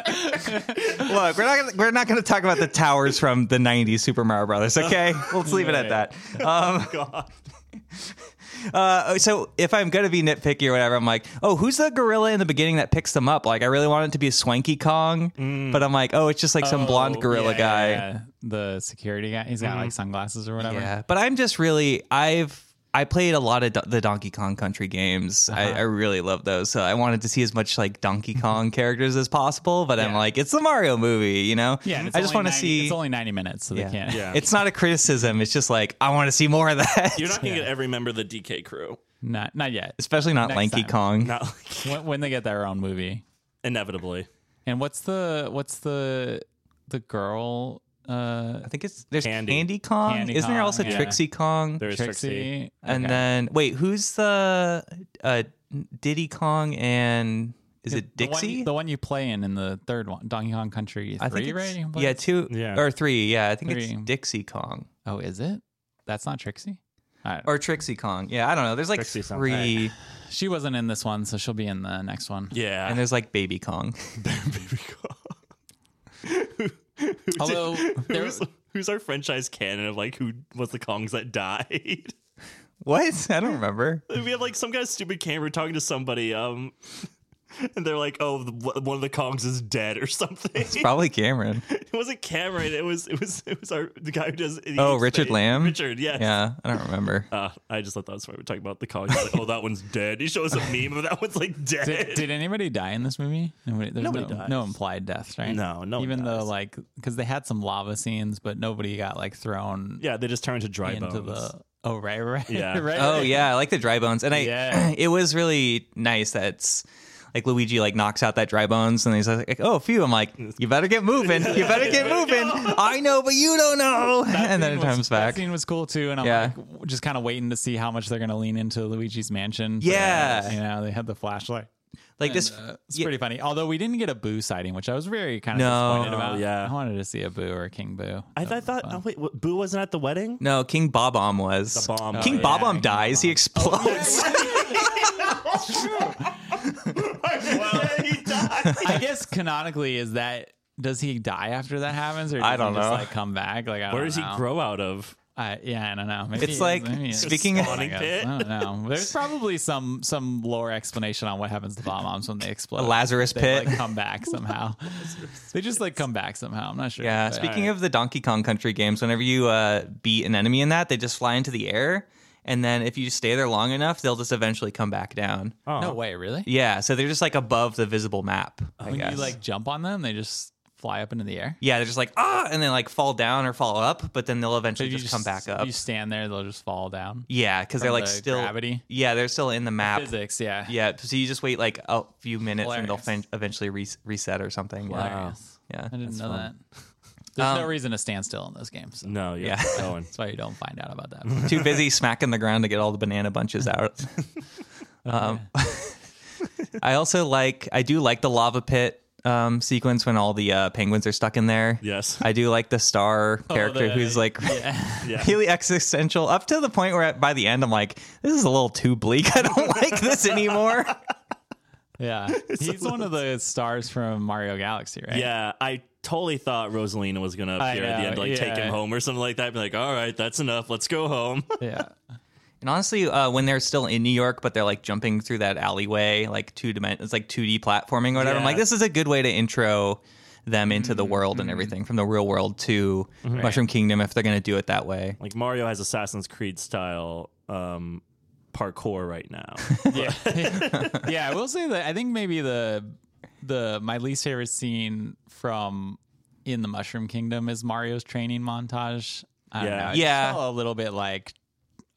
Speaker 1: <laughs> Look, we're not gonna, we're not going to talk about the towers from the '90s Super Mario Brothers.
Speaker 2: <laughs>
Speaker 1: Okay, let's leave it at that. Um,
Speaker 3: God.
Speaker 1: uh, so, if I'm going to be nitpicky or whatever, I'm like, oh, who's the gorilla in the beginning that picks them up? Like, I really want it to be a swanky Kong, but I'm like, oh, it's just like some blonde gorilla
Speaker 2: Mm. Yeah, yeah,
Speaker 1: guy. Mm-hmm.
Speaker 2: yeah. The security guy. He's got like sunglasses or whatever.
Speaker 1: Yeah, but I'm just really I've I played a lot of Do- the Donkey Kong Country games.
Speaker 2: Uh-huh.
Speaker 1: I, I really love those, so I wanted to see as much like Donkey
Speaker 2: <laughs>
Speaker 1: Kong characters as possible. But I'm
Speaker 2: Yeah.
Speaker 1: like, it's the Mario movie, you know?
Speaker 2: Yeah, and it's
Speaker 1: I just want
Speaker 2: only
Speaker 1: to
Speaker 2: 90
Speaker 1: see.
Speaker 2: It's only ninety minutes, so
Speaker 1: yeah.
Speaker 2: they can't.
Speaker 3: Yeah.
Speaker 1: It's not a criticism. It's just like I want to see more of that,
Speaker 3: You're not gonna get every member of the DK crew.
Speaker 2: <laughs> Not not yet.
Speaker 1: <laughs> especially not
Speaker 2: Next
Speaker 1: Lanky
Speaker 2: time.
Speaker 1: Kong.
Speaker 3: Not like
Speaker 2: when, when they get their own movie.
Speaker 3: inevitably.
Speaker 2: And what's the what's the the girl uh
Speaker 1: I think it's there's Candy,
Speaker 3: Candy.
Speaker 1: Kong.
Speaker 2: Candy
Speaker 1: Isn't there
Speaker 2: Kong,
Speaker 1: also
Speaker 2: yeah.
Speaker 1: Trixie Kong?
Speaker 3: There is Trixie.
Speaker 2: Trixie?
Speaker 1: and
Speaker 2: Okay.
Speaker 1: then wait, who's the uh, Diddy Kong and is it
Speaker 2: the one-
Speaker 1: Dixie?
Speaker 2: the one you play in in the third one, Donkey Kong Country
Speaker 1: I
Speaker 2: three,
Speaker 1: think it's-
Speaker 2: right? You play?
Speaker 1: yeah, two
Speaker 3: Yeah.
Speaker 1: or three. Yeah, I think
Speaker 2: Three.
Speaker 1: it's Dixie Kong
Speaker 2: Oh, is it? That's not Trixie. All right.
Speaker 1: or Trixie Kong. Yeah, I don't know. There's like
Speaker 3: Trixie something.
Speaker 1: three,
Speaker 2: she wasn't in this one, so she'll be in the next one.
Speaker 3: Yeah.
Speaker 1: and there's like Baby Kong. <laughs>
Speaker 3: baby <laughs> Kong.
Speaker 2: Although, there-
Speaker 3: who's, who's our franchise canon of like who was the Kongs that died? <laughs>
Speaker 1: What? I don't remember.
Speaker 2: <laughs>
Speaker 3: we had like some kind of stupid camera talking to somebody. Um, <laughs> and they're like, "Oh, the, one of the Kongs is dead or something."
Speaker 1: Probably Cameron.
Speaker 3: <laughs> it wasn't Cameron. It was it was it was our the guy who does. the
Speaker 1: Oh,
Speaker 3: Ink's
Speaker 1: Richard
Speaker 3: face.
Speaker 1: Lamb?
Speaker 3: Richard, yes.
Speaker 1: Yeah, I don't remember.
Speaker 3: Uh, I just thought that was why we're talking about the Kongs. Like, oh, that one's dead. He shows a meme of that one's like dead. <laughs>
Speaker 2: Did, did anybody die in this movie? Nobody, there's
Speaker 3: Nobody
Speaker 2: no,
Speaker 3: dies.
Speaker 2: no implied deaths, right?
Speaker 3: No, no one
Speaker 2: Even though
Speaker 3: dies.
Speaker 2: like because they had some lava scenes, but nobody got like thrown
Speaker 3: yeah, they just turn into dry
Speaker 2: into
Speaker 3: bones.
Speaker 2: the. Oh right, right,
Speaker 3: Yeah.
Speaker 2: <laughs> right.
Speaker 1: Oh yeah, I like the dry bones, and I
Speaker 2: Yeah.
Speaker 1: <clears throat> it was really nice that it's, like Luigi like knocks out that dry bones, and he's like, "Oh, phew!" I'm like, "You better get
Speaker 2: <laughs>
Speaker 1: moving, you better get moving." I know, but you don't know. <laughs> And then it
Speaker 2: scene was-
Speaker 1: comes back.
Speaker 2: That scene was cool too, and I'm
Speaker 1: Yeah.
Speaker 2: like just kind of waiting to see how much they're gonna lean into Luigi's mansion. but,
Speaker 1: Yeah.
Speaker 2: you know they had the flashlight.
Speaker 1: Like this,
Speaker 2: And, uh, it's
Speaker 1: yeah,
Speaker 2: pretty funny. Although we didn't get a Boo sighting, which I was very kind of
Speaker 1: No.
Speaker 2: disappointed about.
Speaker 3: Yeah.
Speaker 2: I wanted to see a Boo or a King Boo.
Speaker 3: I, I thought, oh wait, what, Boo wasn't at the wedding.
Speaker 1: no King Bob Om was
Speaker 3: The bomb.
Speaker 1: King
Speaker 3: Oh, yeah,
Speaker 1: Bob Om
Speaker 2: King Oh,
Speaker 1: dies. He explodes.
Speaker 3: <laughs> he died.
Speaker 2: I guess canonically is that does he die after that happens, or does
Speaker 1: I don't
Speaker 2: he just,
Speaker 1: know.
Speaker 2: like come back? Like I don't
Speaker 3: Where does he
Speaker 2: know.
Speaker 3: grow out of?
Speaker 2: I, yeah, I don't know. Maybe
Speaker 1: <laughs> It's like,
Speaker 2: maybe it's-
Speaker 1: speaking of-
Speaker 2: I, guess. I don't know. There's probably some some lore explanation on what happens to bomb bombs when they explode.
Speaker 1: A Lazarus
Speaker 2: they,
Speaker 1: pit.
Speaker 2: like, come
Speaker 3: <laughs>
Speaker 2: back somehow. they just like come back somehow. I'm not sure.
Speaker 1: Yeah.
Speaker 2: but-
Speaker 1: Speaking of the Donkey Kong Country games, whenever you uh, beat an enemy in that, they just fly into the air, and then if you stay there long enough, they'll just eventually come back down.
Speaker 3: Oh.
Speaker 2: no way, really?
Speaker 1: Yeah, so they're just like above the visible map. I
Speaker 2: when
Speaker 1: guess.
Speaker 2: Oh, you like jump on them, they just fly up into the air.
Speaker 1: yeah, they're just like ah, and then like fall down or fall up, but then they'll eventually
Speaker 2: If you
Speaker 1: just, come back up.
Speaker 2: You stand there, they'll just fall down.
Speaker 1: yeah, because they're
Speaker 2: from
Speaker 1: like
Speaker 2: the
Speaker 1: still
Speaker 2: gravity?
Speaker 1: Yeah, they're still in the map.
Speaker 2: Physics, yeah.
Speaker 1: Yeah, so you just wait like a few minutes and they'll
Speaker 2: Hilarious.
Speaker 1: fin- eventually re- reset or something. Yeah.
Speaker 2: Hilarious.
Speaker 1: Yeah.
Speaker 2: I didn't know that. There's no
Speaker 1: Um,
Speaker 2: reason to stand still in those games.
Speaker 3: No, yeah,
Speaker 1: Yeah.
Speaker 2: <laughs>
Speaker 3: going.
Speaker 2: That's why you don't find out
Speaker 3: <laughs>
Speaker 2: about
Speaker 1: <laughs>
Speaker 2: that.
Speaker 1: Too busy smacking the ground to get all the banana bunches
Speaker 2: <laughs>
Speaker 1: out. <laughs> um,
Speaker 2: Oh,
Speaker 1: <laughs> I also like I do like the lava pit um, sequence when all the uh, penguins are stuck in there.
Speaker 3: Yes.
Speaker 1: I do like the star character
Speaker 2: the-
Speaker 1: who's like
Speaker 3: Oh, <laughs>
Speaker 1: <laughs>
Speaker 3: Yeah.
Speaker 1: really existential up to the point where by the end I'm like, this is a little too bleak. <laughs> I
Speaker 3: <laughs>
Speaker 1: don't like this anymore.
Speaker 2: Yeah, he's one of the stars from Mario Galaxy, right?
Speaker 3: Yeah, I totally thought Rosalina was gonna
Speaker 2: I
Speaker 3: appear at the
Speaker 2: know,
Speaker 3: end, like take
Speaker 2: yeah.
Speaker 3: him home or something like that. Be like, all right, that's enough. Let's go home.
Speaker 2: yeah.
Speaker 1: And honestly, uh, when they're still in New York, but they're like jumping through that alleyway, like two dimension, it's like 2D platforming or whatever. I'm
Speaker 3: Yeah. Mm-hmm.
Speaker 1: like, this is a good way to intro them into the world and everything from the real world to Mushroom Kingdom if they're going to do it that way.
Speaker 3: <laughs> like Mario has Assassin's Creed style um, parkour right now.
Speaker 2: <laughs> yeah, yeah. I will say that I think maybe the the my least favorite scene from in the Mushroom Kingdom is Mario's training montage. I
Speaker 3: Yeah.
Speaker 2: don't know. It
Speaker 1: Yeah.
Speaker 2: felt a little bit like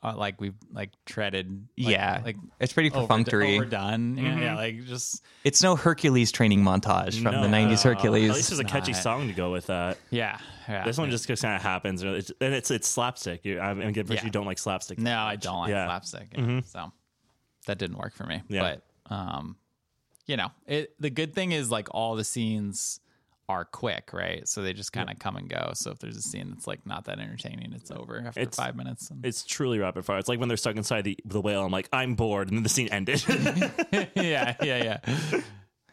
Speaker 2: uh, like we've like treaded. like-
Speaker 1: yeah.
Speaker 2: like
Speaker 1: it's pretty
Speaker 2: overd-
Speaker 1: perfunctory.
Speaker 2: overdone. Yeah,
Speaker 3: Mm-hmm.
Speaker 2: yeah, like just
Speaker 1: It's no Hercules training montage from the 90s Hercules.
Speaker 3: At least there's a catchy
Speaker 2: Not.
Speaker 3: song to go with that.
Speaker 2: yeah. yeah.
Speaker 3: This one just kind of happens, and it's and it's, it's slapstick. You, I'm, I'm getting pretty sure
Speaker 2: Yeah.
Speaker 3: you don't like slapstick.
Speaker 2: No, I don't like
Speaker 3: Yeah. Mm-hmm.
Speaker 2: slapstick. So that didn't work for me.
Speaker 3: Yeah.
Speaker 2: But um, you know, it the good thing is like all the scenes are quick, right? So they just kind of come and go. So if there's a scene that's like not that entertaining, it's over after
Speaker 3: It's-
Speaker 2: five
Speaker 3: <laughs>
Speaker 2: minutes. And,
Speaker 3: It's truly rapid fire. It's like when they're stuck inside the, the whale. I'm like, I'm bored, and then the scene ended. <laughs>
Speaker 2: yeah, yeah,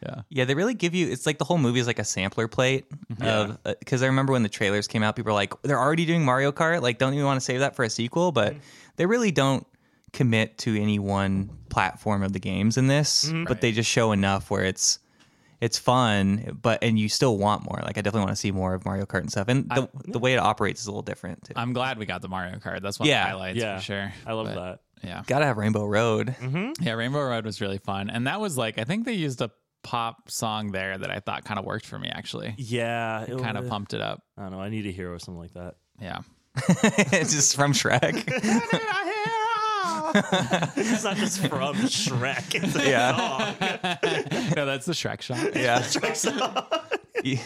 Speaker 2: yeah.
Speaker 1: Yeah, they really give you. It's like the whole movie is like a sampler plate of because I remember when the trailers came out, people were like, "They're already doing Mario Kart. Like, don't you want to save that for a sequel?" But they really don't commit to any one platform of the games in this. But they just show enough where it's it's fun, but and you still want more. Like, I definitely want to see more of Mario Kart and stuff. And the, the way it operates is a little different. Too.
Speaker 2: <laughs> I'm glad we got the Mario Kart. That's one of
Speaker 1: Yeah,
Speaker 2: the highlights
Speaker 3: yeah,
Speaker 2: for sure.
Speaker 3: I love
Speaker 2: But,
Speaker 3: that.
Speaker 2: Yeah.
Speaker 1: Gotta have Rainbow Road.
Speaker 2: Yeah, Rainbow Road was really fun. And that was like I think they used a pop song there that I thought kind of worked for me actually.
Speaker 3: Yeah, it
Speaker 2: Kind of
Speaker 3: was-
Speaker 2: pumped it up.
Speaker 3: I don't know. I need a hero or something like that. <laughs>
Speaker 2: Yeah.
Speaker 1: <laughs> it's just from Shrek.
Speaker 3: It's not just from Shrek. It's a
Speaker 1: Yeah.
Speaker 3: song.
Speaker 2: <laughs> no, that's the Shrek shot.
Speaker 1: yeah. <laughs> you,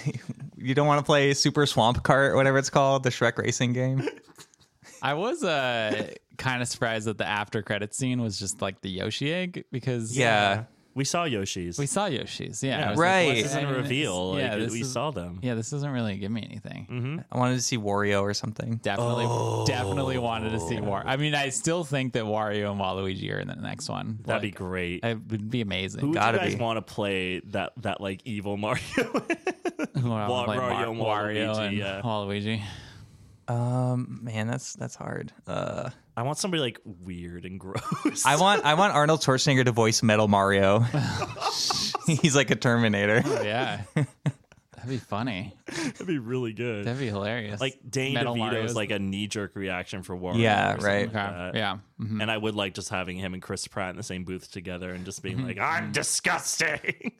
Speaker 1: you don't want to play Super Swamp Kart, whatever it's called, the Shrek racing game.
Speaker 2: I was uh, <laughs> kind of surprised that the after credit scene was just like the Yoshi egg because
Speaker 1: Yeah.
Speaker 3: <laughs> We saw Yoshi's.
Speaker 2: we saw Yoshi's. Yeah, I was
Speaker 1: right.
Speaker 2: what's
Speaker 3: This isn't
Speaker 2: I
Speaker 3: a
Speaker 2: mean,
Speaker 3: reveal.
Speaker 2: it's-
Speaker 3: Like, Mm-hmm.
Speaker 2: yeah, this
Speaker 3: we
Speaker 2: is-
Speaker 3: saw them.
Speaker 2: Yeah, this doesn't really give me anything.
Speaker 1: I wanted to see Wario or something.
Speaker 2: Definitely,
Speaker 1: Oh.
Speaker 2: definitely wanted to see War. I mean, I still think that Wario and Waluigi are in the next one.
Speaker 3: That'd be
Speaker 2: Like,
Speaker 3: great.
Speaker 2: It would be amazing.
Speaker 3: Who would you
Speaker 1: gotta
Speaker 3: guys
Speaker 1: be.
Speaker 3: want to play that that like evil Mario? <laughs>
Speaker 2: Wa-
Speaker 3: Wa-
Speaker 2: like
Speaker 3: Wario and Waluigi,
Speaker 2: and
Speaker 3: yeah.
Speaker 2: Waluigi.
Speaker 1: Um, man, that's that's hard. <laughs> Uh,
Speaker 3: I want somebody like weird and <laughs> gross.
Speaker 1: I want I want Arnold Schwarzenegger to voice Metal Mario. He's like a Terminator. <laughs>
Speaker 2: yeah. That'd be funny.
Speaker 3: That'd be really good.
Speaker 2: That'd be hilarious.
Speaker 3: like Dane
Speaker 2: Metal
Speaker 3: DeVito
Speaker 2: Mario's-
Speaker 3: is like a knee jerk reaction for Warren.
Speaker 1: Yeah,
Speaker 3: or something
Speaker 1: right.
Speaker 3: like that.
Speaker 2: Okay, yeah. Mhm.
Speaker 3: And I would like just having him and Chris Pratt in the same booth together and just
Speaker 2: Mm-hmm.
Speaker 3: being like, I'm disgusting. <laughs>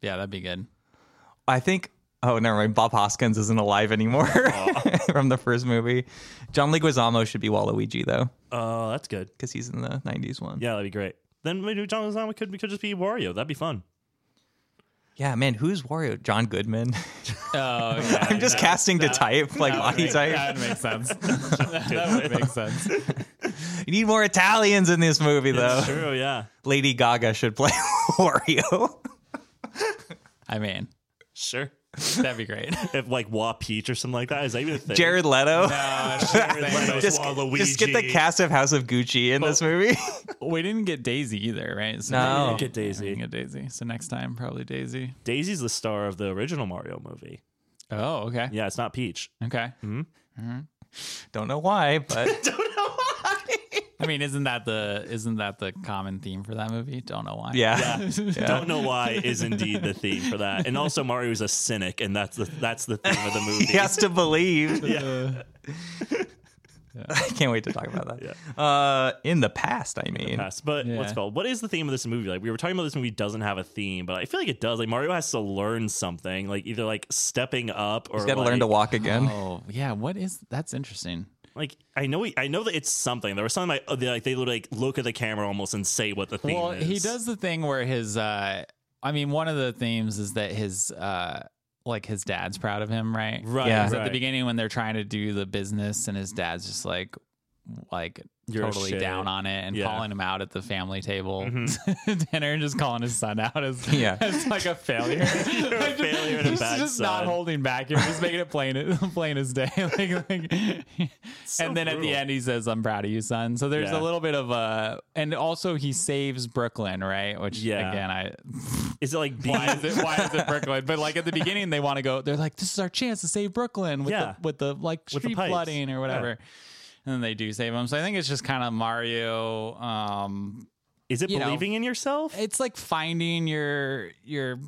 Speaker 2: Yeah, that'd be good.
Speaker 1: I think. Oh, never mind. Bob Hoskins isn't alive anymore <laughs> from the first movie. John Leguizamo should be Waluigi though,
Speaker 3: Oh, that's good.
Speaker 1: because he's in the '90s one.
Speaker 3: Yeah, that'd be great. Then maybe John Leguizamo could, could just be Wario. That'd be fun.
Speaker 1: Yeah, man. Who's Wario? John Goodman.
Speaker 2: Oh, yeah.
Speaker 1: <laughs> I'm just casting to type, like body type.
Speaker 2: That would make sense. <laughs> that would make sense.
Speaker 1: You need more Italians in this movie, though.
Speaker 3: It's
Speaker 1: <laughs>
Speaker 3: true, yeah.
Speaker 1: Lady Gaga should play <laughs> Wario.
Speaker 2: I mean,
Speaker 3: Sure.
Speaker 2: that'd be great. <laughs>
Speaker 3: If like Wa Peach or something like that, is that even a thing? <laughs>
Speaker 1: Jared Leto.
Speaker 3: just,
Speaker 1: just, just get the cast of House of Gucci in this movie. <laughs>
Speaker 2: we didn't get Daisy either, right? So
Speaker 1: No.
Speaker 3: Get
Speaker 2: maybe we didn't
Speaker 3: Daisy.
Speaker 2: get Daisy. So next time, probably Daisy.
Speaker 3: Daisy's the star of the original Mario movie.
Speaker 2: Oh, okay.
Speaker 3: Yeah, it's not Peach.
Speaker 2: Okay.
Speaker 1: Don't know why, but
Speaker 2: I mean, isn't that the isn't that the common theme for that movie? Don't know why.
Speaker 1: yeah.
Speaker 3: Don't know why is indeed the theme for that. And also Mario's a cynic, and that's the that's the theme of the
Speaker 1: <laughs> <laughs>
Speaker 3: movie.
Speaker 1: He has to believe.
Speaker 2: Uh,
Speaker 1: I can't wait to talk about that. Uh, in the past, I mean.
Speaker 3: Yes, but
Speaker 2: Yeah.
Speaker 3: what's it called? What is the theme of this movie? Like we were talking about, this movie doesn't have a theme, but I feel like it does. Like Mario has to learn something, like either like stepping up or
Speaker 1: He's got to learn
Speaker 3: like-
Speaker 1: to walk again.
Speaker 2: <laughs> oh, yeah. What is that's interesting.
Speaker 3: Like I know, he, I know that it's something. There was something like, oh, they, like they would like look at the camera almost and say what the theme
Speaker 2: Well,
Speaker 3: is.
Speaker 2: he does the thing where his uh I mean, one of the themes is that his uh like his dad's proud of him, right?
Speaker 3: right,
Speaker 1: Yeah.
Speaker 2: Because
Speaker 3: right.
Speaker 2: at the beginning when they're trying to do the business and his dad's just like like
Speaker 3: You're a
Speaker 2: totally
Speaker 3: shit.
Speaker 2: down on it and
Speaker 3: Yeah. Mm-hmm.
Speaker 2: calling him out at the family table <laughs> dinner and just calling his son out as
Speaker 1: Yeah.
Speaker 2: <laughs> as like a failure.
Speaker 3: You're a <laughs> failure and a
Speaker 2: just
Speaker 3: bad
Speaker 2: just
Speaker 3: son.
Speaker 2: not holding back. You're just making it plain <laughs> plain as day. like, like,
Speaker 3: so
Speaker 2: <laughs> and then at the
Speaker 3: brutal.
Speaker 2: end he says, I'm proud of you, son. So there's
Speaker 3: Yeah.
Speaker 2: a little bit of a and also he saves Brooklyn, right? Which
Speaker 3: Yeah.
Speaker 2: again I
Speaker 3: Is it like being?
Speaker 2: why is it why is it Brooklyn? But like at the beginning, they want to go. They're like, this is our chance to save Brooklyn with
Speaker 3: Yeah.
Speaker 2: the with the like
Speaker 3: With the
Speaker 2: street
Speaker 3: pipes.
Speaker 2: flooding or whatever. And then they do save him. So I think it's just kind of Mario. Um,
Speaker 3: <laughs> Is it
Speaker 2: you know,
Speaker 3: believing in yourself?
Speaker 2: it's like finding your your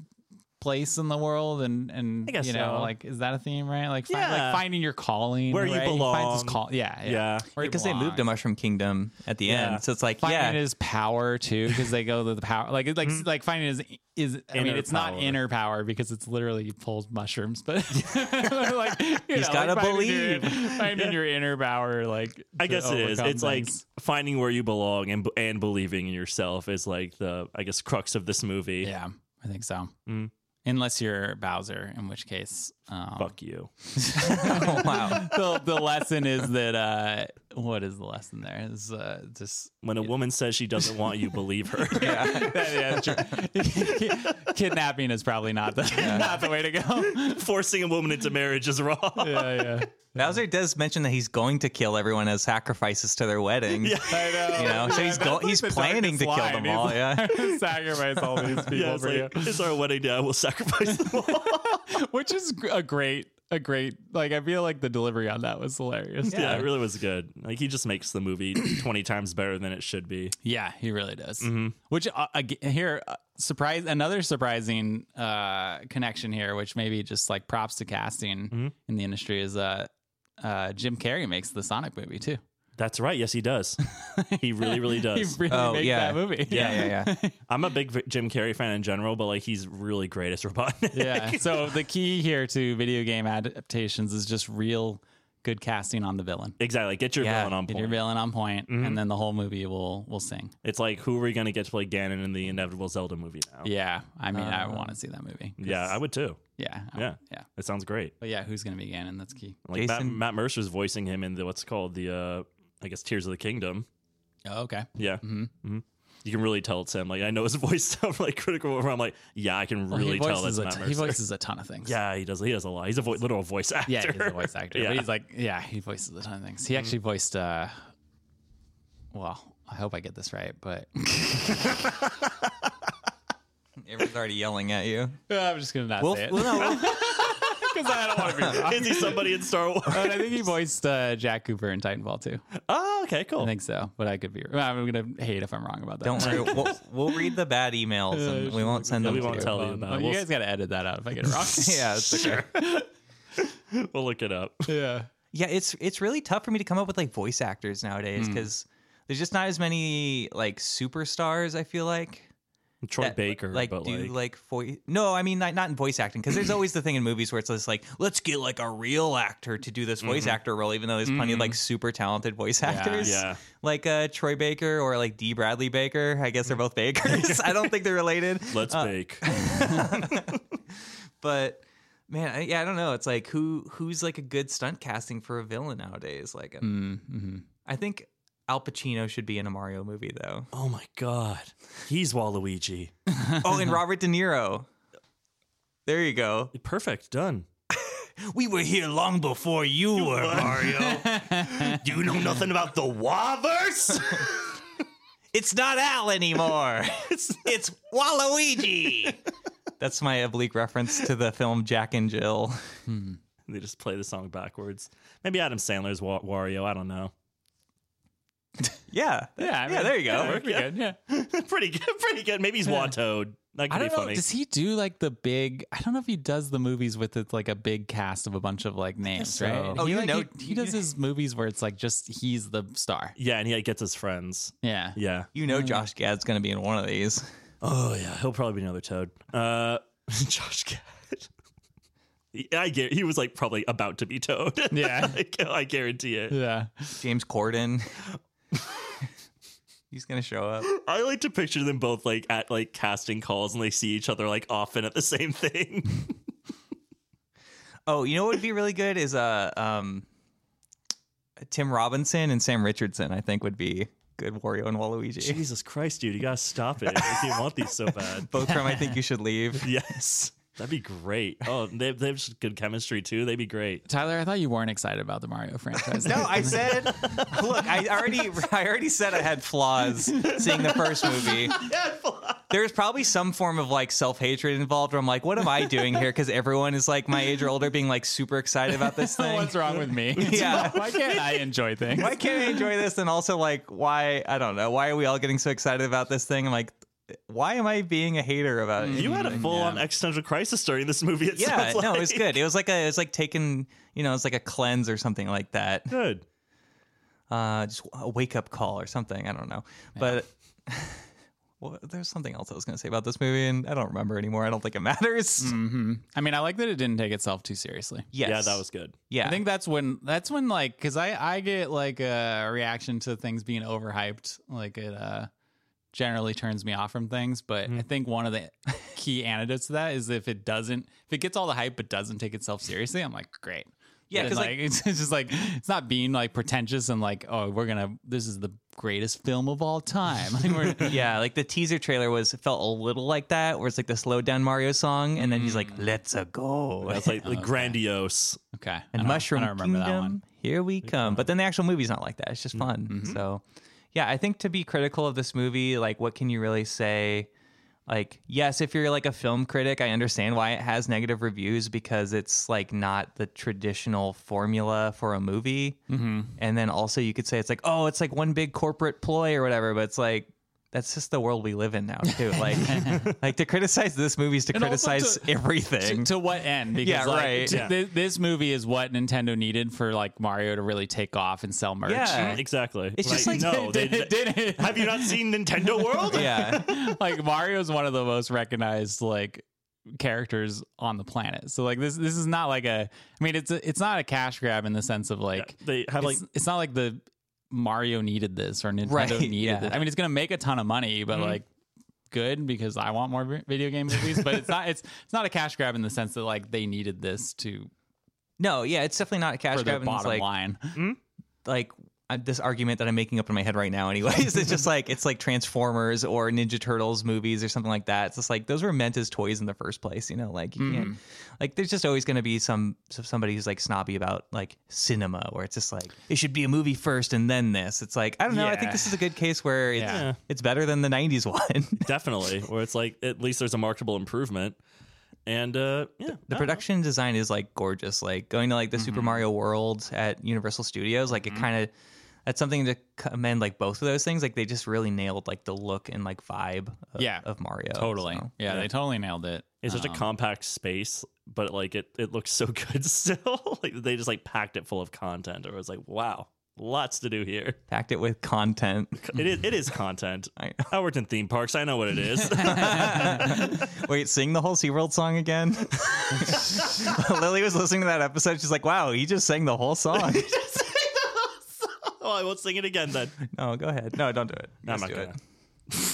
Speaker 2: place in the world and and
Speaker 3: I guess
Speaker 2: you know
Speaker 3: so.
Speaker 2: like is that a theme right? Like, find,
Speaker 3: Yeah.
Speaker 2: like finding your calling
Speaker 3: Where you
Speaker 2: right? He finds his
Speaker 3: belong.
Speaker 2: call- yeah, yeah.
Speaker 3: yeah.
Speaker 2: Where he
Speaker 1: Because they moved to
Speaker 2: belongs.
Speaker 1: Mushroom Kingdom at the
Speaker 3: Yeah. Mm-hmm.
Speaker 1: end. So it's like,
Speaker 2: finding
Speaker 1: yeah.
Speaker 2: his power too because they go to the power like it's like like finding his is i mean
Speaker 3: Inner
Speaker 2: it's
Speaker 3: power.
Speaker 2: not inner power because it's literally he pulls mushrooms
Speaker 3: <laughs>
Speaker 2: but like you
Speaker 1: He's
Speaker 2: know,
Speaker 1: gotta
Speaker 2: like finding your-
Speaker 1: believe.
Speaker 2: finding your inner power like
Speaker 3: I
Speaker 2: to
Speaker 3: guess it is.
Speaker 2: overcome
Speaker 3: It's like
Speaker 2: things.
Speaker 3: finding where you belong and and believing in yourself is like the I guess crux of this movie.
Speaker 2: yeah i think so
Speaker 3: Mm.
Speaker 2: unless you're bowser in which case um,
Speaker 3: Fuck you.
Speaker 1: <laughs> oh, wow.
Speaker 2: <laughs> the, the lesson is that uh what is the lesson there is uh
Speaker 3: <laughs>
Speaker 2: just
Speaker 3: When a woman says she doesn't want you, believe her.
Speaker 1: Yeah.
Speaker 2: <laughs> yeah, true. <laughs> kidnapping is probably not the not the way to go
Speaker 3: <laughs> Forcing a woman into marriage is wrong. <laughs>
Speaker 2: yeah yeah
Speaker 1: Bowser does mention that he's going to kill everyone as sacrifices to their wedding.
Speaker 2: I know.
Speaker 1: You know, so
Speaker 2: <laughs>
Speaker 1: he's go- he's planning to kill them all. Yeah,
Speaker 2: sacrifice all these people
Speaker 3: Yeah, it's,
Speaker 2: for
Speaker 3: like, it's our wedding day. I will sacrifice
Speaker 2: <laughs>
Speaker 3: them all.
Speaker 2: you, which is gr- a great, a great. Like I feel like the delivery on that was hilarious.
Speaker 3: yeah. it really was good. Like he just makes the movie <clears throat> twenty times better than it should be.
Speaker 2: yeah, he really does. Which uh, ag- here, uh, surprise, another surprising uh, connection here, which maybe just like props to casting in the industry is uh, uh, Jim Carrey makes the Sonic movie too.
Speaker 3: That's right. Yes, he
Speaker 2: <laughs>
Speaker 3: does. He really, really
Speaker 2: He
Speaker 3: does.
Speaker 2: really
Speaker 1: Oh,
Speaker 2: makes
Speaker 1: yeah.
Speaker 2: that movie.
Speaker 1: yeah, yeah, yeah.
Speaker 3: I'm a big v- Jim Carrey fan in general, but like he's really great as Robotnik. <laughs>
Speaker 2: <laughs> yeah. So the key here to video game adaptations is just real good casting on the villain.
Speaker 3: exactly. Get your
Speaker 1: Yeah,
Speaker 3: villain on
Speaker 2: Get
Speaker 3: point. Mm-hmm.
Speaker 2: your villain on point, and then the whole movie will will sing.
Speaker 3: It's like who are we going to get to play Ganon in the inevitable Zelda movie now?
Speaker 2: Yeah, I mean, I want to see that movie. 'Cause-
Speaker 3: Uh, Yeah, I would too.
Speaker 2: yeah, I-
Speaker 3: Yeah.
Speaker 2: yeah.
Speaker 3: It sounds great.
Speaker 2: But yeah, who's gonna be Ganon? That's key.
Speaker 3: Like Matt,
Speaker 1: Jason-
Speaker 3: Matt Mercer's voicing him in the what's it called the uh I guess Tears of the Kingdom.
Speaker 2: Oh, okay.
Speaker 3: Yeah. Mm-hmm. You can really tell it's him. Like I know his <laughs> voice sounds like critical where I'm like, yeah, I can
Speaker 2: Well,
Speaker 3: really
Speaker 2: Oh, he
Speaker 3: tell that's
Speaker 2: voices a
Speaker 3: Matt
Speaker 2: ton-
Speaker 3: Mercer.
Speaker 2: he voices a ton of things.
Speaker 3: yeah, he does. He does a lot. He's a vo- literal voice actor.
Speaker 2: yeah, <laughs> he's a voice actor.
Speaker 3: Yeah. Mm-hmm.
Speaker 2: But he's like, yeah, he voices a ton of things. He actually voiced. uh Well, I hope I get this right, but <laughs>
Speaker 1: Everyone's already yelling at you.
Speaker 2: I'm just gonna not
Speaker 1: We'll,
Speaker 2: say
Speaker 3: <laughs>
Speaker 2: it.
Speaker 1: well, no, we'll,
Speaker 2: because I don't want to be wrong.
Speaker 3: Is he somebody in Star Wars?
Speaker 2: <laughs> But I think he voiced uh, Jack Cooper in Titanfall too.
Speaker 3: Oh, okay, cool.
Speaker 2: I think so, but I could be. well, I'm gonna hate if I'm wrong about that. <laughs>
Speaker 1: Don't worry. We'll, we'll read the bad emails and we won't send
Speaker 3: Yeah,
Speaker 1: them
Speaker 3: we
Speaker 1: to
Speaker 3: won't
Speaker 1: you.
Speaker 3: tell you
Speaker 2: Um,
Speaker 3: about
Speaker 2: oh,
Speaker 3: it.
Speaker 2: you
Speaker 3: We'll,
Speaker 2: guys got to edit that out if I get
Speaker 3: <laughs>
Speaker 2: it wrong. <laughs>
Speaker 1: yeah, it's okay.
Speaker 3: we'll look it
Speaker 2: <laughs>
Speaker 3: up.
Speaker 2: yeah.
Speaker 1: yeah, it's it's really tough for me to come up with like voice actors
Speaker 3: Hmm.
Speaker 1: nowadays because there's just not as many like superstars. I feel like
Speaker 3: Troy
Speaker 1: that,
Speaker 3: Baker,
Speaker 1: like
Speaker 3: but
Speaker 1: do
Speaker 3: like,
Speaker 1: like voice. No, I mean not, not in voice acting because there's always the thing in movies where it's just like let's get like a real actor to do this voice actor role, even though there's plenty of like super talented voice actors,
Speaker 3: Mm-hmm. yeah.
Speaker 1: like uh, Troy Baker or like D. Bradley Baker. I guess they're both Bakers. <laughs> I don't think they're
Speaker 3: <laughs>
Speaker 1: related.
Speaker 3: let's
Speaker 2: uh, <laughs>
Speaker 3: bake.
Speaker 1: but man I, yeah i don't know it's like who who's like a good stunt casting for a villain nowadays like
Speaker 2: Mm-hmm.
Speaker 1: i think al pacino should be in a mario movie <laughs> though
Speaker 3: oh my god, he's Waluigi.
Speaker 1: oh and robert de niro there you go
Speaker 3: Perfect, done.
Speaker 1: we were here long before you were mario
Speaker 2: <laughs>
Speaker 3: You know nothing about the Waverse.
Speaker 1: it's not al anymore <laughs> it's, it's waluigi <laughs> that's my oblique reference to the film jack and jill <laughs>
Speaker 3: they just play the song backwards. Maybe Adam Sandler's Wa- Wario. I don't know. <laughs>
Speaker 1: yeah
Speaker 2: Yeah, I mean,
Speaker 1: yeah there you go
Speaker 2: Yeah, that'd be good, yeah.
Speaker 3: pretty good. Pretty good. Maybe he's Wattoad. That could
Speaker 2: I
Speaker 3: be
Speaker 2: don't know.
Speaker 3: funny.
Speaker 2: Does he do like the big? I don't know if he does the movies with it's like a big cast of a bunch of like names,
Speaker 3: so.
Speaker 2: right?
Speaker 1: Oh,
Speaker 2: he,
Speaker 1: you
Speaker 2: like,
Speaker 1: know-
Speaker 2: he, he does his movies where it's like just he's the star.
Speaker 3: yeah, and he like, gets his friends.
Speaker 2: Yeah,
Speaker 3: Yeah.
Speaker 1: you know josh gad's gonna be in one of these
Speaker 3: Oh yeah, he'll probably be another Toad. Uh, <laughs> Josh Gad. He- I get. He was like probably about to be Toad. <laughs>
Speaker 2: Yeah.
Speaker 3: Like, I guarantee it.
Speaker 2: yeah.
Speaker 1: James <laughs> Corden. He's gonna show up.
Speaker 3: I like to picture them both like at like casting calls, and they see each other like often at the same thing.
Speaker 1: Oh, you know what would be really good is uh um Tim Robinson and Sam Richardson. I think would be good Wario and Waluigi.
Speaker 3: <laughs> Jesus Christ, dude! You gotta stop it. I can't want these so
Speaker 1: <laughs>
Speaker 3: bad.
Speaker 1: Both from I think you should leave.
Speaker 3: <laughs> Yes. That'd be great. Oh, they, they have just good chemistry too. They'd be great.
Speaker 2: Tyler, I thought you weren't excited about the Mario franchise.
Speaker 1: <laughs> No, I said. Look, I already, I already said I had flaws seeing the first <laughs> movie. There's probably some form of like self hatred involved. Where I'm like, what am I doing here? Because everyone is like my age or older, being like super excited about <laughs> this thing.
Speaker 2: <laughs> What's wrong with me?
Speaker 1: Yeah.
Speaker 2: <laughs> Why can't I enjoy things?
Speaker 1: why can't I enjoy this? And also, like, why? I don't know. Why are we all getting so excited about this thing? I'm like, why am I being a hater about it?
Speaker 3: Mm. You had a full on existential crisis during this movie. It
Speaker 1: Mm, yeah,
Speaker 3: sounds like.
Speaker 1: no, it was good. It was like a, it was like taking, you know, it's like a cleanse or something like that.
Speaker 3: Good.
Speaker 1: Uh, just a wake up call or something. I don't know, but. <laughs> Well, there's something else I was going to say about this movie, and I don't remember anymore. I don't think it matters.
Speaker 2: Mm-hmm. I mean, I like that it didn't take itself too seriously.
Speaker 1: Yes.
Speaker 3: Mm. Yeah, that was good.
Speaker 1: Yeah.
Speaker 2: I think that's when that's when like because I I get like a reaction to things being overhyped. Like it uh generally turns me off from things. But
Speaker 1: Mm-hmm.
Speaker 2: I think one of the <laughs> key antidotes to that is if it doesn't if it gets all the hype but doesn't take itself seriously, I'm like great.
Speaker 1: Yeah,
Speaker 2: Then,
Speaker 1: 'cause, like-
Speaker 2: like, <laughs> it's it's just like it's not being like pretentious and like oh we're gonna this is the greatest film of all time. <laughs> Like, we're,
Speaker 1: <laughs> yeah, like the teaser trailer was felt a little like that, where it's like the slowed down Mario song, and then he's
Speaker 3: Mm.
Speaker 1: like, "Let's a go." <laughs>
Speaker 3: That's like, like grandiose.
Speaker 2: okay, I
Speaker 1: and
Speaker 2: don't-
Speaker 1: Mushroom
Speaker 2: I don't remember
Speaker 1: Kingdom.
Speaker 2: that one.
Speaker 1: Here we come. But then the actual movie's not like that. It's
Speaker 2: Mm-hmm.
Speaker 1: just fun. So, yeah, I think to be critical of this movie, like, what can you really say? Like, yes, if you're like a film critic, I understand why it has negative reviews because it's like not the traditional formula for a movie. Mm-hmm. And then also you could say it's like, oh, it's like one big corporate ploy or whatever. But it's like, that's just the world we live in now,
Speaker 2: <laughs>
Speaker 1: too. Like, like to criticize this movie is to
Speaker 2: also
Speaker 1: criticize
Speaker 2: to-
Speaker 1: everything.
Speaker 2: to, to
Speaker 3: <laughs>
Speaker 2: what end? Because
Speaker 1: Yeah,
Speaker 2: like,
Speaker 1: right.
Speaker 2: t-
Speaker 3: Yeah.
Speaker 2: thi- this movie is what Nintendo needed for like Mario to really take off and sell merch.
Speaker 1: Yeah.
Speaker 3: Exactly.
Speaker 1: It's just like- <laughs>
Speaker 2: <laughs>
Speaker 3: no. They,
Speaker 2: Did- did it?
Speaker 3: have you
Speaker 2: <laughs>
Speaker 3: not seen Nintendo World?
Speaker 1: yeah.
Speaker 2: like Mario's one of the most recognized like characters on the planet. So like this this is not like a I mean it's a, it's not a cash grab in the sense of like
Speaker 3: They have like
Speaker 2: it's, it's not like the Mario needed this or Nintendo <laughs>
Speaker 1: Right,
Speaker 2: needed
Speaker 1: yeah.
Speaker 2: it. I mean it's going to make a ton of money but like good because I want more vi- video game movies but it's not it's it's not a cash grab in the sense that like they needed this to
Speaker 1: No, yeah, it's definitely not a cash
Speaker 2: for their
Speaker 1: grab. and it's like,
Speaker 2: bottom <laughs> line.
Speaker 1: like I, this argument that I'm making up in my head right now, anyways. it's just like it's like Transformers or Ninja Turtles movies or something like that. It's just like those were meant as toys in the first place, you know. Like you
Speaker 2: Hmm.
Speaker 1: can't, like there's just always going to be some so- somebody who's like snobby about like cinema, where it's just like it should be a movie first and then this. It's like I don't know. I
Speaker 2: Yeah.
Speaker 1: think this is a good case where it's
Speaker 2: Yeah.
Speaker 1: it's better than the '90s <laughs> one.
Speaker 3: definitely, where it's like at least there's a marketable improvement. And uh,
Speaker 1: the
Speaker 3: yeah, I don't know.
Speaker 1: production design is like gorgeous. Like going to like the Super Mario World at Universal Studios, like it kind of that's something to commend. Like both of those things, like they just really nailed like the look and like vibe. Of,
Speaker 2: Yeah.
Speaker 1: of Mario.
Speaker 2: Totally.
Speaker 1: So,
Speaker 2: oh, Yeah, they totally nailed it. Um,
Speaker 3: It's such
Speaker 1: um,
Speaker 3: a compact space, but like it, it looks so <laughs> good still. like they just like packed it full of content. I was like, wow, lots to do here.
Speaker 1: packed it with content. <laughs>
Speaker 3: It is, it is content.
Speaker 1: I-
Speaker 3: I worked in theme parks. I know what it is.
Speaker 1: Wait, sing the whole SeaWorld song again? <laughs> Lily was listening to that episode. She's like, wow, he just sang the whole song.
Speaker 3: <laughs>
Speaker 1: <laughs>
Speaker 3: oh, I won't sing it again then.
Speaker 1: no, go ahead. No, don't do it.
Speaker 3: No, I'm
Speaker 1: Just
Speaker 3: not
Speaker 1: do
Speaker 3: gonna.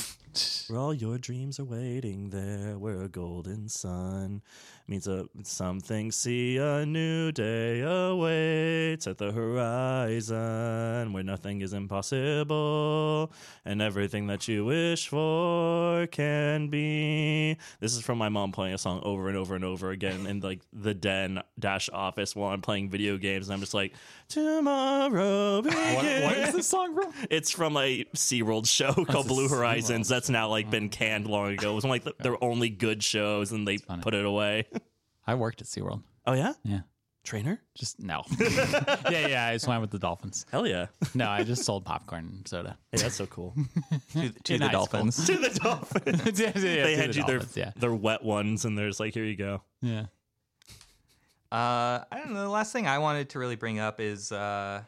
Speaker 3: <laughs> Where all your dreams are waiting there, where a golden sun means a something. See a new day awaits at the horizon, where nothing is impossible, and everything that you wish for can be. This is from my mom playing a song over and over and over again in like the den dash office while I'm playing video games, and I'm just like, tomorrow begins.
Speaker 2: <laughs> what is this song from?
Speaker 3: It's from a SeaWorld show called Blue Horizons that's now like been canned long ago. It was one like the,
Speaker 2: <laughs>
Speaker 3: their only good shows and they put it away.
Speaker 2: <laughs>
Speaker 3: <laughs>
Speaker 2: I worked at SeaWorld.
Speaker 3: Oh yeah?
Speaker 2: Yeah.
Speaker 3: Trainer?
Speaker 2: Just no. <laughs> yeah, yeah. I swam with the dolphins.
Speaker 3: Hell yeah. Hey,
Speaker 2: No, I just sold popcorn and <laughs> soda.
Speaker 3: that's so cool.
Speaker 1: it. To, to
Speaker 2: In
Speaker 1: the
Speaker 2: high school.
Speaker 1: dolphins.
Speaker 3: to the dolphins. They had you their,
Speaker 2: <laughs> Yeah.
Speaker 3: their wet ones and there's like, here you go.
Speaker 2: Yeah.
Speaker 1: Uh, I don't know. The last thing I wanted to really bring up is, uh,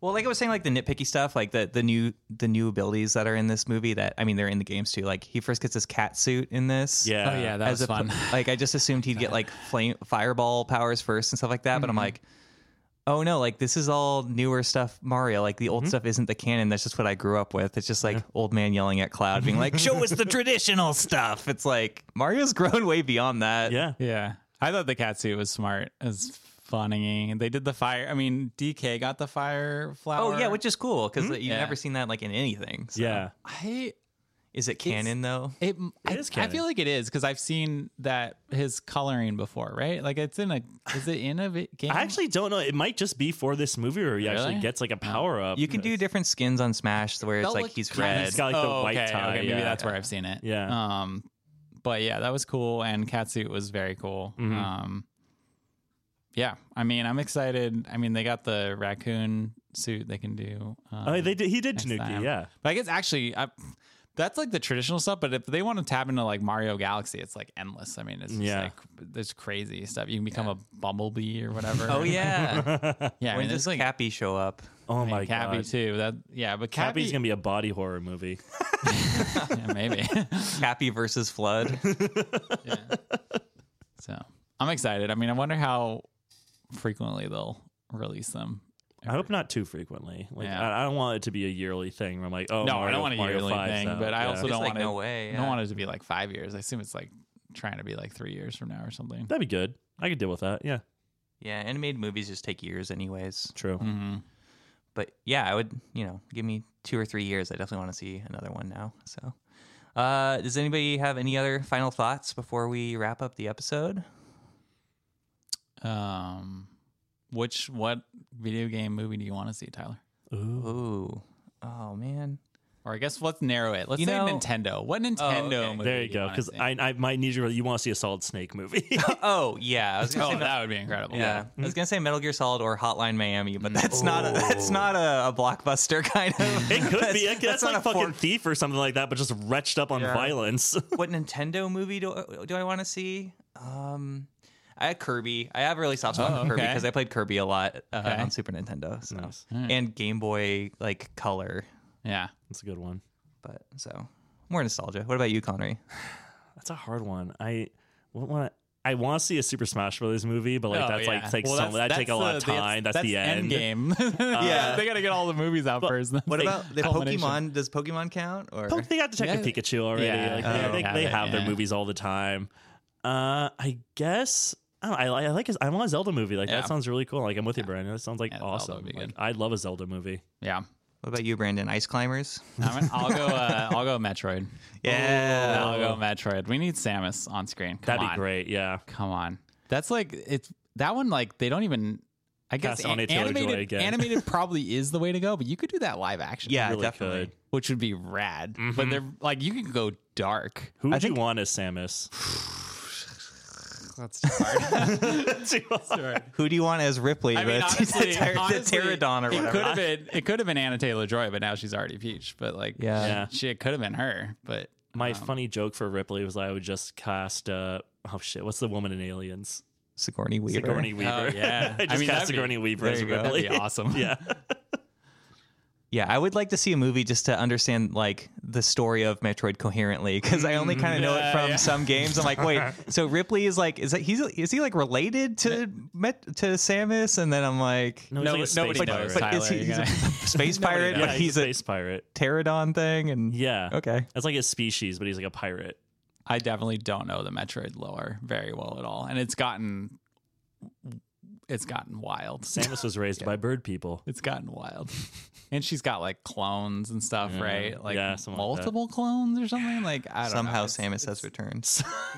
Speaker 1: well, like I was saying, like the nitpicky stuff, like the the new the new abilities that are in this movie. That I mean, they're in the games too. Like he first gets his cat suit in this.
Speaker 3: Yeah.
Speaker 2: Oh, yeah. That was
Speaker 1: a
Speaker 2: fun.
Speaker 1: like I just assumed
Speaker 2: <laughs>
Speaker 1: he'd get like flame fireball powers first and stuff like that. But
Speaker 2: Mm-hmm.
Speaker 1: I'm like, oh no, like this is all newer stuff, Mario. Like the old
Speaker 2: Mm-hmm.
Speaker 1: stuff isn't the canon. That's just what I grew up with. It's just like old man yelling at Cloud, being like, show us
Speaker 2: <laughs>
Speaker 1: the traditional stuff. It's like Mario's <laughs> grown way beyond that.
Speaker 3: Yeah.
Speaker 2: Yeah. I thought the cat suit was smart. It was funny. And They did the fire. I mean, DK got the fire flower.
Speaker 1: Oh yeah, which is cool because you've
Speaker 2: Hmm? Yeah.
Speaker 1: never seen that like in anything. So.
Speaker 3: Yeah.
Speaker 2: I
Speaker 1: Is it canon though?
Speaker 2: It, I,
Speaker 3: is
Speaker 2: I
Speaker 3: canon.
Speaker 2: feel like it is because I've seen that his coloring before, right? Like it's in a is it in a vi- game?
Speaker 3: <laughs> I actually don't know. It might just be for this movie where he actually
Speaker 2: Really?
Speaker 3: gets like a power up.
Speaker 1: You can do different skins on Smash where it's
Speaker 2: That
Speaker 1: like
Speaker 2: looked
Speaker 1: he's
Speaker 2: kinda
Speaker 1: red.
Speaker 3: He's got like the
Speaker 2: Oh,
Speaker 3: white
Speaker 2: okay,
Speaker 3: tie.
Speaker 2: okay, maybe
Speaker 3: yeah.
Speaker 2: that's where I've seen it.
Speaker 3: Yeah.
Speaker 2: Um, but yeah, that was cool, and Catsuit was very cool.
Speaker 3: Mm-hmm.
Speaker 2: Um, yeah, I mean, I'm excited. I mean, they got the raccoon suit they can do. Um,
Speaker 3: Oh, they did, he did
Speaker 2: next
Speaker 3: Tanuki,
Speaker 2: time.
Speaker 3: yeah.
Speaker 2: But I guess actually, I, that's like the traditional stuff. But if they want to tap into like Mario Galaxy, it's like endless. I mean, it's just
Speaker 3: Yeah.
Speaker 2: like there's crazy stuff. You can become a bumblebee or whatever.
Speaker 1: Oh yeah.
Speaker 2: <laughs> yeah. I
Speaker 1: when
Speaker 2: mean,
Speaker 1: does
Speaker 2: there's like
Speaker 1: Cappy show up?
Speaker 3: <laughs> Oh
Speaker 2: I mean,
Speaker 3: my
Speaker 2: Cappy
Speaker 3: god.
Speaker 2: too. That yeah, but Cappy,
Speaker 3: Cappy's gonna be a body horror movie.
Speaker 2: yeah, maybe. <laughs>
Speaker 1: Cappy versus Flood.
Speaker 2: so I'm excited. I mean, I wonder how frequently they'll release them.
Speaker 3: I hope not too frequently. Like
Speaker 2: Yeah.
Speaker 3: I, I don't want it to be a yearly thing. Where I'm like, oh
Speaker 2: No,
Speaker 3: Mario,
Speaker 2: I don't want a
Speaker 3: Mario
Speaker 2: yearly
Speaker 3: 5's
Speaker 2: thing,
Speaker 3: out.
Speaker 2: but I
Speaker 3: Yeah.
Speaker 2: also
Speaker 1: It's
Speaker 2: don't
Speaker 1: like,
Speaker 2: want it.
Speaker 1: no way,
Speaker 2: I
Speaker 1: yeah.
Speaker 2: don't want it to be like five years. I assume it's like trying to be like three years from now or something.
Speaker 3: that'd be good. I could deal with that. Yeah,
Speaker 1: Yeah, animated movies just take years anyways.
Speaker 3: true.
Speaker 2: Mm-hmm.
Speaker 1: But yeah, I would, you know, give me two or three years. I definitely want to see another one now. So uh does anybody have any other final thoughts before we wrap up the episode?
Speaker 2: Um, which what video game movie do you want to see, Tyler?
Speaker 1: Ooh. Oh man.
Speaker 2: Or I guess let's narrow it. Let's
Speaker 1: You
Speaker 2: say
Speaker 1: know-
Speaker 2: Nintendo. What Nintendo
Speaker 1: okay.
Speaker 2: movie?
Speaker 3: There
Speaker 2: do
Speaker 3: you go.
Speaker 2: wanna
Speaker 3: Because
Speaker 2: see?
Speaker 3: I, I might need you. You want to see a Solid Snake movie? <laughs>
Speaker 1: Oh yeah. I was gonna
Speaker 2: <laughs> oh,
Speaker 1: say
Speaker 2: that would be incredible.
Speaker 1: Yeah, Hmm. I was gonna say Metal Gear Solid or Hotline Miami, but that's not a, that's not a, a blockbuster <laughs> kind of.
Speaker 3: it
Speaker 2: <laughs>
Speaker 3: could be. That's,
Speaker 1: that's
Speaker 3: like
Speaker 1: not a
Speaker 3: fucking
Speaker 1: fork.
Speaker 3: Thief or something like that, but just retched up on violence. <laughs>
Speaker 1: what Nintendo movie do do I want to see? Um, I had Kirby. I have a really soft spot
Speaker 2: Oh,
Speaker 1: for Kirby
Speaker 2: okay.
Speaker 1: because I played Kirby a lot uh,
Speaker 2: Okay.
Speaker 1: on Super Nintendo, so and Game Boy like Color,
Speaker 2: Yeah.
Speaker 3: That's a good one.
Speaker 1: but so more nostalgia. What about you, Connery?
Speaker 3: That's a hard one. I want. I want to see a Super Smash Brothers movie, but like
Speaker 2: Oh,
Speaker 3: that's
Speaker 2: yeah.
Speaker 3: like takes
Speaker 2: Well,
Speaker 3: so, that
Speaker 2: that's-
Speaker 3: take a lot of
Speaker 2: that's Uh, the-
Speaker 3: time. That's, the end.
Speaker 2: <laughs> game. yeah, they got to get all the movies out first.
Speaker 1: What
Speaker 3: Hey,
Speaker 1: about the
Speaker 2: culmination.
Speaker 1: Pokemon? Does Pokemon count or?
Speaker 3: Poke- they got Detective
Speaker 2: Yeah.
Speaker 3: Pikachu already.
Speaker 2: Yeah.
Speaker 3: Like,
Speaker 2: Oh,
Speaker 3: they, they,
Speaker 2: have
Speaker 3: they
Speaker 2: it,
Speaker 3: have their
Speaker 2: yeah.
Speaker 3: movies all the time. Uh, I guess I, don't, know, I, li- I like. his- I want a Zelda movie. Like
Speaker 2: Yeah.
Speaker 3: that sounds really cool. Like I'm with you, Brandon. That sounds like
Speaker 2: Yeah, Zelda would
Speaker 3: awesome.
Speaker 2: be
Speaker 3: Like,
Speaker 2: good.
Speaker 3: I love a Zelda movie.
Speaker 2: Yeah,
Speaker 1: what about you, Brandon? Ice climbers?
Speaker 2: I'm gonna- I'll
Speaker 3: <laughs>
Speaker 2: go. Uh, I'll go Metroid.
Speaker 1: Yeah.
Speaker 2: I'll go Metroid. We need Samus on screen. Come
Speaker 3: Oh. That'd
Speaker 2: on.
Speaker 3: be great. Yeah.
Speaker 2: Come on. That's like it's that one. Like they don't even. I guess
Speaker 3: Cast Anya
Speaker 2: an-
Speaker 3: Taylor-Joy
Speaker 2: animated
Speaker 3: again.
Speaker 2: animated probably is the way to go, but you could do that live action.
Speaker 1: Yeah,
Speaker 3: really
Speaker 1: definitely.
Speaker 3: could.
Speaker 2: which would be rad. But they're like you could go dark.
Speaker 3: Who
Speaker 2: I
Speaker 3: would you
Speaker 2: think
Speaker 3: want as Samus?
Speaker 2: <sighs> that's too
Speaker 3: <laughs>
Speaker 2: hard.
Speaker 1: Who do you want as Ripley?
Speaker 2: I
Speaker 1: <laughs>
Speaker 2: mean,
Speaker 1: the,
Speaker 2: honestly,
Speaker 1: the, ter-
Speaker 2: honestly,
Speaker 1: the pterodon or
Speaker 2: it
Speaker 1: whatever.
Speaker 2: could have been it could have been Anna Taylor Joy, but now she's already Peach. But like,
Speaker 1: Yeah.
Speaker 3: Yeah.
Speaker 2: she, it could have been her. But
Speaker 3: My funny joke for Ripley was I would just cast uh oh shit, what's the woman in Aliens?
Speaker 1: Sigourney Weaver.
Speaker 3: Sigourney Weaver.
Speaker 2: Oh, yeah.
Speaker 3: <laughs> I
Speaker 2: I
Speaker 3: just
Speaker 2: mean,
Speaker 3: cast
Speaker 2: that'd be-
Speaker 3: Sigourney Weaver as
Speaker 1: there you go.
Speaker 3: Ripley. <laughs>
Speaker 2: that'd be awesome. <laughs>
Speaker 3: yeah.
Speaker 1: Yeah, I would like to see a movie just to understand like the story of Metroid coherently because I only kind of know it
Speaker 3: Mm,
Speaker 2: Yeah,
Speaker 1: from
Speaker 2: yeah.
Speaker 1: some games. I'm like,
Speaker 3: <laughs>
Speaker 1: wait, so Ripley is like, is that he's is he like related to Met, to Samus? And then I'm like,
Speaker 3: No, he's like a space
Speaker 2: nobody
Speaker 3: pirate.
Speaker 2: knows.
Speaker 1: but is
Speaker 2: Tyler,
Speaker 1: he
Speaker 2: you
Speaker 1: he's a
Speaker 2: gotta-
Speaker 1: <laughs>
Speaker 3: <laughs>
Speaker 1: space pirate?
Speaker 3: Yeah,
Speaker 1: But he's a
Speaker 3: space pirate.
Speaker 1: pterodon thing, and
Speaker 3: Yeah.
Speaker 1: okay,
Speaker 3: That's like his species, but he's like a
Speaker 2: <laughs>
Speaker 3: pirate.
Speaker 2: <laughs> I definitely don't know the Metroid lore very well at all, and it's gotten it's gotten wild.
Speaker 3: Samus was raised by bird people.
Speaker 2: It's
Speaker 3: <laughs>
Speaker 2: gotten wild, and she's got like clones and stuff, right? Like
Speaker 3: Yeah, something like that.
Speaker 2: multiple clones or something. Like I don't
Speaker 1: somehow
Speaker 2: know. It's-
Speaker 1: Samus has returned.
Speaker 2: <laughs>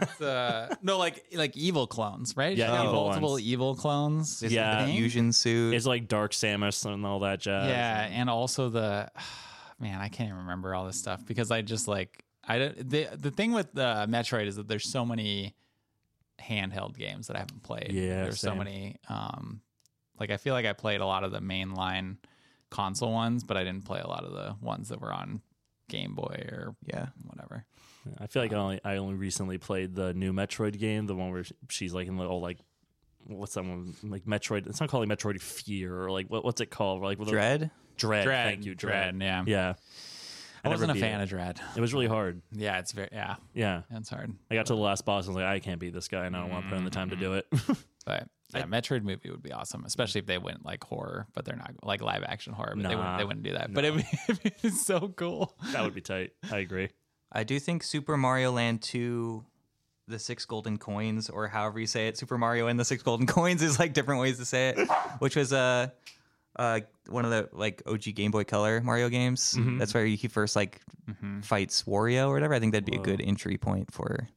Speaker 2: it's, uh, no, like like evil clones, right?
Speaker 3: Yeah,
Speaker 2: she's got
Speaker 3: evil
Speaker 2: multiple
Speaker 3: ones.
Speaker 2: evil clones.
Speaker 1: There's
Speaker 3: Yeah.
Speaker 1: the fusion suit.
Speaker 3: It's like Dark Samus and all that jazz.
Speaker 2: yeah and also the <sighs> man i can't even remember all this stuff because i just like i don't the, the thing with uh, metroid is that there's so many handheld games that i haven't played
Speaker 3: Yeah,
Speaker 2: there's so
Speaker 3: same.
Speaker 2: many um like i feel like i played a lot of the mainline console ones but i didn't play a lot of the ones that were on game boy or
Speaker 1: yeah,
Speaker 2: whatever
Speaker 3: I feel like I only I only recently played the new Metroid game, the one where sh- she's like in the old like what's that one like Metroid? It's not called like Metroid Fear or like what, what's it called? Like with the-
Speaker 1: Dread.
Speaker 3: Dread. Thank you, Dread.
Speaker 2: yeah
Speaker 3: Yeah,
Speaker 2: i, wasn't
Speaker 3: never
Speaker 2: a
Speaker 3: beat
Speaker 2: fan
Speaker 3: it.
Speaker 2: of dread
Speaker 3: It was really hard.
Speaker 2: yeah it's very yeah
Speaker 3: Yeah,
Speaker 2: that's hard
Speaker 3: I got to the last boss and was like, I can't beat this guy, and I don't want to put in the time to do it.
Speaker 2: Mm-hmm.
Speaker 3: <laughs>
Speaker 2: But yeah, Metroid movie would be awesome, especially if they went like horror, but they're not like live action horror. But they wouldn't
Speaker 3: Nah.
Speaker 2: they wouldn't do that. But it'd be, <laughs> it'd be so cool.
Speaker 3: that would be tight. I agree.
Speaker 1: I do think Super Mario Land 2, the six golden coins, or however you say it, Super Mario and the six golden <laughs> coins is like different ways to say it, which was uh, uh, one of the like OG Game Boy Color Mario games.
Speaker 3: Mm-hmm.
Speaker 1: That's where he first like fights Wario or whatever. I think that'd be a good entry point for.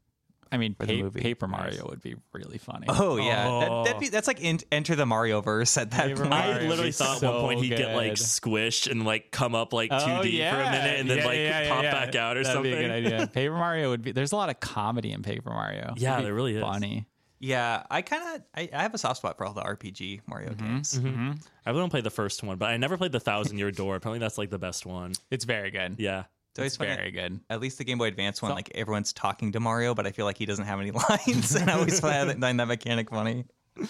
Speaker 2: I mean,
Speaker 1: the
Speaker 2: pa-
Speaker 1: movie.
Speaker 2: Paper Mario would be really funny.
Speaker 1: Oh yeah,
Speaker 3: Oh.
Speaker 1: That, that'd be, that's like en- enter the Mario verse at that
Speaker 2: Paper
Speaker 1: point.
Speaker 2: Mario.
Speaker 3: I
Speaker 2: Mario
Speaker 3: literally
Speaker 2: is
Speaker 3: thought at one
Speaker 2: so
Speaker 3: point he'd get like
Speaker 2: good. Oh,
Speaker 3: squished and like come up like 2D for a minute and then
Speaker 2: Yeah,
Speaker 3: like
Speaker 2: yeah, yeah,
Speaker 3: pop
Speaker 2: yeah.
Speaker 3: back out or
Speaker 2: That'd
Speaker 3: something.
Speaker 2: Be a good
Speaker 3: <laughs>
Speaker 2: idea. <laughs> Paper Mario would be. There's a lot of comedy in Paper Mario.
Speaker 3: Yeah,
Speaker 2: It'd be
Speaker 3: there really is.
Speaker 2: funny.
Speaker 1: Yeah, I kind of I, I have a soft spot for all the RPG Mario
Speaker 3: Mm-hmm.
Speaker 1: games.
Speaker 3: I've only played the first one, but I never played the Thousand Year Door. Apparently, that's like the best one.
Speaker 2: It's very good.
Speaker 3: Yeah.
Speaker 1: So
Speaker 2: it's
Speaker 1: fun that-
Speaker 2: very good.
Speaker 1: At least the Game Boy Advance one, like everyone's talking to Mario, but I feel like he doesn't have any <laughs> lines, and I always find that, find that mechanic funny.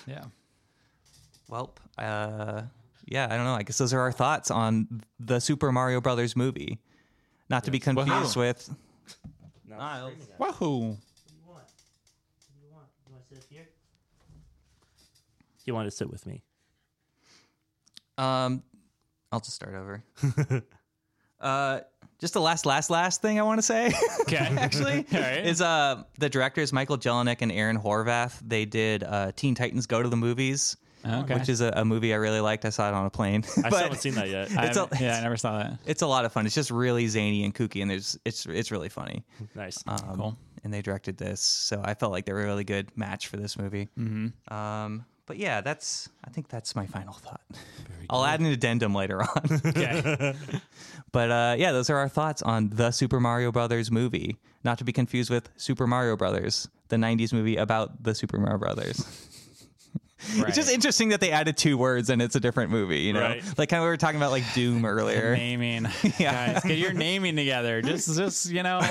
Speaker 2: Yeah.
Speaker 1: Welp, uh, yeah, I don't know. I guess those are our thoughts on the Super Mario Brothers movie, not to be confused with. Niles.
Speaker 2: Wahoo!
Speaker 3: You want to sit with me?
Speaker 1: Um, I'll just start over. uh, just the last, last, last thing I want to say. <laughs>
Speaker 2: Okay.
Speaker 1: actually
Speaker 2: right.
Speaker 1: is uh the directors Michael Jelinek and Aaron Horvath. They did uh, Teen Titans Go to the Movies,
Speaker 2: Okay.
Speaker 1: which is a, a movie I really liked. I saw it on a plane. <laughs>
Speaker 3: I still
Speaker 1: but
Speaker 3: haven't seen that yet.
Speaker 1: it's a,
Speaker 2: yeah, <laughs> I never saw that.
Speaker 1: it's a lot of fun. It's just really zany and kooky, and there's it's it's really funny.
Speaker 3: <laughs> nice.
Speaker 1: Um,
Speaker 2: Cool.
Speaker 1: And they directed this, so I felt like they were a really good match for this movie. Mm-hmm. Um, but yeah, that's I think that's my final thought. I'll add an addendum later on.
Speaker 2: <laughs> Okay.
Speaker 1: <laughs> But uh, yeah, those are our thoughts on the Super Mario Brothers movie, not to be confused with Super Mario Brothers, the '90s movie about the Super Mario Brothers.
Speaker 2: Right.
Speaker 1: It's just interesting that they added two words and it's a different movie. You know,
Speaker 3: Right.
Speaker 1: like kind of we were talking about like Doom
Speaker 2: <laughs>
Speaker 1: earlier.
Speaker 2: naming. Guys, get your naming together. Just, just you know,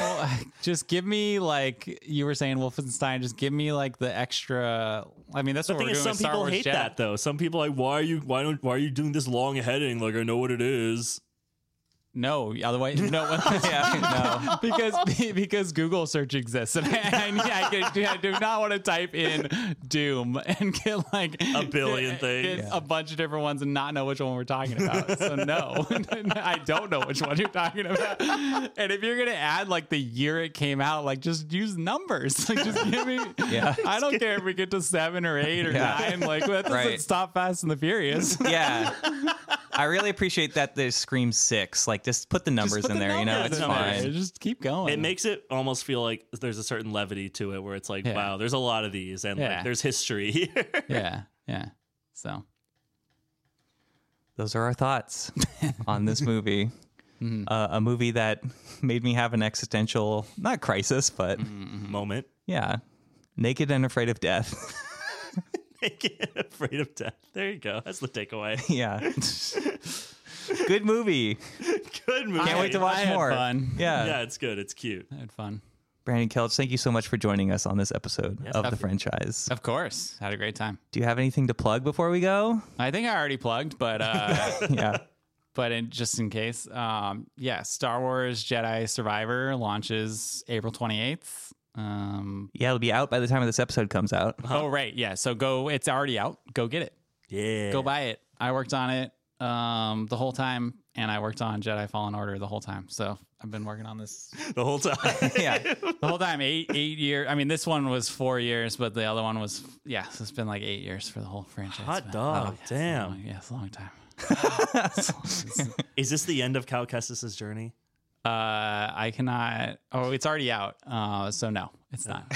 Speaker 2: just give me like you were saying, Wolfenstein. Just give me like the extra. I mean, that's
Speaker 3: the
Speaker 2: what
Speaker 3: thing
Speaker 2: we're
Speaker 3: is,
Speaker 2: doing.
Speaker 3: some
Speaker 2: with Star
Speaker 3: people
Speaker 2: Wars
Speaker 3: hate
Speaker 2: Jedi.
Speaker 3: that though. Some people are like, why are you? Why don't? Why are you doing this long heading? Like I know what it is.
Speaker 2: No, otherwise, no,
Speaker 1: <laughs> yeah, no.
Speaker 2: <laughs> because because Google search exists, and <laughs> I, I, need- I, can, I do not want to type in Doom and get like
Speaker 3: A billion
Speaker 2: get-
Speaker 3: things.
Speaker 2: get a bunch of different ones, and not know which one we're talking
Speaker 1: <laughs>
Speaker 2: about. So no, <laughs> I don't know which one you're talking about. And if you're gonna add like the year it came out, like just use numbers. <laughs> Like just give me.
Speaker 1: <laughs> Yeah.
Speaker 2: I don't care if we get to seven or eight or
Speaker 1: Yeah.
Speaker 2: nine. Like that doesn't
Speaker 1: Right.
Speaker 2: stop Fast and the Furious.
Speaker 1: Yeah. I really appreciate that there's Scream Six. Like, just put the numbers
Speaker 2: Just put
Speaker 1: in
Speaker 2: the
Speaker 1: there. you know,
Speaker 2: numbers
Speaker 1: it's
Speaker 2: in
Speaker 1: fine.
Speaker 2: there. Just keep going.
Speaker 3: It makes it almost feel like there's a certain levity to it, where it's like,
Speaker 2: Yeah.
Speaker 3: wow, there's a lot of these, and like
Speaker 2: Yeah. Mm-hmm.
Speaker 3: there's history here. <laughs>
Speaker 2: yeah, yeah. So.
Speaker 1: Those are our
Speaker 2: <laughs>
Speaker 1: thoughts on this movie.
Speaker 2: Mm-hmm.
Speaker 1: Uh, a movie
Speaker 2: Mm-hmm.
Speaker 1: that made me have an existential, not crisis, but
Speaker 3: Moment. <laughs>
Speaker 1: yeah, Naked and Afraid of Death. <laughs>
Speaker 3: Naked, afraid of death. There you go. That's the takeaway.
Speaker 2: <laughs>
Speaker 1: yeah. Good movie.
Speaker 3: Good movie.
Speaker 1: Can't wait to watch
Speaker 2: I had
Speaker 1: more.
Speaker 2: fun.
Speaker 1: Yeah.
Speaker 3: Yeah, it's good. It's cute.
Speaker 2: I had fun.
Speaker 1: Brandon Kelch, thank you so much for joining us on this episode of the franchise.
Speaker 2: Of course, had a great time.
Speaker 1: Do you have anything to plug before we
Speaker 2: <laughs>
Speaker 1: go?
Speaker 2: I think I already plugged,
Speaker 1: <laughs>
Speaker 2: but uh,
Speaker 1: Yeah.
Speaker 2: but in, just in case, um, yeah, Star Wars Jedi Survivor launches April twenty eighth. Um,
Speaker 1: Yeah, it'll be out by the time this episode comes
Speaker 2: <laughs>
Speaker 1: out.
Speaker 2: Oh right, yeah. So go, it's already out. Go get it.
Speaker 3: Yeah.
Speaker 2: Go buy it. I worked on it um, the whole time, and I worked on Jedi Fallen Order the whole time. So I've been working on this
Speaker 3: the whole <laughs> time.
Speaker 1: Yeah.
Speaker 2: the whole time. Eight eight years. I mean, this one was four years, but the other one was yeah. So it's been like eight years for the whole franchise.
Speaker 3: Hot
Speaker 2: man.
Speaker 3: dog,
Speaker 2: yeah, it's a
Speaker 3: damn.
Speaker 2: long- yeah, it's a long time.
Speaker 3: Is this the end of Cal Kestis's <laughs> journey?
Speaker 2: Uh, I cannot. Oh, it's already out. Uh, so no, it's not.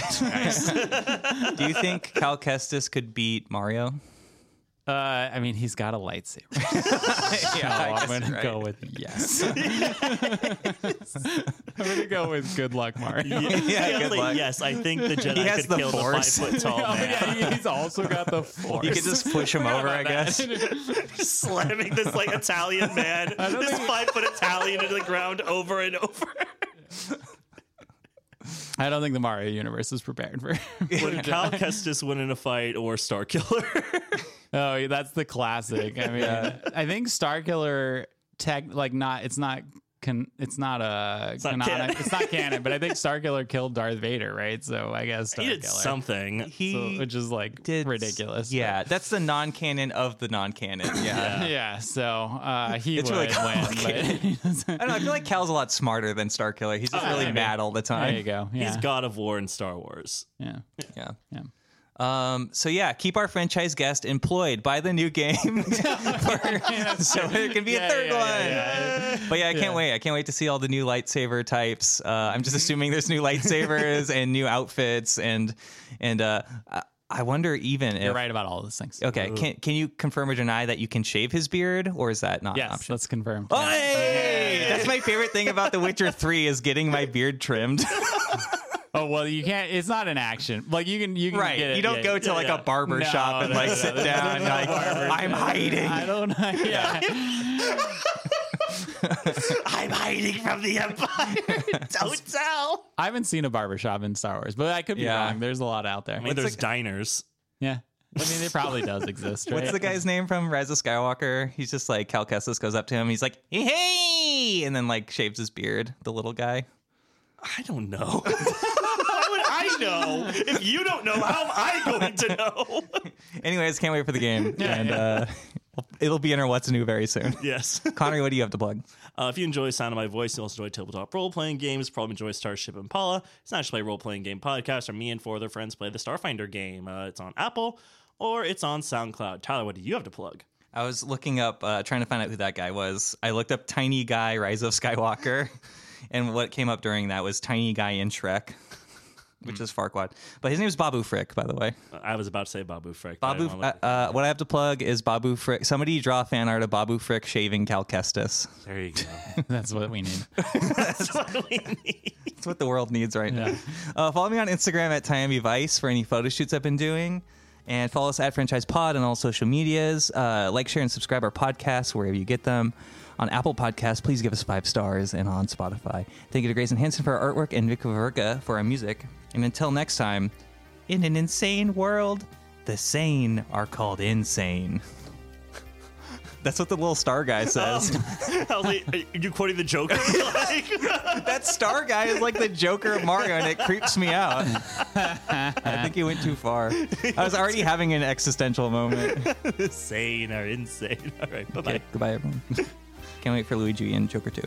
Speaker 1: Do you think Cal Kestis could beat <laughs> Mario?
Speaker 2: uh, I mean, he's got
Speaker 1: <laughs>
Speaker 2: a lightsaber. so I'm
Speaker 1: guess
Speaker 2: gonna
Speaker 1: you're
Speaker 2: go with
Speaker 1: <laughs>
Speaker 2: yes. <laughs> I'm gonna go with good luck, Mario.
Speaker 1: Yeah,
Speaker 3: Apparently,
Speaker 1: good luck.
Speaker 3: Yes, I think the Jedi
Speaker 1: He has
Speaker 3: could
Speaker 1: the
Speaker 3: kill
Speaker 1: Force.
Speaker 3: the five foot tall
Speaker 1: <laughs>
Speaker 2: Oh,
Speaker 3: man.
Speaker 2: <laughs> yeah, he's also got the force.
Speaker 1: You could just push him over, I guess.
Speaker 3: <laughs> Slamming this like
Speaker 1: <laughs>
Speaker 3: Italian man, this five foot Italian into the ground over and over.
Speaker 2: <laughs>
Speaker 1: <laughs>
Speaker 2: I don't think the Mario universe is prepared for.
Speaker 3: Would Cal Kestis win in a fight or Star Killer? <laughs>
Speaker 2: Oh, yeah, that's the classic. I mean, <laughs> I think Star Killer tech like not it's not can it's not a it's
Speaker 3: not canon.
Speaker 1: <laughs>
Speaker 2: it's not canon, but I think Star Killer killed Darth Vader, right? So I guess Star
Speaker 3: he did
Speaker 2: Killer,
Speaker 3: something.
Speaker 1: He
Speaker 2: So- which is like
Speaker 1: did-
Speaker 2: ridiculous. but-
Speaker 1: Yeah, that's the non-canon of the non-canon. Yeah.
Speaker 2: <laughs> yeah. So uh, he
Speaker 1: It's
Speaker 2: would
Speaker 1: really
Speaker 2: <laughs> win, but
Speaker 1: I don't know. I feel like Cal's a lot smarter than Star Killer. He's just really
Speaker 2: maybe.
Speaker 1: mad all the time.
Speaker 2: there you go. Yeah,
Speaker 3: He's God of War in Star Wars.
Speaker 2: yeah,
Speaker 1: Yeah.
Speaker 2: yeah.
Speaker 1: Um, so yeah, keep our franchise guest employed by the new
Speaker 2: <laughs>
Speaker 1: game, <laughs> For- so it can be
Speaker 2: Yeah,
Speaker 1: a third
Speaker 2: yeah,
Speaker 1: one.
Speaker 2: yeah,
Speaker 1: But yeah, I can't wait. I can't wait to see all the new lightsaber types. Uh, I'm
Speaker 2: Mm-hmm.
Speaker 1: just assuming there's new lightsabers
Speaker 2: <laughs>
Speaker 1: and new outfits, and and uh, I- I wonder even if
Speaker 2: You're right about all those things.
Speaker 1: okay, can can you confirm or deny that you can shave his beard, or is that not an
Speaker 2: Yes,
Speaker 1: option?
Speaker 2: that's confirmed.
Speaker 1: Oh, hey! That's my favorite thing about The Witcher 3 is getting my beard
Speaker 2: <laughs>
Speaker 1: trimmed.
Speaker 2: Oh well, you can't. It's not an action. Like you can, you can
Speaker 1: right.
Speaker 2: Get it,
Speaker 1: you don't
Speaker 2: yeah,
Speaker 1: go to like
Speaker 3: yeah.
Speaker 1: a barber
Speaker 2: No,
Speaker 1: shop and
Speaker 2: no,
Speaker 1: like
Speaker 2: no,
Speaker 1: sit
Speaker 2: no,
Speaker 1: down and
Speaker 2: no
Speaker 1: like
Speaker 2: barber
Speaker 1: I'm hiding.
Speaker 2: I don't know.
Speaker 1: <laughs>
Speaker 2: Yeah.
Speaker 3: <laughs> I'm hiding from the Empire.
Speaker 1: <laughs>
Speaker 3: Don't tell.
Speaker 2: I haven't seen a barbershop in Star Wars, but I could be
Speaker 1: Yeah.
Speaker 2: wrong. There's a lot out there.
Speaker 3: I mean, there's diners.
Speaker 2: yeah. I mean, it probably does exist. Right?
Speaker 1: What's the
Speaker 2: <laughs>
Speaker 1: guy's name from Rise of Skywalker? He's just like Cal Kestis goes up to him. He's like, "Hey, "Hey!" and then like shaves his beard. The little guy.
Speaker 3: I don't
Speaker 1: <laughs>
Speaker 3: know. How would I know? If you don't know, how am I going to know?
Speaker 1: Anyways, can't wait for the game, and uh, it'll be in our What's New very soon.
Speaker 3: yes.
Speaker 1: Connery, what do you have to plug?
Speaker 3: Uh, if you enjoy the sound of my voice, you also enjoy tabletop role playing games. Probably enjoy Starship Impala. It's an actually role playing game podcast where me and four other friends play the Starfinder game. Uh, it's on Apple or it's on SoundCloud. Tyler, what do you have to plug?
Speaker 1: I was looking up, uh, trying to find out who that guy was. I looked up Tiny Guy Rise of Skywalker, <laughs> and what came up during that was Tiny Guy in Shrek, <laughs> which is Farquaad. But his name is Babu Frick, by the way.
Speaker 3: Uh, I was about to say Babu Frick. but I
Speaker 1: Babu,
Speaker 3: didn't
Speaker 1: uh,
Speaker 3: wanna-
Speaker 1: uh, what I have to plug is Babu Frick. Somebody draw fan art of Babu Frick shaving Cal Kestis.
Speaker 3: uh, there you go.
Speaker 2: That's what we need.
Speaker 3: <laughs> That's what we need.
Speaker 1: It's what the world needs right now. Uh, follow me on Instagram at Tiami Vice for any photo shoots I've been doing. And follow us at Franchise Pod on all social medias. Uh, like, share, and subscribe our podcasts wherever you get them. On Apple Podcasts, please give us five stars and on Spotify. Thank you to Grayson Hanson for our artwork and Vic Verka for our music. And until next time, in an insane world, the sane are called insane. <laughs> That's what the little star guy says.
Speaker 3: I was like, are you quoting the Joker? <laughs> like,
Speaker 1: that star guy is like the Joker of Mario, and it creeps me out. I think he went too far. I was already having an existential moment.
Speaker 3: insane or insane. All right, bye bye.
Speaker 1: Okay, goodbye, everyone. Can't wait for Luigi and Joker 2.